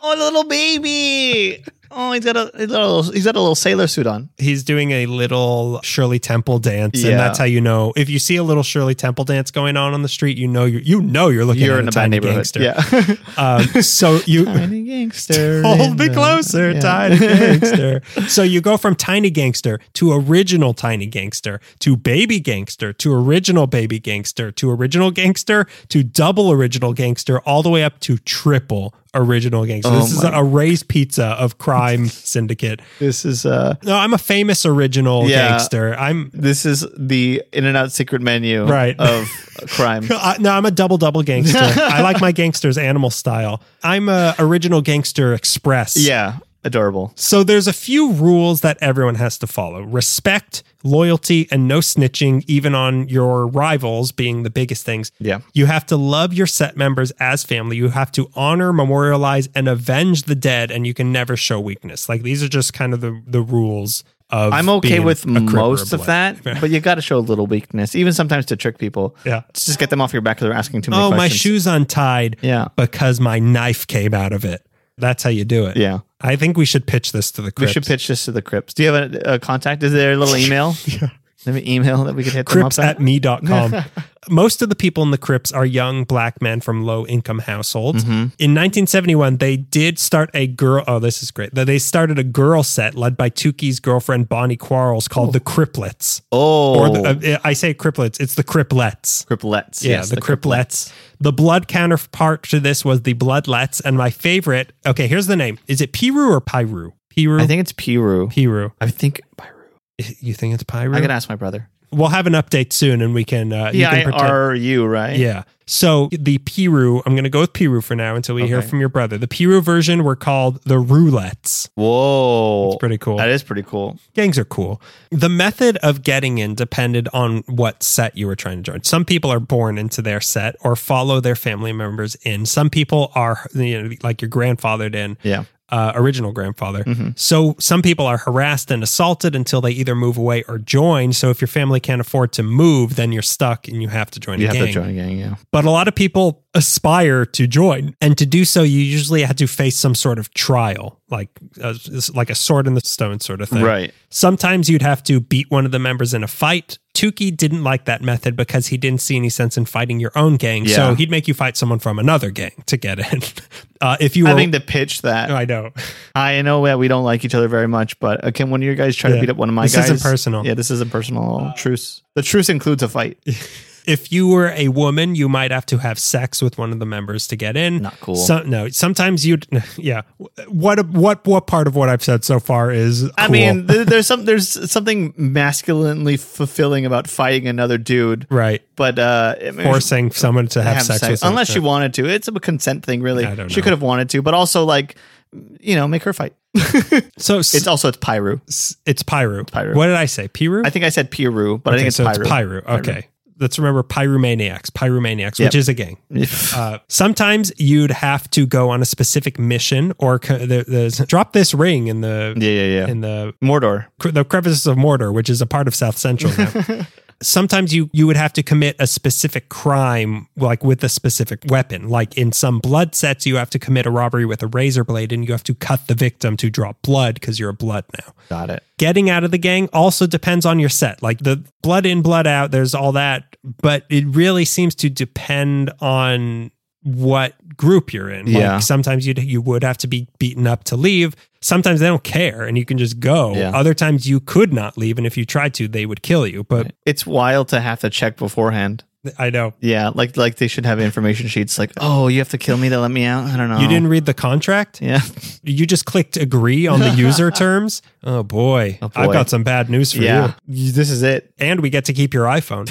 S2: Oh, the little baby. Oh, he's got a, he's got a little, he's got a little sailor suit on.
S1: he's doing a little Shirley Temple dance,
S2: Yeah.
S1: and that's how you know if you see a little Shirley Temple dance going on on the street, you know you you know you're looking
S2: You're
S1: at
S2: in a
S1: tiny
S2: bad neighborhood.
S1: gangster. [LAUGHS]
S2: Yeah.
S1: Um,
S2: [LAUGHS]
S1: so you
S2: Tiny
S1: [LAUGHS]
S2: gangster.
S1: hold
S2: in
S1: me
S2: the-
S1: closer,
S2: yeah.
S1: tiny gangster. so you go from tiny gangster to original tiny gangster to baby gangster to original baby gangster to original gangster to double original gangster all the way up to triple original gangster.
S2: Oh
S1: this is a raised pizza of
S2: [LAUGHS]
S1: crime syndicate.
S2: [LAUGHS] This is uh
S1: No, I'm a famous original
S2: Yeah.
S1: gangster. I'm
S2: this is the in and out secret menu
S1: Right.
S2: of
S1: [LAUGHS]
S2: crime.
S1: Uh, no, I'm a double double
S2: [LAUGHS]
S1: gangster. I like my gangsters animal style. I'm a original gangster express.
S2: yeah. Adorable.
S1: So there's a few rules that everyone has to follow. Respect, loyalty, and no snitching, even on your rivals being the biggest things.
S2: Yeah.
S1: You have to love your set members as family. You have to honor, memorialize, and avenge the dead, and you can never show weakness. Like these are just kind of the, the rules of
S2: I'm okay
S1: being
S2: with
S1: a crip or a
S2: most of
S1: blood. [LAUGHS]
S2: that, but you got to show a little weakness, even sometimes to trick people.
S1: Yeah.
S2: It's just get them off your back because they're asking too many
S1: Oh, my
S2: questions.
S1: shoe's untied
S2: Yeah.
S1: because my knife came out of it. That's how you do it.
S2: Yeah.
S1: I think we should pitch this to the
S2: We
S1: Crips.
S2: should pitch this to the Crips. Do you have a, a contact? Is there a little
S1: [LAUGHS]
S2: email? yeah. Maybe email that we could hit them up
S1: Crips at me.com. Most of the people in the Crips are young black men from low income households. In 1971, they did start a girl. Oh, this is great. They started a girl set led by Tukey's girlfriend, Bonnie Quarles, called the Criplets.
S2: Oh,
S1: Or the, uh, I say Criplets, it's the Criplets.
S2: Criplets.
S1: Yeah,
S2: Yes,
S1: the, Criplets. The blood counterpart to this was the Bloodlets. And my favorite, okay, here's the name. Is it Piru or Piru? Piru?
S2: I think it's Piru.
S1: Piru.
S2: I think Piru.
S1: You think it's Piru?
S2: I gotta ask my brother. P
S1: we'll have an update soon and we can, uh, you
S2: I
S1: can pretend.
S2: R U, right?
S1: Yeah. So the Piru, I'm going to go with Piru for now until we hear
S2: Okay.
S1: from your brother. The Piru version were called the Roulettes.
S2: Whoa. That's
S1: pretty cool.
S2: That is pretty cool.
S1: Gangs are cool. The method of getting in depended on what set you were trying to join. Some people are born into their set or follow their family members in. Some people are, you know, like your grandfathered in.
S2: Yeah. Mm-hmm.
S1: Uh, original grandfather. So some people are harassed and assaulted until they either move away or join. So if your family can't afford to move, then you're stuck and you have to join a
S2: You have
S1: gang.
S2: to join a gang. Yeah.
S1: But a lot of people aspire to join, and to do so, you usually had to face some sort of trial, like a, like a sword in the stone sort of thing.
S2: Right.
S1: Sometimes you'd have to beat one of the members in a fight. Tukey didn't like that method because he didn't see any sense in fighting your own gang, so
S2: Yeah.
S1: he'd make you fight someone from another gang to get in. [LAUGHS] Uh, if you were,
S2: Having to pitch
S1: [LAUGHS]
S2: that.
S1: I know.
S2: I know that we don't like each other very much, but uh, can one of your guys try
S1: Yeah.
S2: to beat up one of my
S1: This
S2: guys?
S1: isn't personal.
S2: Yeah, this isn't personal. truce. The truce includes a
S1: [LAUGHS]
S2: fight.
S1: If you were a woman, you might have to have sex with one of the members to get in.
S2: Not cool.
S1: So, no, sometimes you'd. [LAUGHS] Yeah. What what what part of what I've said so far is?
S2: I
S1: cool?
S2: mean, th- there's some there's something masculinely fulfilling about fighting another dude,
S1: right?
S2: but uh, I mean,
S1: Forcing someone to have,
S2: have
S1: sex, with
S2: unless she
S1: them.
S2: wanted to. It's a consent thing, really.
S1: I don't
S2: She
S1: know.
S2: could have wanted to, but also like, you know, make
S1: [LAUGHS]
S2: her fight.
S1: So s-
S2: It's also it's Pyru.
S1: it's it's Pyru.
S2: Pyru.
S1: What did I say? Piru.
S2: I think I said Piru, but I think it's
S1: so
S2: Pyru.
S1: it's Pyru. Okay. Let's remember Pyromaniacs. Pyromaniacs,
S2: Yep.
S1: which is a gang. Uh, sometimes you'd have to go on a specific mission or co- the, the, drop this ring in the
S2: [LAUGHS] yeah, yeah, yeah.
S1: in the
S2: Mordor.
S1: cre- the crevices of Mordor, which is a part of South Central. Now. Sometimes you you would have to commit a specific crime, like with a specific weapon. Like in some blood sets, you have to commit a robbery with a razor blade, and you have to cut the victim to draw blood because you're a blood now.
S2: Got it.
S1: Getting out of the gang also depends on your set. Like the blood in, blood out. There's all that, but it really seems to depend on what group you're in.
S2: Yeah.
S1: Like sometimes you you would have to be beaten up to leave. Sometimes they don't care and you can just go.
S2: Yeah.
S1: Other times you could not leave and if you tried to they would kill you. But
S2: It's wild to have to check beforehand.
S1: I know
S2: Yeah, like like they should have information sheets. Like, oh, you have to kill me to let me out. I don't know.
S1: you didn't read the contract.
S2: Oh. [LAUGHS] Yeah,
S1: You just clicked agree on the
S2: [LAUGHS]
S1: user terms. Oh boy. I've
S2: boy.
S1: got some bad news for you.
S2: yeah. You- This is it.
S1: and we get to keep your iPhone.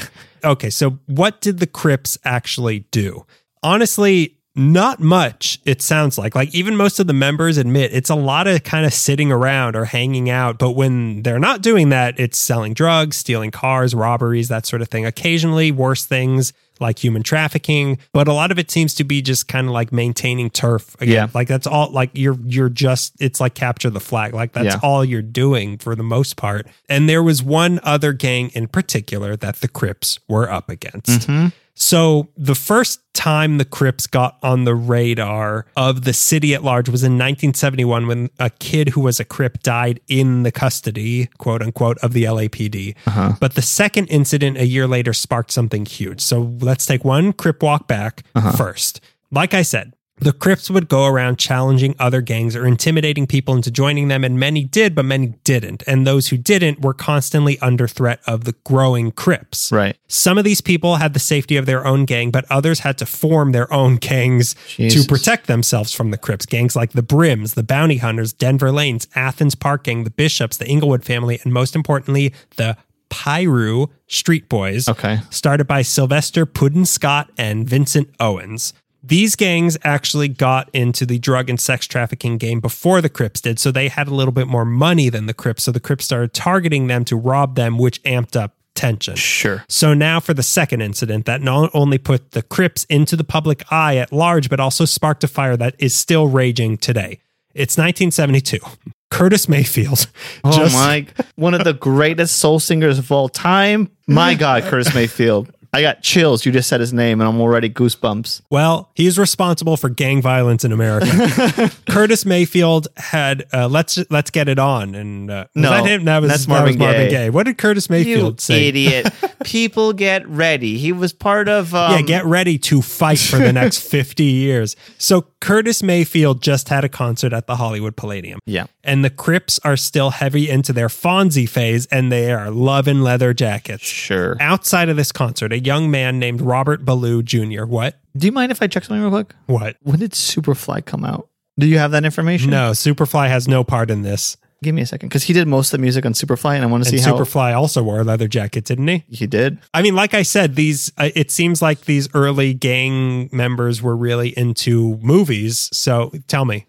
S1: Okay, so what did the Crips actually do? Honestly, not much, it sounds like. Like, even most of the members admit it's a lot of kind of sitting around or hanging out. But when they're not doing that, it's selling drugs, stealing cars, robberies, that sort of thing. Occasionally, worse things like human trafficking. But a lot of it seems to be just kind of like maintaining turf. Again.
S2: Yeah.
S1: Like, that's all, like, you're, you're just, it's like capture the flag. Like, that's
S2: Yeah.
S1: all you're doing for the most part. And there was one other gang in particular that the Crips were up against. So the first time the Crips got on the radar of the city at large was in 1971 when a kid who was a Crip died in the custody, quote unquote, of the LAPD. But the second incident a year later sparked something huge. So let's take one Crip walk back first. Like I said, the Crips would go around challenging other gangs or intimidating people into joining them, and many did, but many didn't. And those who didn't were constantly under threat of the growing Crips.
S2: Right.
S1: Some of these people had the safety of their own gang, but others had to form their own gangs
S2: Jesus.
S1: to protect themselves from the Crips. Gangs like the Brims, the Bounty Hunters, Denver Lanes, Athens Park Gang, the Bishops, the Inglewood family, and most importantly, the Pyru Street Boys
S2: Okay.
S1: started by Sylvester Pudden Scott and Vincent Owens. These gangs actually got into the drug and sex trafficking game before the Crips did, so they had a little bit more money than the Crips. So the Crips started targeting them to rob them, which amped up tension.
S2: Sure.
S1: So now for the second incident that not only put the Crips into the public eye at large, but also sparked a fire that is still raging today. It's 1972. [LAUGHS] Curtis Mayfield.
S2: Oh
S1: Just-
S2: my! One of the greatest soul singers of all time. [LAUGHS] My God, Curtis Mayfield. I got chills. You just said his name, and I'm already goosebumps.
S1: Well, he's responsible for gang violence in America.
S2: [LAUGHS]
S1: Curtis Mayfield had uh, let's let's get it on, and uh, was
S2: No,
S1: that him? That was,
S2: that's
S1: that was
S2: Marvin
S1: Marvin
S2: Gaye.
S1: Gaye. What did Curtis Mayfield say?
S2: [LAUGHS] idiot! People get ready. He was part of. Um,
S1: yeah, get ready to fight for the
S2: [LAUGHS]
S1: next 50 years. So Curtis Mayfield just had a concert at the Hollywood Palladium.
S2: Yeah.
S1: And the Crips are still heavy into their Fonzie phase and they are loving leather jackets.
S2: Sure.
S1: Outside of this concert, a young man named Robert Ballou Jr. What?
S2: Do you mind if I check something real quick?
S1: What?
S2: When did Superfly come out? Do you have that information?
S1: No, Superfly has no part in this.
S2: Give me a second, because he did most of the music on Superfly, and I want to
S1: And
S2: see how
S1: Superfly also wore leather jackets, didn't he?
S2: he did.
S1: I mean, like I said, these uh, it seems like these early gang members were really into movies. So tell me,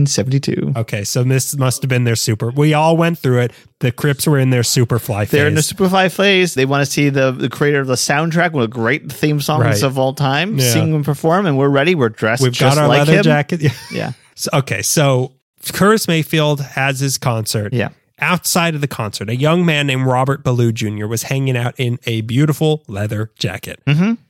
S2: 1972.
S1: Okay, so this must have been their super. We all went through it. The Crips were in their super fly phase.
S2: They're in the Superfly phase. They want to see the, the creator of the soundtrack, one of the great theme songs
S1: Right.
S2: of all time,
S1: Yeah.
S2: sing and perform, and we're ready. We're dressed
S1: We've
S2: just
S1: got our
S2: like
S1: leather
S2: him.
S1: jacket. [LAUGHS] Yeah.
S2: Yeah.
S1: So- okay, so Curtis Mayfield has his concert.
S2: Yeah.
S1: Outside of the concert, a young man named Robert Ballou Jr. was hanging out in a beautiful leather jacket.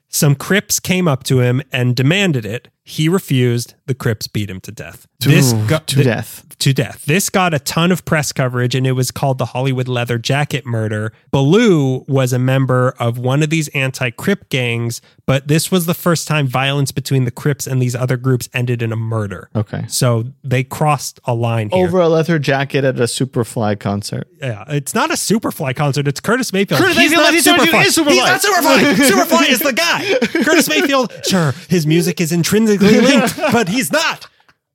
S1: Some Crips came up to him and demanded it. He refused. The Crips beat him to death. this
S2: Ooh,
S1: go-
S2: to
S1: th-
S2: death.
S1: to death. This got a ton of press coverage and it was called the Hollywood Leather Jacket Murder. Ballou was a member of one of these anti Crip gangs, but this was the first time violence between the Crips and these other groups ended in a murder.
S2: Okay.
S1: So they crossed a line here.
S2: Over a leather jacket at a Superfly concert.
S1: yeah, it's not a Superfly concert. It's Curtis Mayfield.
S2: Curtis Mayfield,
S1: not
S2: he's the one who is Superfly.
S1: He's not Superfly.
S2: [LAUGHS]
S1: Superfly is the guy. Curtis Mayfield, sure, his music is intrinsically linked, but he's not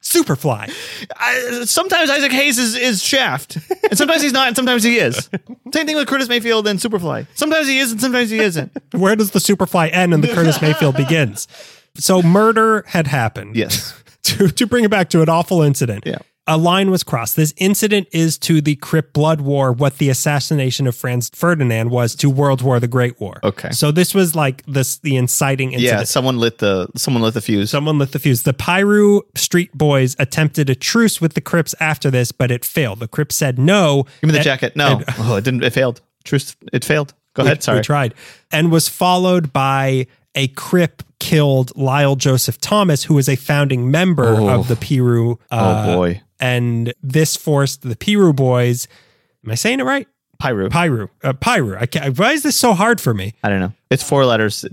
S1: Superfly.
S2: I, sometimes Isaac Hayes is, is Shaft, and sometimes he's not, and sometimes he is. Same thing with Curtis Mayfield and Superfly. Sometimes he is, and sometimes he
S1: [LAUGHS]
S2: isn't.
S1: where does the Superfly end and the Curtis Mayfield begins? So murder had happened.
S2: Yes.
S1: [LAUGHS] to, to bring it back to an awful incident.
S2: Yeah.
S1: A line was crossed. This incident is to the Crip Blood War what the assassination of Franz Ferdinand was to World War the Great War.
S2: Okay.
S1: So this was like this the inciting incident.
S2: Yeah, someone lit the someone lit the fuse.
S1: Someone lit the fuse. The Piru Street Boys attempted a truce with the Crips after this, but it failed. The Crips said no.
S2: Give me the
S1: and-
S2: jacket. No, oh, it didn't. It failed. Truth, it failed. Go ahead. Sorry.
S1: We tried. And was followed by a Crip killed Lyle Joseph Thomas, who was a founding member of the Piru. uh,
S2: oh boy,
S1: And this forced the Piru boys. Am I saying it right?
S2: Pyro.
S1: Piru. Uh, Piru. I can't, why is this so hard for me?
S2: I don't know. It's four letters.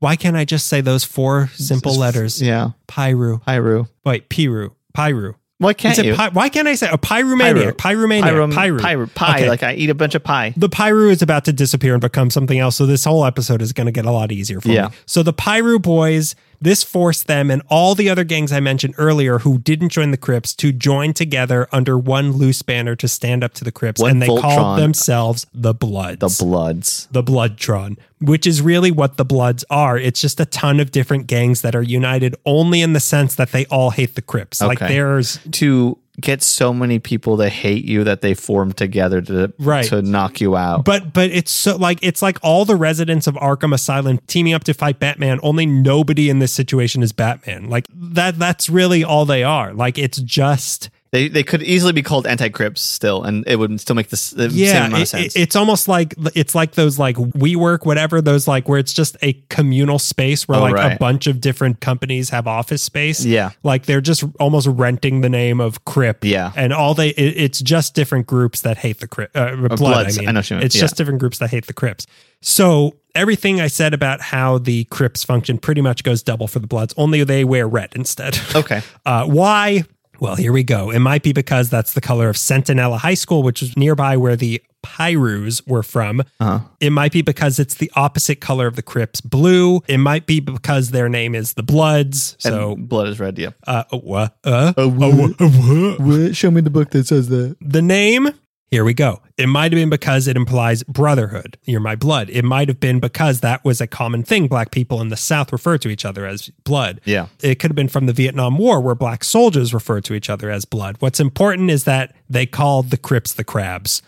S1: Why can't I just say those four simple letters?
S2: Yeah,
S1: Piru.
S2: Pyro.
S1: Wait, Piru. Piru.
S2: Why can't
S1: Is it
S2: you?
S1: pi- why can't I say a pyromaniac? Pyromaniac.
S2: Pyro,
S1: Pyru.
S2: Pyro, pie.
S1: Okay.
S2: Like I eat a bunch of pie.
S1: the Pyru is about to disappear and become something else. So this whole episode is going to get a lot easier for
S2: Yeah.
S1: me. So the Pyru boys, this forced them and all the other gangs I mentioned earlier who didn't join the Crips to join together under one loose banner to stand up to the Crips.
S2: One
S1: and they
S2: Voltron.
S1: called themselves the Bloods.
S2: The Bloods.
S1: the Bloodtron, which is really what the Bloods are. It's just a ton of different gangs that are united only in the sense that they all hate the Crips. Like
S2: Okay.
S1: there's
S2: To get so many people that hate you that they form together to
S1: Right.
S2: to knock you out.
S1: But but it's so like it's like all the residents of Arkham Asylum teaming up to fight Batman. Only nobody in this situation is Batman. Like that that's really all they are. Like it's just
S2: they they could easily be called anti Crips still, and it would still make the s- the same
S1: yeah.
S2: amount of
S1: it-
S2: sense.
S1: it- it's almost like it's like those like we work whatever those like where it's just a communal space where
S2: Oh,
S1: like a
S2: right.
S1: bunch of different companies have office space.
S2: Yeah.
S1: like they're just almost renting the name of Crip.
S2: Yeah.
S1: and all they it, it's just different groups that hate the Crip uh, blood.
S2: Bloods.
S1: I
S2: I
S1: mean,
S2: know what you mean.
S1: it's
S2: Yeah.
S1: just different groups that hate the Crips. So everything I said about how the Crips function pretty much goes double for the Bloods. Only they wear red instead.
S2: okay.
S1: Uh, why? Well, here we go. It might be because that's the color of Centinela High School, which is nearby where the Pyrus were from. It might be because it's the opposite color of the Crips, blue. It might be because their name is the Bloods. So,
S2: and blood is red. Yeah.
S1: uh, uh, wha- uh,
S2: show me the book that says that.
S1: the name. Here we go. It might have been because it implies brotherhood. You're my blood. It might have been because that was a common thing. Black people in the South referred to each other as blood.
S2: Yeah.
S1: It could have been from the Vietnam War where black soldiers referred to each other as blood. What's important is that they called the Crips the Crabs.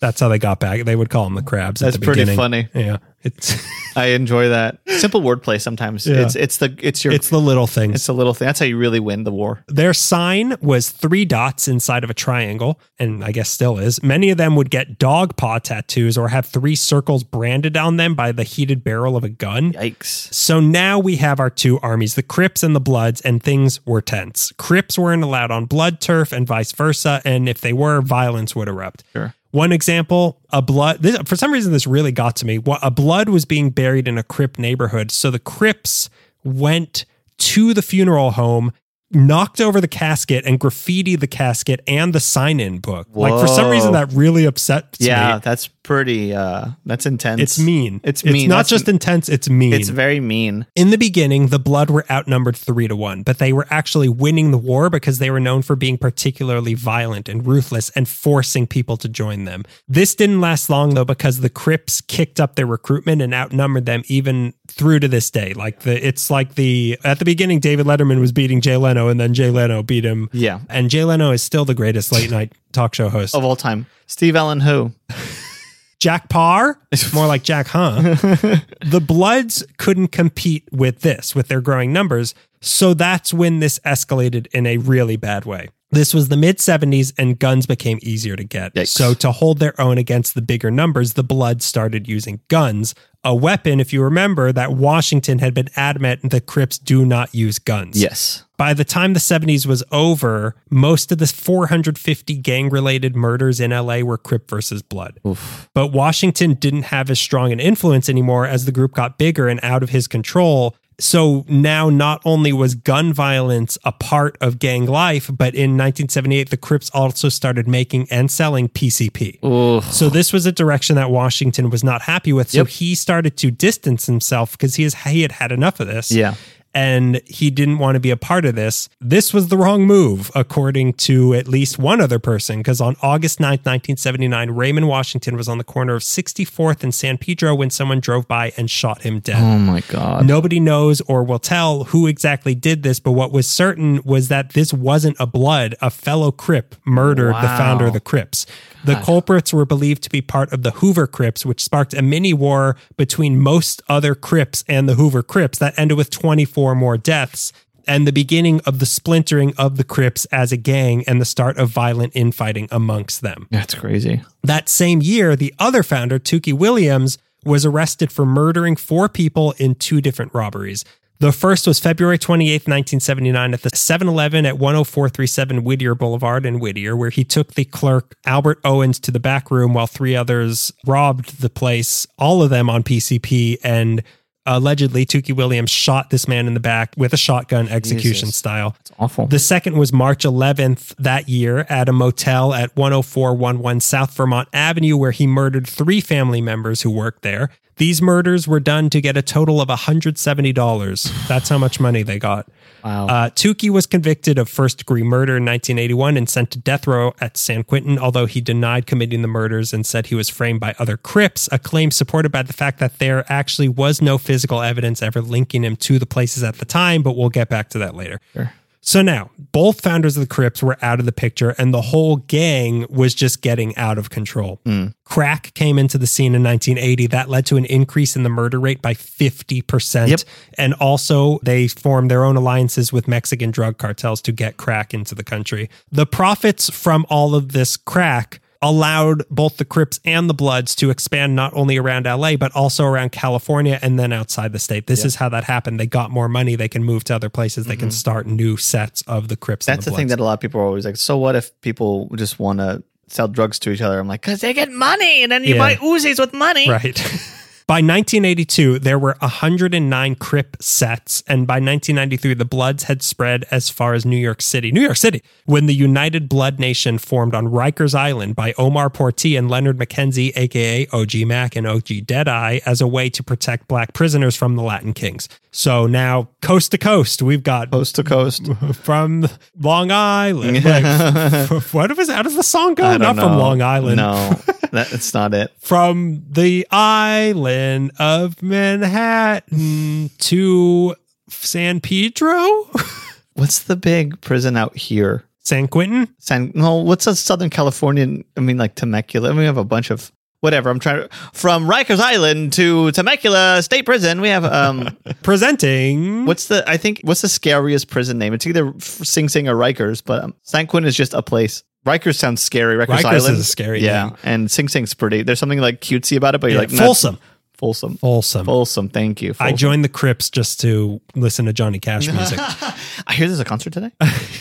S1: That's how they got back. They would call them the Crabs. at
S2: That's
S1: the
S2: pretty
S1: beginning.
S2: funny.
S1: Yeah. It's [LAUGHS]
S2: I enjoy that simple wordplay. Sometimes
S1: Yeah.
S2: it's it's the it's your
S1: it's
S2: it's,
S1: the little things.
S2: a little thing. That's how you really win the war.
S1: Their sign was three dots inside of a triangle, and I guess still is. Many of them would get dog paw tattoos or have three circles branded on them by the heated barrel of a gun.
S2: Yikes!
S1: So now we have our two armies, the Crips and the Bloods, and things were tense. Crips weren't allowed on blood turf and vice versa, and if they were, violence would erupt.
S2: Sure.
S1: One example, a blood this, for some reason this really got to me. What a blood was being buried in a Crip neighborhood. So the Crips went to the funeral home, knocked over the casket and graffitied the casket and the sign-in book. Like for some
S2: Whoa.
S1: reason that really upsets
S2: yeah,
S1: me.
S2: that's pretty. uh That's intense.
S1: It's mean.
S2: It's mean.
S1: It's not
S2: That's-
S1: just intense, it's mean.
S2: It's very mean.
S1: In the beginning, the Blood were outnumbered three to one, but they were actually winning the war because they were known for being particularly violent and ruthless and forcing people to join them. This didn't last long though because the Crips kicked up their recruitment and outnumbered them even through to this day. Like the it's like the at the beginning David Letterman was beating Jay Leno and then Jay Leno beat him.
S2: Yeah,
S1: And Jay Leno is still the greatest late night talk show host.
S2: of all time, Steve Allen who
S1: Jack
S2: [LAUGHS]
S1: Parr, more like Jack, huh? the Bloods couldn't compete with this, with their growing numbers. So that's when this escalated in a really bad way. This was the mid 70s, and guns became easier to get.
S2: Yikes.
S1: So, to hold their own against the bigger numbers, the Bloods started using guns, a weapon, if you remember, that Washington had been adamant the Crips do not use guns.
S2: Yes.
S1: By the time the 70s was over, most of the 450 gang related murders in LA were Crip versus Blood. But Washington didn't have as strong an influence anymore as the group got bigger and out of his control. So now not only was gun violence a part of gang life, but in 1978, the Crips also started making and selling PCP. So this was a direction that Washington was not happy with. So
S2: Yep.
S1: he started to distance himself because he, is- he had had enough of this
S2: Yeah.
S1: and he didn't want to be a part of this. This was the wrong move, according to at least one other person, because on August 9th, 1979, Raymond Washington was on the corner of 64th and San Pedro when someone drove by and shot him dead.
S2: Oh my God.
S1: Nobody knows or will tell who exactly did this, but what was certain was that this wasn't a blood. A fellow Crip murdered the
S2: Wow.
S1: founder of the Crips. The culprits were believed to be part of the Hoover Crips, which sparked a mini war between most other Crips and the Hoover Crips that ended with 24 more deaths. And the beginning of the splintering of the Crips as a gang and the start of violent infighting amongst them.
S2: That's crazy.
S1: That same year, the other founder, Tukey Williams, was arrested for murdering four people in two different robberies. The first was February 28th, 1979, at the 7 Eleven at 10437 Whittier Boulevard in Whittier, where he took the clerk, Albert Owens, to the back room while three others robbed the place, all of them on PCP. And allegedly, Tukey Williams shot this man in the back with a shotgun, execution
S2: Jesus.
S1: style.
S2: It's awful.
S1: The second was March 11th that year at a motel at 10411 South Vermont Avenue, where he murdered three family members who worked there. These murders were done to get a total of $170. That's how much money they got.
S2: wow.
S1: Uh, Tukey was convicted of first degree murder in 1981 and sent to death row at San Quentin, although he denied committing the murders and said he was framed by other Crips, a claim supported by the fact that there actually was no physical evidence ever linking him to the places at the time, but we'll get back to that later. So now, both founders of the Crips were out of the picture, and the whole gang was just getting out of control. Crack came into the scene in 1980. That led to an increase in the murder rate by 50%.
S2: Yep.
S1: And also, they formed their own alliances with Mexican drug cartels to get crack into the country. The profits from all of this crack allowed both the Crips and the Bloods to expand not only around LA, but also around California and then outside the state. This is how that happened. They got more money. They can move to other places. They can start new sets of the Crips.
S2: Mm-hmm. That's the,
S1: and the,
S2: thing
S1: Bloods.
S2: that a lot of people are always like. So what if people just want to sell drugs to each other? I'm like,
S3: Because they get money, and then you
S1: Yeah.
S3: buy Uzis with money.
S1: Right. [LAUGHS] By 1982, there were 109 Crip sets, and by 1993, the Bloods had spread as far as New York City. New York City, when the United Blood Nation formed on Rikers Island by Omar Portee and Leonard McKenzie, aka OG Mac and OG Deadeye, as a way to protect black prisoners from the Latin Kings. So now, coast to coast, we've got
S2: coast
S1: [LAUGHS]
S2: to coast.
S1: from Long
S2: [LAUGHS]
S1: Island. Like, [LAUGHS] what was, how does the song go?
S2: I
S1: Not
S2: don't
S1: from
S2: know.
S1: Long Island
S2: No, that, that's not it.
S1: from the island of Manhattan to San Pedro, [LAUGHS]
S2: What's the big prison out here?
S1: San Quentin.
S2: San. No, what's a Southern Californian? I mean, like Temecula. I mean, we have a bunch of whatever. I'm trying to, from Rikers Island to Temecula State Prison. We have um,
S1: Presenting.
S2: what's the I think what's the scariest prison name? It's either Sing Sing or Rikers, but um, San Quentin is just a place. Rikers sounds scary. Rikers,
S1: Rikers
S2: Island
S1: is a scary
S2: Yeah,
S1: name.
S2: and Sing Sing's pretty. There's something like cutesy about it, but
S1: Yeah,
S2: you're like no,
S1: Folsom.
S2: Folsom,
S1: Folsom.
S2: Folsom. Thank you.
S1: I
S2: Folsom.
S1: joined the Crips just to listen to Johnny Cash music.
S2: I hear there's a
S1: [LAUGHS]
S2: concert today.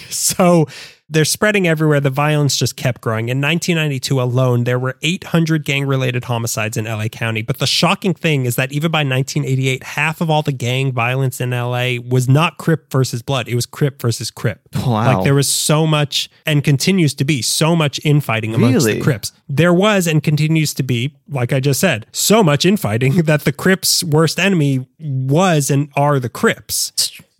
S1: so they're spreading everywhere. The violence just kept growing. In 1992 alone, there were 800 gang related homicides in LA County. But the shocking thing is that even by 1988, half of all the gang violence in LA was not Crip versus Blood, it was Crip versus Crip.
S2: Wow.
S1: Like there was so much and continues to be so much infighting amongst
S2: Really?
S1: the Crips. There was and continues to be, like I just said, so much infighting [LAUGHS] that the Crips' worst enemy was and are the Crips.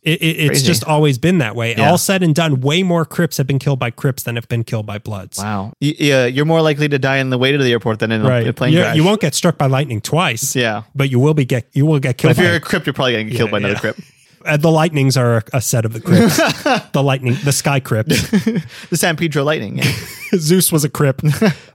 S1: It, it- it's
S2: Crazy.
S1: just always been that way.
S2: Yeah.
S1: All said and done, way more Crips have been killed by Crips than have been killed by Bloods.
S2: Wow. Y- Yeah, you're more likely to die on the way to the airport than in a- a
S1: Right?
S2: plane
S1: You,
S2: crash.
S1: you won't get struck by lightning twice.
S2: Yeah.
S1: but you will be get you will get
S2: But
S1: killed.
S2: if
S1: By,
S2: you're a crypt, you're probably getting killed by another
S1: yeah.
S2: crypt.
S1: uh, the lightnings are a, a set of the
S2: [LAUGHS]
S1: Crips. the lightning, the sky Crips.
S2: The San Pedro Lightning. Yeah.
S1: [LAUGHS] Zeus was a
S2: [LAUGHS]
S1: crip.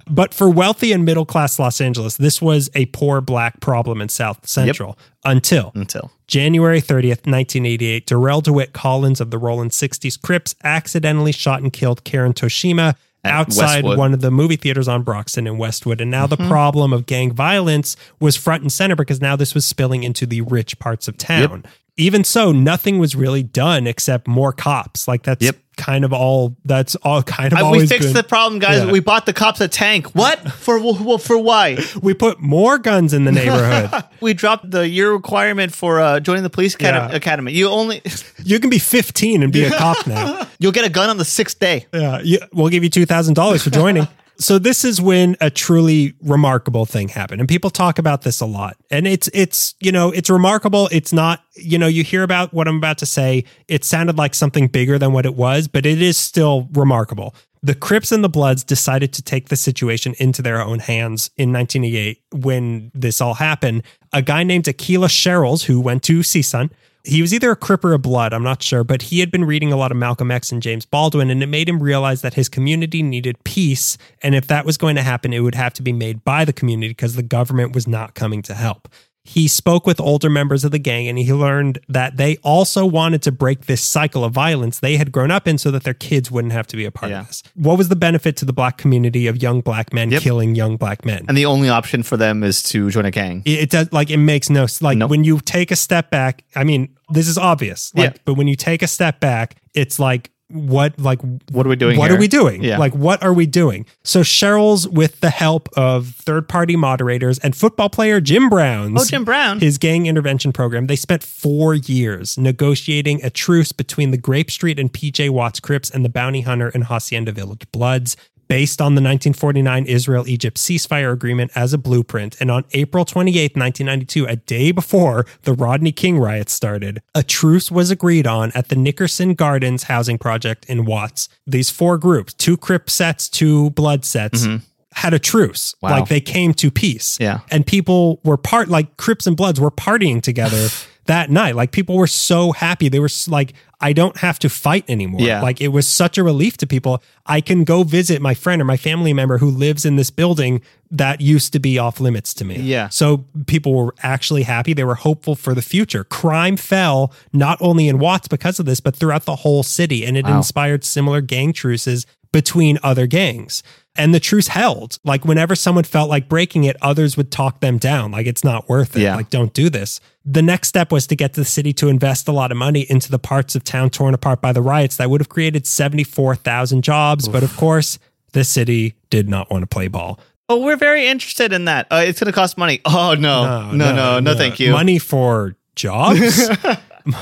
S1: but for wealthy and middle class Los Angeles, this was a poor black problem in South Central until
S2: Until
S1: January 30th, 1988. Darrell DeWitt Collins of the Roland 60s Crips accidentally shot and killed Karen Toshima outside
S2: Westwood.
S1: one of the movie theaters on Broxton and Westwood. And now the problem of gang violence was front and center because now this was spilling into the rich parts of town. Even so, nothing was really done except more cops. Like that's
S2: Yep.
S1: kind of all. That's all kind of.
S2: Uh, we
S1: always
S2: fixed
S1: been-
S2: the problem, guys.
S1: Yeah.
S2: We bought the cops a tank.
S1: [LAUGHS]
S2: What for? wh- wh- For why?
S1: we put more guns
S2: [LAUGHS]
S1: in the neighborhood.
S2: We dropped the year requirement for uh, joining the police acad-
S1: Yeah.
S2: academy. You only [LAUGHS]
S1: you can be 15 and be a cop now.
S2: you'll get a gun on the sixth day.
S1: Yeah, you, we'll give you $2,000 for joining. so this is when a truly remarkable thing happened. And people talk about this a lot. And it's it's, you know, it's remarkable. It's not, you know, you hear about what I'm about to say, it sounded like something bigger than what it was, but it is still remarkable. The Crips and the Bloods decided to take the situation into their own hands in 1988 when this all happened. A guy named Aquila Sherrills, who went to CSUN, he was either a Crip or a Blood, I'm not sure, but he had been reading a lot of Malcolm X and James Baldwin, and it made him realize that his community needed peace. And if that was going to happen, it would have to be made by the community because the government was not coming to help. He spoke with older members of the gang and he learned that they also wanted to break this cycle of violence they had grown up in so that their kids wouldn't have to be a part
S2: Yeah.
S1: of this. What was the benefit to the black community of young black men killing young black men?
S2: And the only option for them is to join a gang.
S1: it, it does like it makes no s- like when you take a step back i mean this is obvious like
S2: Yeah.
S1: but when you take a step back it's like what like
S2: What are we doing?
S1: what
S2: here?
S1: are we doing
S2: Yeah.
S1: like what are we doing so cheryl's with the help of third party moderators and football player jim brown's
S2: Oh, Jim Brown.
S1: his gang intervention program, they spent four years negotiating a truce between the Grape Street and PJ Watts Crips and the Bounty Hunter and Hacienda Village Bloods. Based on the 1949 Israel Egypt ceasefire agreement as a blueprint, and on April 28, 1992, a day before the Rodney King riots started, a truce was agreed on at the Nickerson Gardens housing project in Watts. These four groups, two Crip sets, two Blood sets, had a truce.
S2: Mm-hmm. Wow.
S1: Like they came to peace
S2: Yeah.
S1: and people were part like Crips and Bloods were partying
S2: [SIGHS]
S1: together that night. Like people were so happy. They were s- like, I don't have to fight anymore.
S2: Yeah.
S1: Like it was such a relief to people. I can go visit my friend or my family member who lives in this building that used to be off limits to me.
S2: Yeah.
S1: So people were actually happy. They were hopeful for the future. Crime fell not only in Watts because of this, but throughout the whole city. And it inspired similar gang truces between other gangs. And the truce held. Like whenever someone felt like breaking it, others would talk them down. Like it's not worth it.
S2: Yeah.
S1: Like don't do this. The next step was to get the city to invest a lot of money into the parts of town torn apart by the riots that would have created 74,000 jobs. But of course, the city did not want to play ball.
S2: Oh, we're very interested in that. Uh, it's going to cost money. [LAUGHS] Oh no, no, no, no, thank you.
S1: Money for
S2: [LAUGHS]
S1: jobs? M-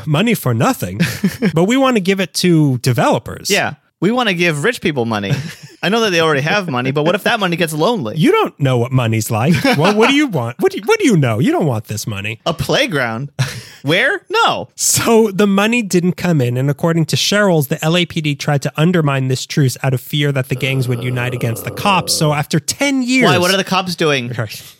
S1: money for nothing. but we want to give it to developers.
S2: Yeah, we want to give rich
S1: [LAUGHS]
S2: people money. I know that they already have money, but what if that money gets lonely?
S1: You don't know what money's like. well, what do you want? What do you, what do you know? You don't want this money. [LAUGHS]
S2: a playground? Where? No.
S1: So the money didn't come in. And according to Cheryl's, the LAPD tried to undermine this truce out of fear that the gangs would unite against the cops. So after 10 years.
S2: Why? What are the cops
S1: [LAUGHS]
S2: doing?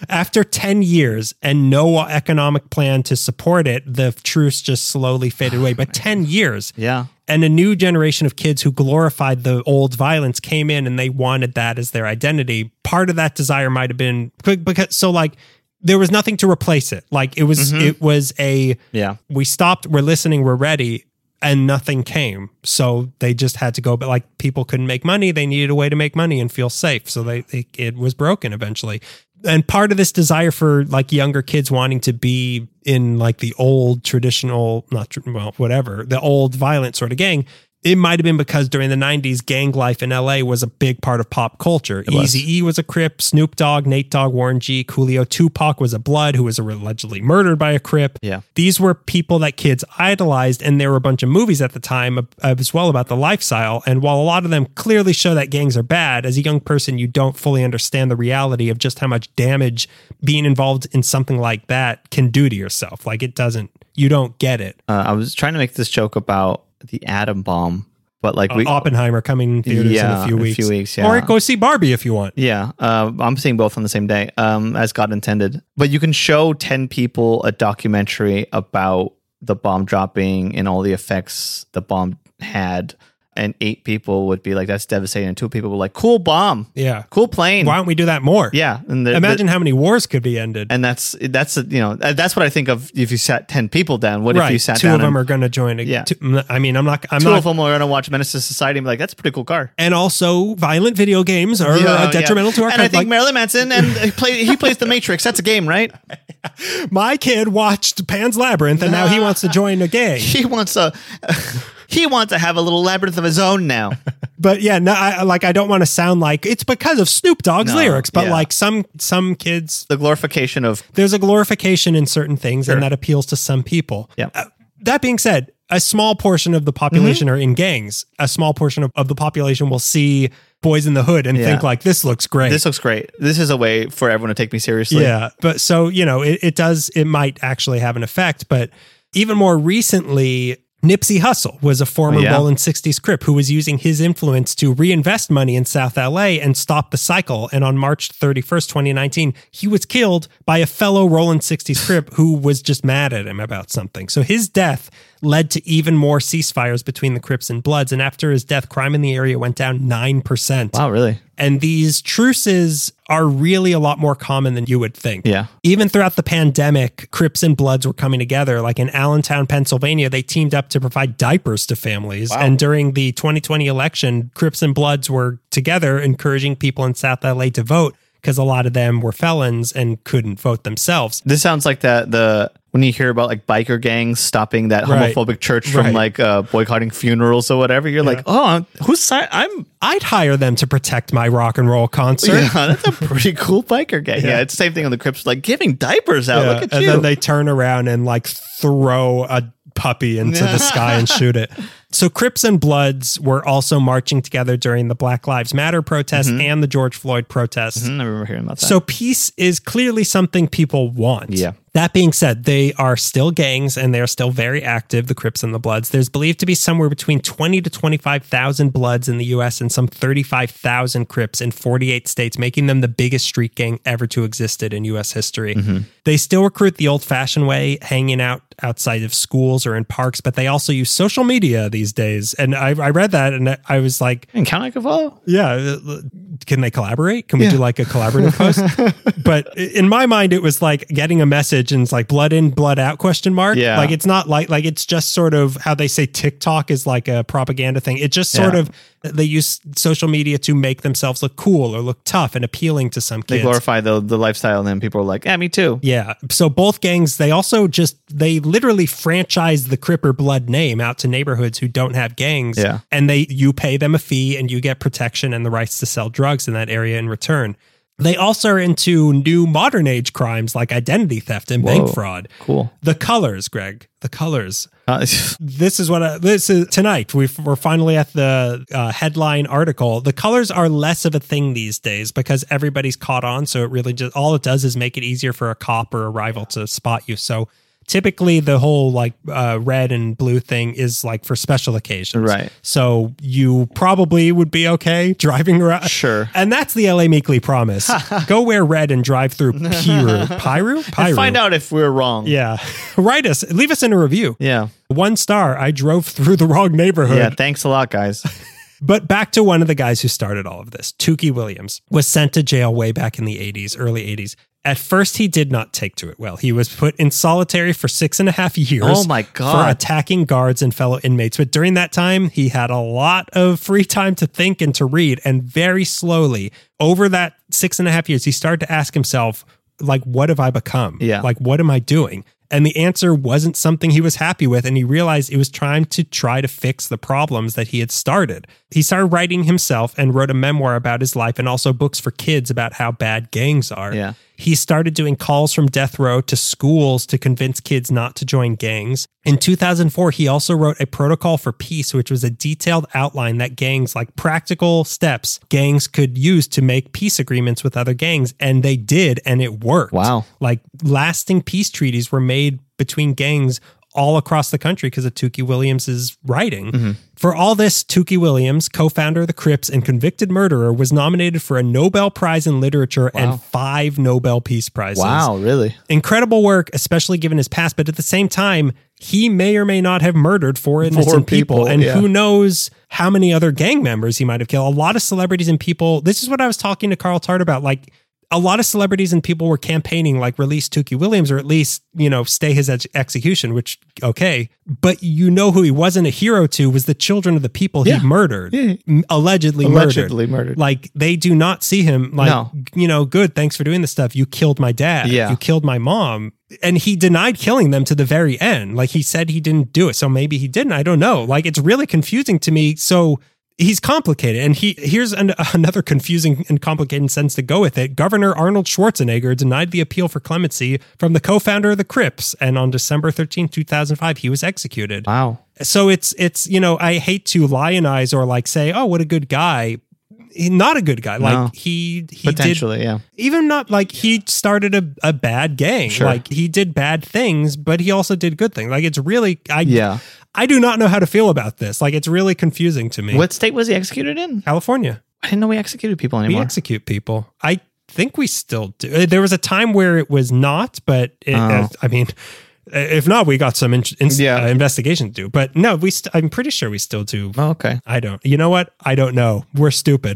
S1: After 10 years and no economic plan to support it, the truce just slowly faded away. But 10 years.
S2: Yeah.
S1: And a new generation of kids who glorified the old violence came in and they wanted that as their identity. part of that desire might have been be- because so like there was nothing to replace it. Like it was
S2: Mhm.
S1: it was a
S2: Yeah.
S1: we stopped, we're listening, we're ready, and nothing came. So they just had to go. But like people couldn't make money, they needed a way to make money and feel safe. So they, they it was broken eventually. And part of this desire for like younger kids wanting to be in like the old traditional, not tr- well, whatever, the old violent sort of gang. It might have been because during the 90s, gang life in LA was a big part of pop culture.
S2: was.
S1: Easy E was a Crip, Snoop Dogg, Nate Dogg, Warren G, Coolio, Tupac was a Blood who was allegedly murdered by a Crip
S2: Yeah.
S1: these were people that kids idolized and there were a bunch of movies at the time uh, as well about the lifestyle and while a lot of them clearly show that gangs are bad as a young person you don't fully understand the reality of just how much damage being involved in something like that can do to yourself like it doesn't you don't get it
S2: Uh, I was trying to make this joke about the atom bomb, but
S1: Uh,
S2: like we.
S1: oppenheimer coming in theaters in
S2: Yeah,
S1: a few
S2: in a
S1: weeks,
S2: few weeks,
S1: or
S2: yeah.
S1: go see barbie if you want
S2: yeah, uh, I'm seeing both on the same day, um, as God intended. But you can show ten people a documentary about the bomb dropping and all the effects the bomb had, and eight people would be like, "That's devastating," and two people were like, "Cool bomb,
S1: yeah
S2: cool plane."
S1: why don't we do that more
S2: Yeah, and the,
S1: imagine how many wars could be ended
S2: the- and that's that's you know that's what I think of if you sat ten people down. What if you sat
S1: two
S2: down
S1: of them
S2: and
S1: are going to join. a-
S2: Yeah.
S1: two- I mean, I'm not. I'm
S2: two
S1: not
S2: of them are gonna watch Menace to Society and be like, "That's a pretty cool car."
S1: and also violent video games are
S2: Yeah,
S1: uh, detrimental
S2: yeah.
S1: to our
S2: And I
S1: country.
S2: think Marilyn Manson and he, play, he plays the Matrix. That's a game, right?
S1: my kid watched Pan's Labyrinth and now he wants to join a gang.
S2: He wants a [LAUGHS] he wants to have a little labyrinth of his own now.
S1: But yeah, no, I, like I don't want to sound like it's because of Snoop Dogg's
S2: No,
S1: lyrics, but
S2: yeah.
S1: like some some kids,
S2: The glorification of
S1: there's a glorification in certain things, and that appeals to some people.
S2: Yeah.
S1: Uh, that being said, a small portion of the population
S2: Mm-hmm.
S1: are in gangs. A small portion of, of the population will see Boys in the Hood and
S2: Yeah.
S1: think like this looks great.
S2: this looks great. This is a way for everyone to take me seriously.
S1: Yeah. But so, you know, it, it does, it might actually have an effect. But even more recently, Nipsey Hussle was a former
S2: Oh, Yeah.
S1: Roland 60s Crip who was using his influence to reinvest money in South LA and stop the cycle. And on March 31st, 2019, he was killed by a fellow Roland 60s Crip who was just mad at him about something. So his death led to even more ceasefires between the Crips and Bloods. And after his death, crime in the area went down 9%.
S2: Wow, really?
S1: And these truces are really a lot more common than you would think.
S2: Yeah.
S1: Even throughout the pandemic, Crips and Bloods were coming together. Like in Allentown, Pennsylvania, they teamed up to provide diapers to families. And during the 2020 election, Crips and Bloods were together encouraging people in South LA to vote because a lot of them were felons and couldn't vote themselves.
S2: This sounds like that the when you hear about like biker gangs stopping that
S1: Right.
S2: homophobic church from
S1: Right.
S2: like uh, boycotting funerals or whatever. You're like, oh, I'm- [LAUGHS] who's side? I'm
S1: I'd hire them to protect my rock and roll concert.
S2: yeah, that's a pretty cool biker gang. Yeah. it's the same thing on the Crips, like giving diapers out.
S1: Yeah,
S2: Look at
S1: and
S2: you.
S1: then they turn around and like throw a puppy into
S2: [LAUGHS]
S1: the sky and shoot it. So Crips and Bloods were also marching together during the Black Lives Matter protests
S2: Mm-hmm.
S1: and the George Floyd protests.
S2: I remember hearing about that.
S1: So peace is clearly something people want.
S2: Yeah.
S1: That being said, they are still gangs and they are still very active, the Crips and the Bloods. There's believed to be somewhere between 20 to 25,000 Bloods in the US and some 35,000 Crips in 48 states, making them the biggest street gang ever to existed in US history.
S2: Mm-hmm.
S1: They still recruit the old-fashioned way, hanging out outside of schools or in parks, but they also use social media these days. And I, I read that and I- I was like,
S2: and can I follow?
S1: yeah. uh, Can they collaborate? Can we do like a
S2: [LAUGHS]
S1: collaborative post? but i- in my mind, it was like getting a message and it's like blood in, blood out question mark.
S2: Yeah.
S1: Like it's not like, like it's just sort of how they say TikTok is like a propaganda thing. It just sort
S2: Yeah.
S1: of, they use social media to make themselves look cool or look tough and appealing to some
S2: They
S1: kids.
S2: glorify the the lifestyle, and then people are like, "Yeah, me too."
S1: Yeah. So both gangs, they also just they literally franchise the Cripper Blood name out to neighborhoods who don't have gangs.
S2: Yeah.
S1: And they you pay them a fee and you get protection and the rights to sell drugs in that area in return. They also are into new modern age crimes like identity theft and bank
S2: Whoa.
S1: fraud.
S2: Cool.
S1: The colors, Greg. The colors
S2: Uh, [LAUGHS]
S1: this is what I, this is tonight. We've, we're finally at the uh, headline article. The colors are less of a thing these days because everybody's caught on. So it really just all it does is make it easier for a cop or a rival to spot you. So typically the whole like uh, red and blue thing is like for special occasions,
S2: Right.
S1: So you probably would be okay [LAUGHS] driving around.
S2: Sure.
S1: And that's the LA Meekly promise.
S2: [LAUGHS]
S1: Go wear red and drive through Piru. Piru? Piru.
S2: and find out if we're wrong.
S1: Yeah. [LAUGHS] Write us. Leave us in a review.
S2: Yeah.
S1: One star. I drove through the wrong neighborhood.
S2: Yeah. Thanks a lot, guys.
S1: But back to one of the guys who started all of this, Tukey Williams, was sent to jail way back in the 80s, early 80s. At first, he did not take to it well. He was put in solitary for six and a half years.
S2: Oh my God.
S1: For attacking guards and fellow inmates. But during that time, he had a lot of free time to think and to read. And very slowly, over that six and a half years, he started to ask himself, like, what have I become?
S2: Yeah.
S1: Like, what am I doing? And the answer wasn't something he was happy with. And he realized it was trying to try to fix the problems that he had started. He started writing himself and wrote a memoir about his life and also books for kids about how bad gangs are.
S2: Yeah.
S1: He started doing calls from death row to schools to convince kids not to join gangs. In 2004, he also wrote a protocol for peace, which was a detailed outline that gangs, like practical steps, gangs could use to make peace agreements with other gangs. And they did, and it worked.
S2: Wow.
S1: Like lasting peace treaties were made between gangs all across the country because of Tukey Williams's writing. For all this, Tukey Williams, co-founder of the Crips and convicted murderer, was nominated for a Nobel Prize in Literature and five Nobel Peace Prizes.
S2: [LAUGHS] Wow, really?
S1: Incredible work, especially given his past, but at the same time, he may or may not have murdered four innocent people,
S2: people,
S1: and
S2: yeah.
S1: who knows how many other gang members he might have killed. A lot of celebrities and people. This is what I was talking to Carl Tart about. Like a lot of celebrities and people were campaigning, like release Tukey Williams or at least you know stay his ex- execution. Which okay, but you know who he wasn't a hero to was the children of the people
S2: Yeah.
S1: he murdered,
S2: Yeah.
S1: M- allegedly,
S2: Allegedly
S1: murdered.
S2: murdered.
S1: Like they do not see him. Like
S2: No.
S1: you know, good. Thanks for doing this stuff. You killed my dad.
S2: Yeah.
S1: You killed my mom. And he denied killing them to the very end. Like he said he didn't do it. So maybe he didn't. I don't know. Like it's really confusing to me. So he's complicated. And he here's an, [LAUGHS] another confusing and complicated sense to go with it. Governor Arnold Schwarzenegger denied the appeal for clemency from the co-founder of the Crips. And on December 13, 2005, he was executed
S2: Wow.
S1: so it's it's you know i hate to lionize or like say oh what a good guy He- not a good guy like
S2: No.
S1: he he
S2: Potentially, yeah.
S1: did even not like he started a, a bad gang
S2: Sure.
S1: like he did bad things but he also did good things like it's really i
S2: Yeah.
S1: i do not know how to feel about this like it's really confusing to me
S2: What state was he executed in?
S1: california
S2: I didn't know we executed people
S1: we
S2: anymore.
S1: execute people i think we still do Uh, there was a time where it was not but it, uh, i mean uh, if not we got some in, in-
S2: Uh-huh. Yeah.
S1: uh, investigation to do but no we st- i'm pretty sure we still do
S2: oh, okay.
S1: I don't. You know what? I don't know. We're stupid.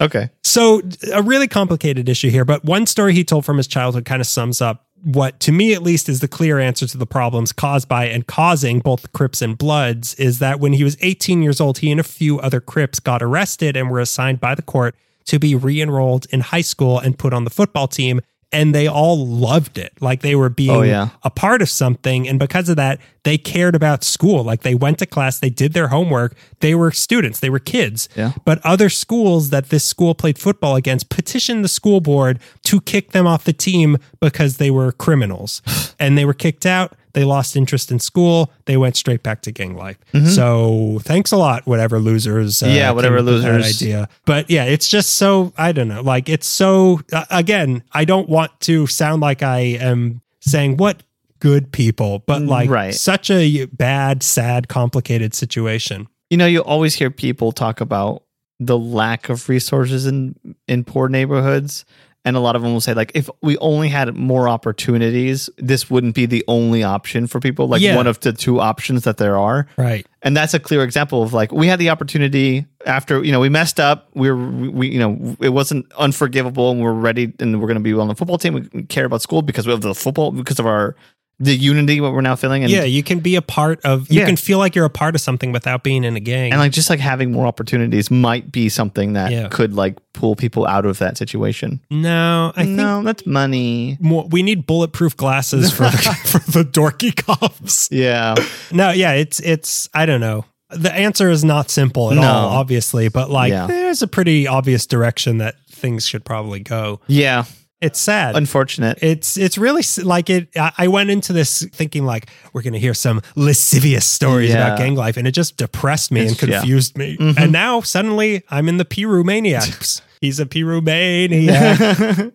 S2: Okay.
S1: So, a really complicated issue here, but one story he told from his childhood kind of sums up what, to me at least, is the clear answer to the problems caused by and causing both the Crips and Bloods is that when he was 18 years old, he and a few other Crips got arrested and were assigned by the court to be re enrolled in high school and put on the football team. And they all loved it. Like they were being
S2: Oh, yeah.
S1: a part of something. And because of that, they cared about school. Like they went to class, they did their homework, they were students, they were kids.
S2: Yeah.
S1: But other schools that this school played football against petitioned the school board to kick them off the team because they were
S2: [SIGHS]
S1: criminals. and they were kicked out. They lost interest in school. They went straight back to gang life. So thanks a lot, whatever losers. Uh,
S2: Mm-hmm. Yeah, whatever
S1: came up with that
S2: losers.
S1: idea idea. But yeah, it's just so I don't know. Like it's so uh, again, I don't want to sound like I am saying what good people, but like
S2: Mm, Right.
S1: such a bad, sad, complicated situation.
S2: You know, you always hear people talk about the lack of resources in in poor neighborhoods, and a lot of them will say like, if we only had more opportunities, this wouldn't be the only option for people. Like
S1: Yeah.
S2: one of the two options that there are.
S1: Right.
S2: and that's a clear example of like we had the opportunity after you know we messed up we were we you know it wasn't unforgivable and we're ready and we're going to be on the football team we care about school because we have the football because of our the unity what we're now feeling and
S1: yeah, you can be a part of you
S2: Yeah.
S1: can feel like you're a part of something without being in a gang.
S2: and like just like having more opportunities might be something that
S1: Yeah.
S2: could like pull people out of that situation
S1: no, I think
S2: no that's money
S1: more, we need bulletproof glasses for
S2: [LAUGHS]
S1: the, for the dorky cops.
S2: yeah
S1: No, yeah, it's it's I don't know. The answer is not simple at
S2: No.
S1: all, obviously, but like
S2: Yeah.
S1: there's a pretty obvious direction that things should probably go.
S2: yeah
S1: It's sad.
S2: unfortunate
S1: it's it's really s- like it. I I went into this thinking like we're gonna hear some lascivious stories
S2: Yeah.
S1: about gang life, and it just depressed me and
S2: It's- yeah. Mm-hmm.
S1: confused me. And now suddenly I'm in the Piru
S2: [LAUGHS]
S1: maniacs. He's a Piru maniac.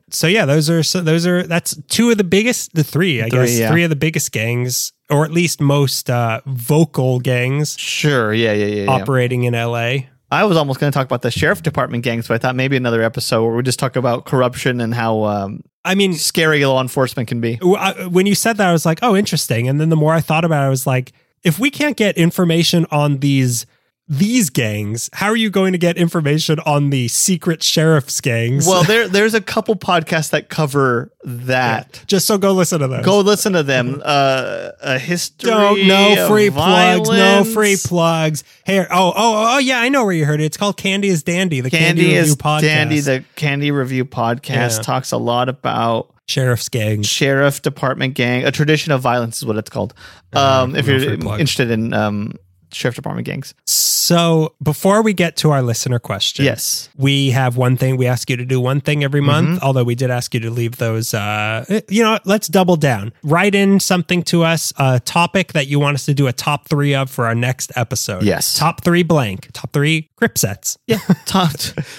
S1: [LAUGHS] so yeah, those are so those are that's two of the biggest, the three I
S2: Three,
S1: guess,
S2: yeah.
S1: three of the biggest gangs, or at least most uh, vocal gangs
S2: sure yeah yeah yeah, yeah.
S1: operating in L.A.
S2: I was almost going to talk about the sheriff department gangs, but I thought maybe another episode where we just talk about corruption and how um,
S1: I mean,
S2: scary law enforcement can be.
S1: Well, I- when you said that, I was like, oh, interesting. And then the more I thought about it, I was like, if we can't get information on these these gangs, how are you going to get information on the secret sheriff's gangs?
S2: Well, there there's a couple podcasts that cover that.
S1: just so go listen to those.
S2: Go listen to them. Uh, a history.
S1: Don't no
S2: of
S1: free plugs, no
S2: violence.
S1: free plugs. Here, oh, oh, oh, yeah, I know where you heard it. It's called Candy is Dandy, the Candy,
S2: Candy
S1: Review
S2: is
S1: Podcast.
S2: Dandy. The Candy Review podcast
S1: Yeah.
S2: talks a lot about
S1: sheriff's gang.
S2: sheriff department gang. A tradition of violence is what it's called. Um, if
S1: no
S2: you're
S1: free plug.
S2: interested in um, sheriff department gangs,
S1: So before we get to our listener question,
S2: yes.
S1: we have one thing. We ask you to do one thing every
S2: Mm-hmm.
S1: month. Although we did ask you to leave those. Uh, eh, you know, what? let's double down. Write in something to us, a topic that you want us to do a top three of for our next episode.
S2: Yes.
S1: top three blank, top three grip sets.
S2: Yeah, [LAUGHS] top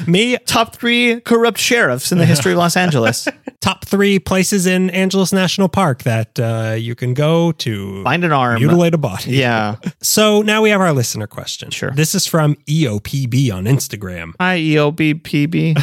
S1: Me,
S2: top three corrupt sheriffs in the history of Los
S1: [LAUGHS]
S2: Angeles.
S1: top three places in Angeles National Park that uh, you can go to
S2: Find an arm.
S1: mutilate a body.
S2: Yeah.
S1: So now we have our listener question.
S2: Sure.
S1: This is from E EOPB on Instagram.
S2: Hi, E EOBPB.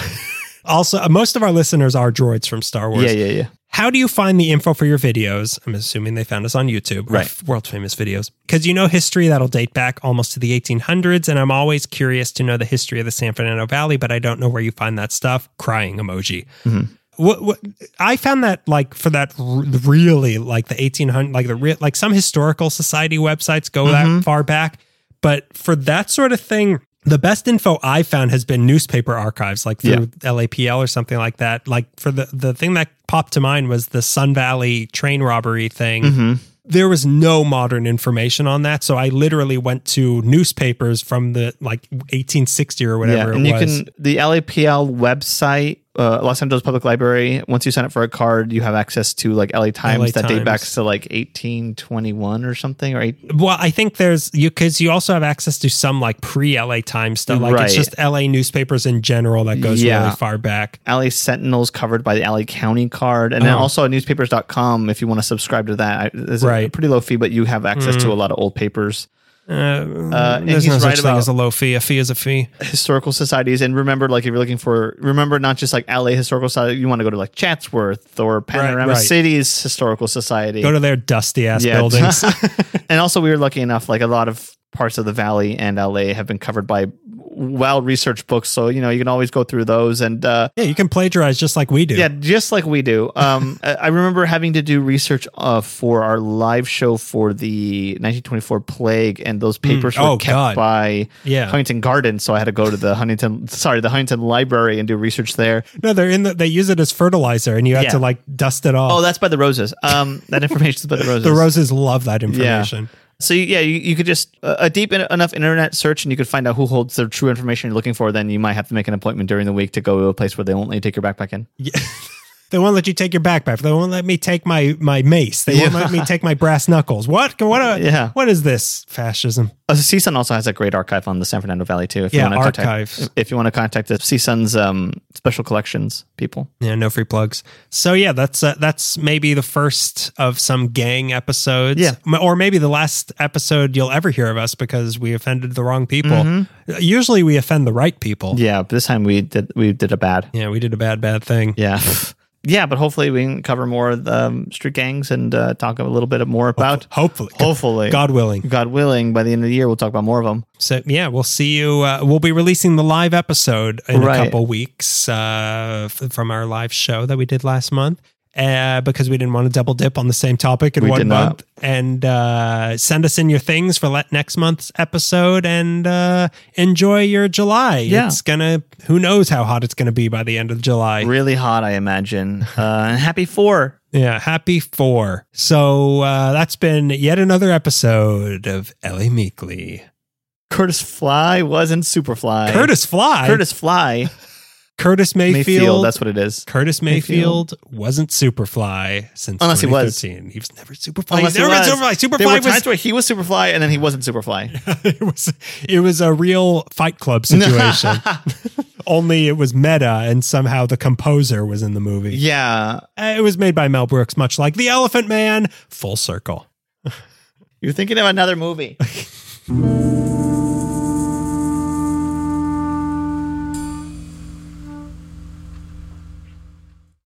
S1: Also, uh, most of our listeners are droids from Star Wars.
S2: yeah, yeah, yeah.
S1: How do you find the info for your videos? I'm assuming they found us on YouTube,
S2: Right.
S1: World famous videos. Because you know history that'll date back almost to the 1800s, and I'm always curious to know the history of the San Fernando Valley, but I don't know where you find that stuff. Crying emoji. What, what I found that like for that r- really like the 1800 like the re- like some historical society websites go
S2: Mm-hmm.
S1: that far back, but for that sort of thing. The best info I found has been newspaper archives, like through
S2: Yeah.
S1: LAPL or something like that. Like for the the thing that popped to mind was the Sun Valley train robbery thing.
S2: Mm-hmm.
S1: There was no modern information on that, so I literally went to newspapers from the like 1860 or whatever
S2: yeah. And
S1: it
S2: you
S1: was.
S2: can, the LAPL website, uh, Los Angeles Public Library, once you sign up for a card, you have access to like LA Times that
S1: Times.
S2: date back to like 1821 or something, or eight,
S1: Well, I think there's you because you also have access to some like pre LA time stuff. Like it's
S2: Right.
S1: just LA newspapers in general that goes
S2: Yeah.
S1: really far back.
S2: LA Sentinels covered by the LA County card. And then
S1: Uh-huh.
S2: also newspapers.com if you want to subscribe to that. I, it's a
S1: Right. Hmm.
S2: pretty low fee, but you have access to a lot of old papers.
S1: Uh,
S2: and
S1: there's
S2: he's
S1: no such
S2: right
S1: thing
S2: about-
S1: as a low fee. A fee is a fee.
S2: historical societies and remember like if you're looking for remember not just like LA historical society you want to go to like Chatsworth or Panorama
S1: right.
S2: City's historical society
S1: Go to their dusty ass
S2: Yeah. [LAUGHS]
S1: buildings. [LAUGHS]
S2: and also we were lucky enough like a lot of parts of the valley and LA have been covered by well researched books so you know you can always go through those and uh
S1: yeah, you can plagiarize just like we do.
S2: yeah, just like we do.
S1: [LAUGHS]
S2: Um, I I remember having to do research uh, for our live show for the 1924 plague, and those papers were
S1: Oh,
S2: kept
S1: God.
S2: by
S1: Yeah.
S2: Huntington Garden. So I had to go to the Huntington, sorry, the Huntington Library and do research there.
S1: No, they're in the. They use it as fertilizer, and you have
S2: Yeah.
S1: to like dust it off.
S2: Oh, that's by the roses. Um, that information's
S1: [LAUGHS]
S2: by the roses.
S1: the roses love that information.
S2: So you- yeah, you, you could just uh, a deep en- enough internet search, and you could find out who holds the true information you're looking for. Then you might have to make an appointment during the week to go to a place where they won't let you take your backpack in.
S1: They won't let you take your backpack. They won't let me take my my mace. They won't
S2: Yeah.
S1: let me take my brass knuckles. What? What? A,
S2: [LAUGHS] Yeah.
S1: What is this fascism?
S2: Uh, CSUN also has a great archive on the San Fernando Valley too. If
S1: Yeah,
S2: you want to
S1: archives.
S2: Contact, if you want to contact the CSUN's um, special collections people.
S1: Yeah, no free plugs. So yeah, that's uh, that's maybe the first of some gang episodes.
S2: Yeah.
S1: M- or maybe the last episode you'll ever hear of us because we offended the wrong people. Usually we offend the right people.
S2: Mm-hmm. Yeah, but this time we did we did a bad.
S1: Yeah, we did a bad bad thing.
S2: Yeah. [LAUGHS] Yeah, but hopefully we can cover more of the um, street gangs and uh, talk a little bit more about,
S1: Hopefully,
S2: hopefully,
S1: God willing.
S2: God willing, by the end of the year, we'll talk about more of them.
S1: So yeah, we'll see you. Uh, we'll be releasing the live episode in
S2: Right.
S1: a couple weeks uh, f- from our live show that we did last month. Uh, because we didn't want to double dip on the same topic in
S2: We
S1: one
S2: did not.
S1: month, and uh, send us in your things for le- next month's episode, and uh, enjoy your July.
S2: Yeah.
S1: It's gonna. Who knows how hot it's gonna be by the end of July?
S2: Really hot,
S1: [LAUGHS]
S2: I imagine. Uh, and happy four.
S1: Yeah, happy four. So uh, that's been yet another episode of Ellie Meekley.
S2: Curtis Fly wasn't Superfly.
S1: Curtis Fly.
S2: Curtis Fly.
S1: Curtis
S2: Mayfield.
S1: Mayfield.
S2: That's what it is.
S1: Curtis Mayfield,
S2: Mayfield.
S1: wasn't Superfly since
S2: Unless he was.
S1: 2013. Oh, He was. never Superfly.
S2: Unless
S1: He's
S2: he
S1: never
S2: was.
S1: been Superfly.
S2: There were
S1: Superfly
S2: times
S1: was,
S2: where he was Superfly and then he wasn't
S1: [LAUGHS]
S2: Superfly.
S1: it was it was a real Fight
S2: [LAUGHS]
S1: Club situation. Only it was meta, and somehow the composer was in the movie.
S2: yeah.
S1: Uh, It was made by Mel Brooks, much like The Elephant Man. Full circle.
S2: You're thinking of another movie.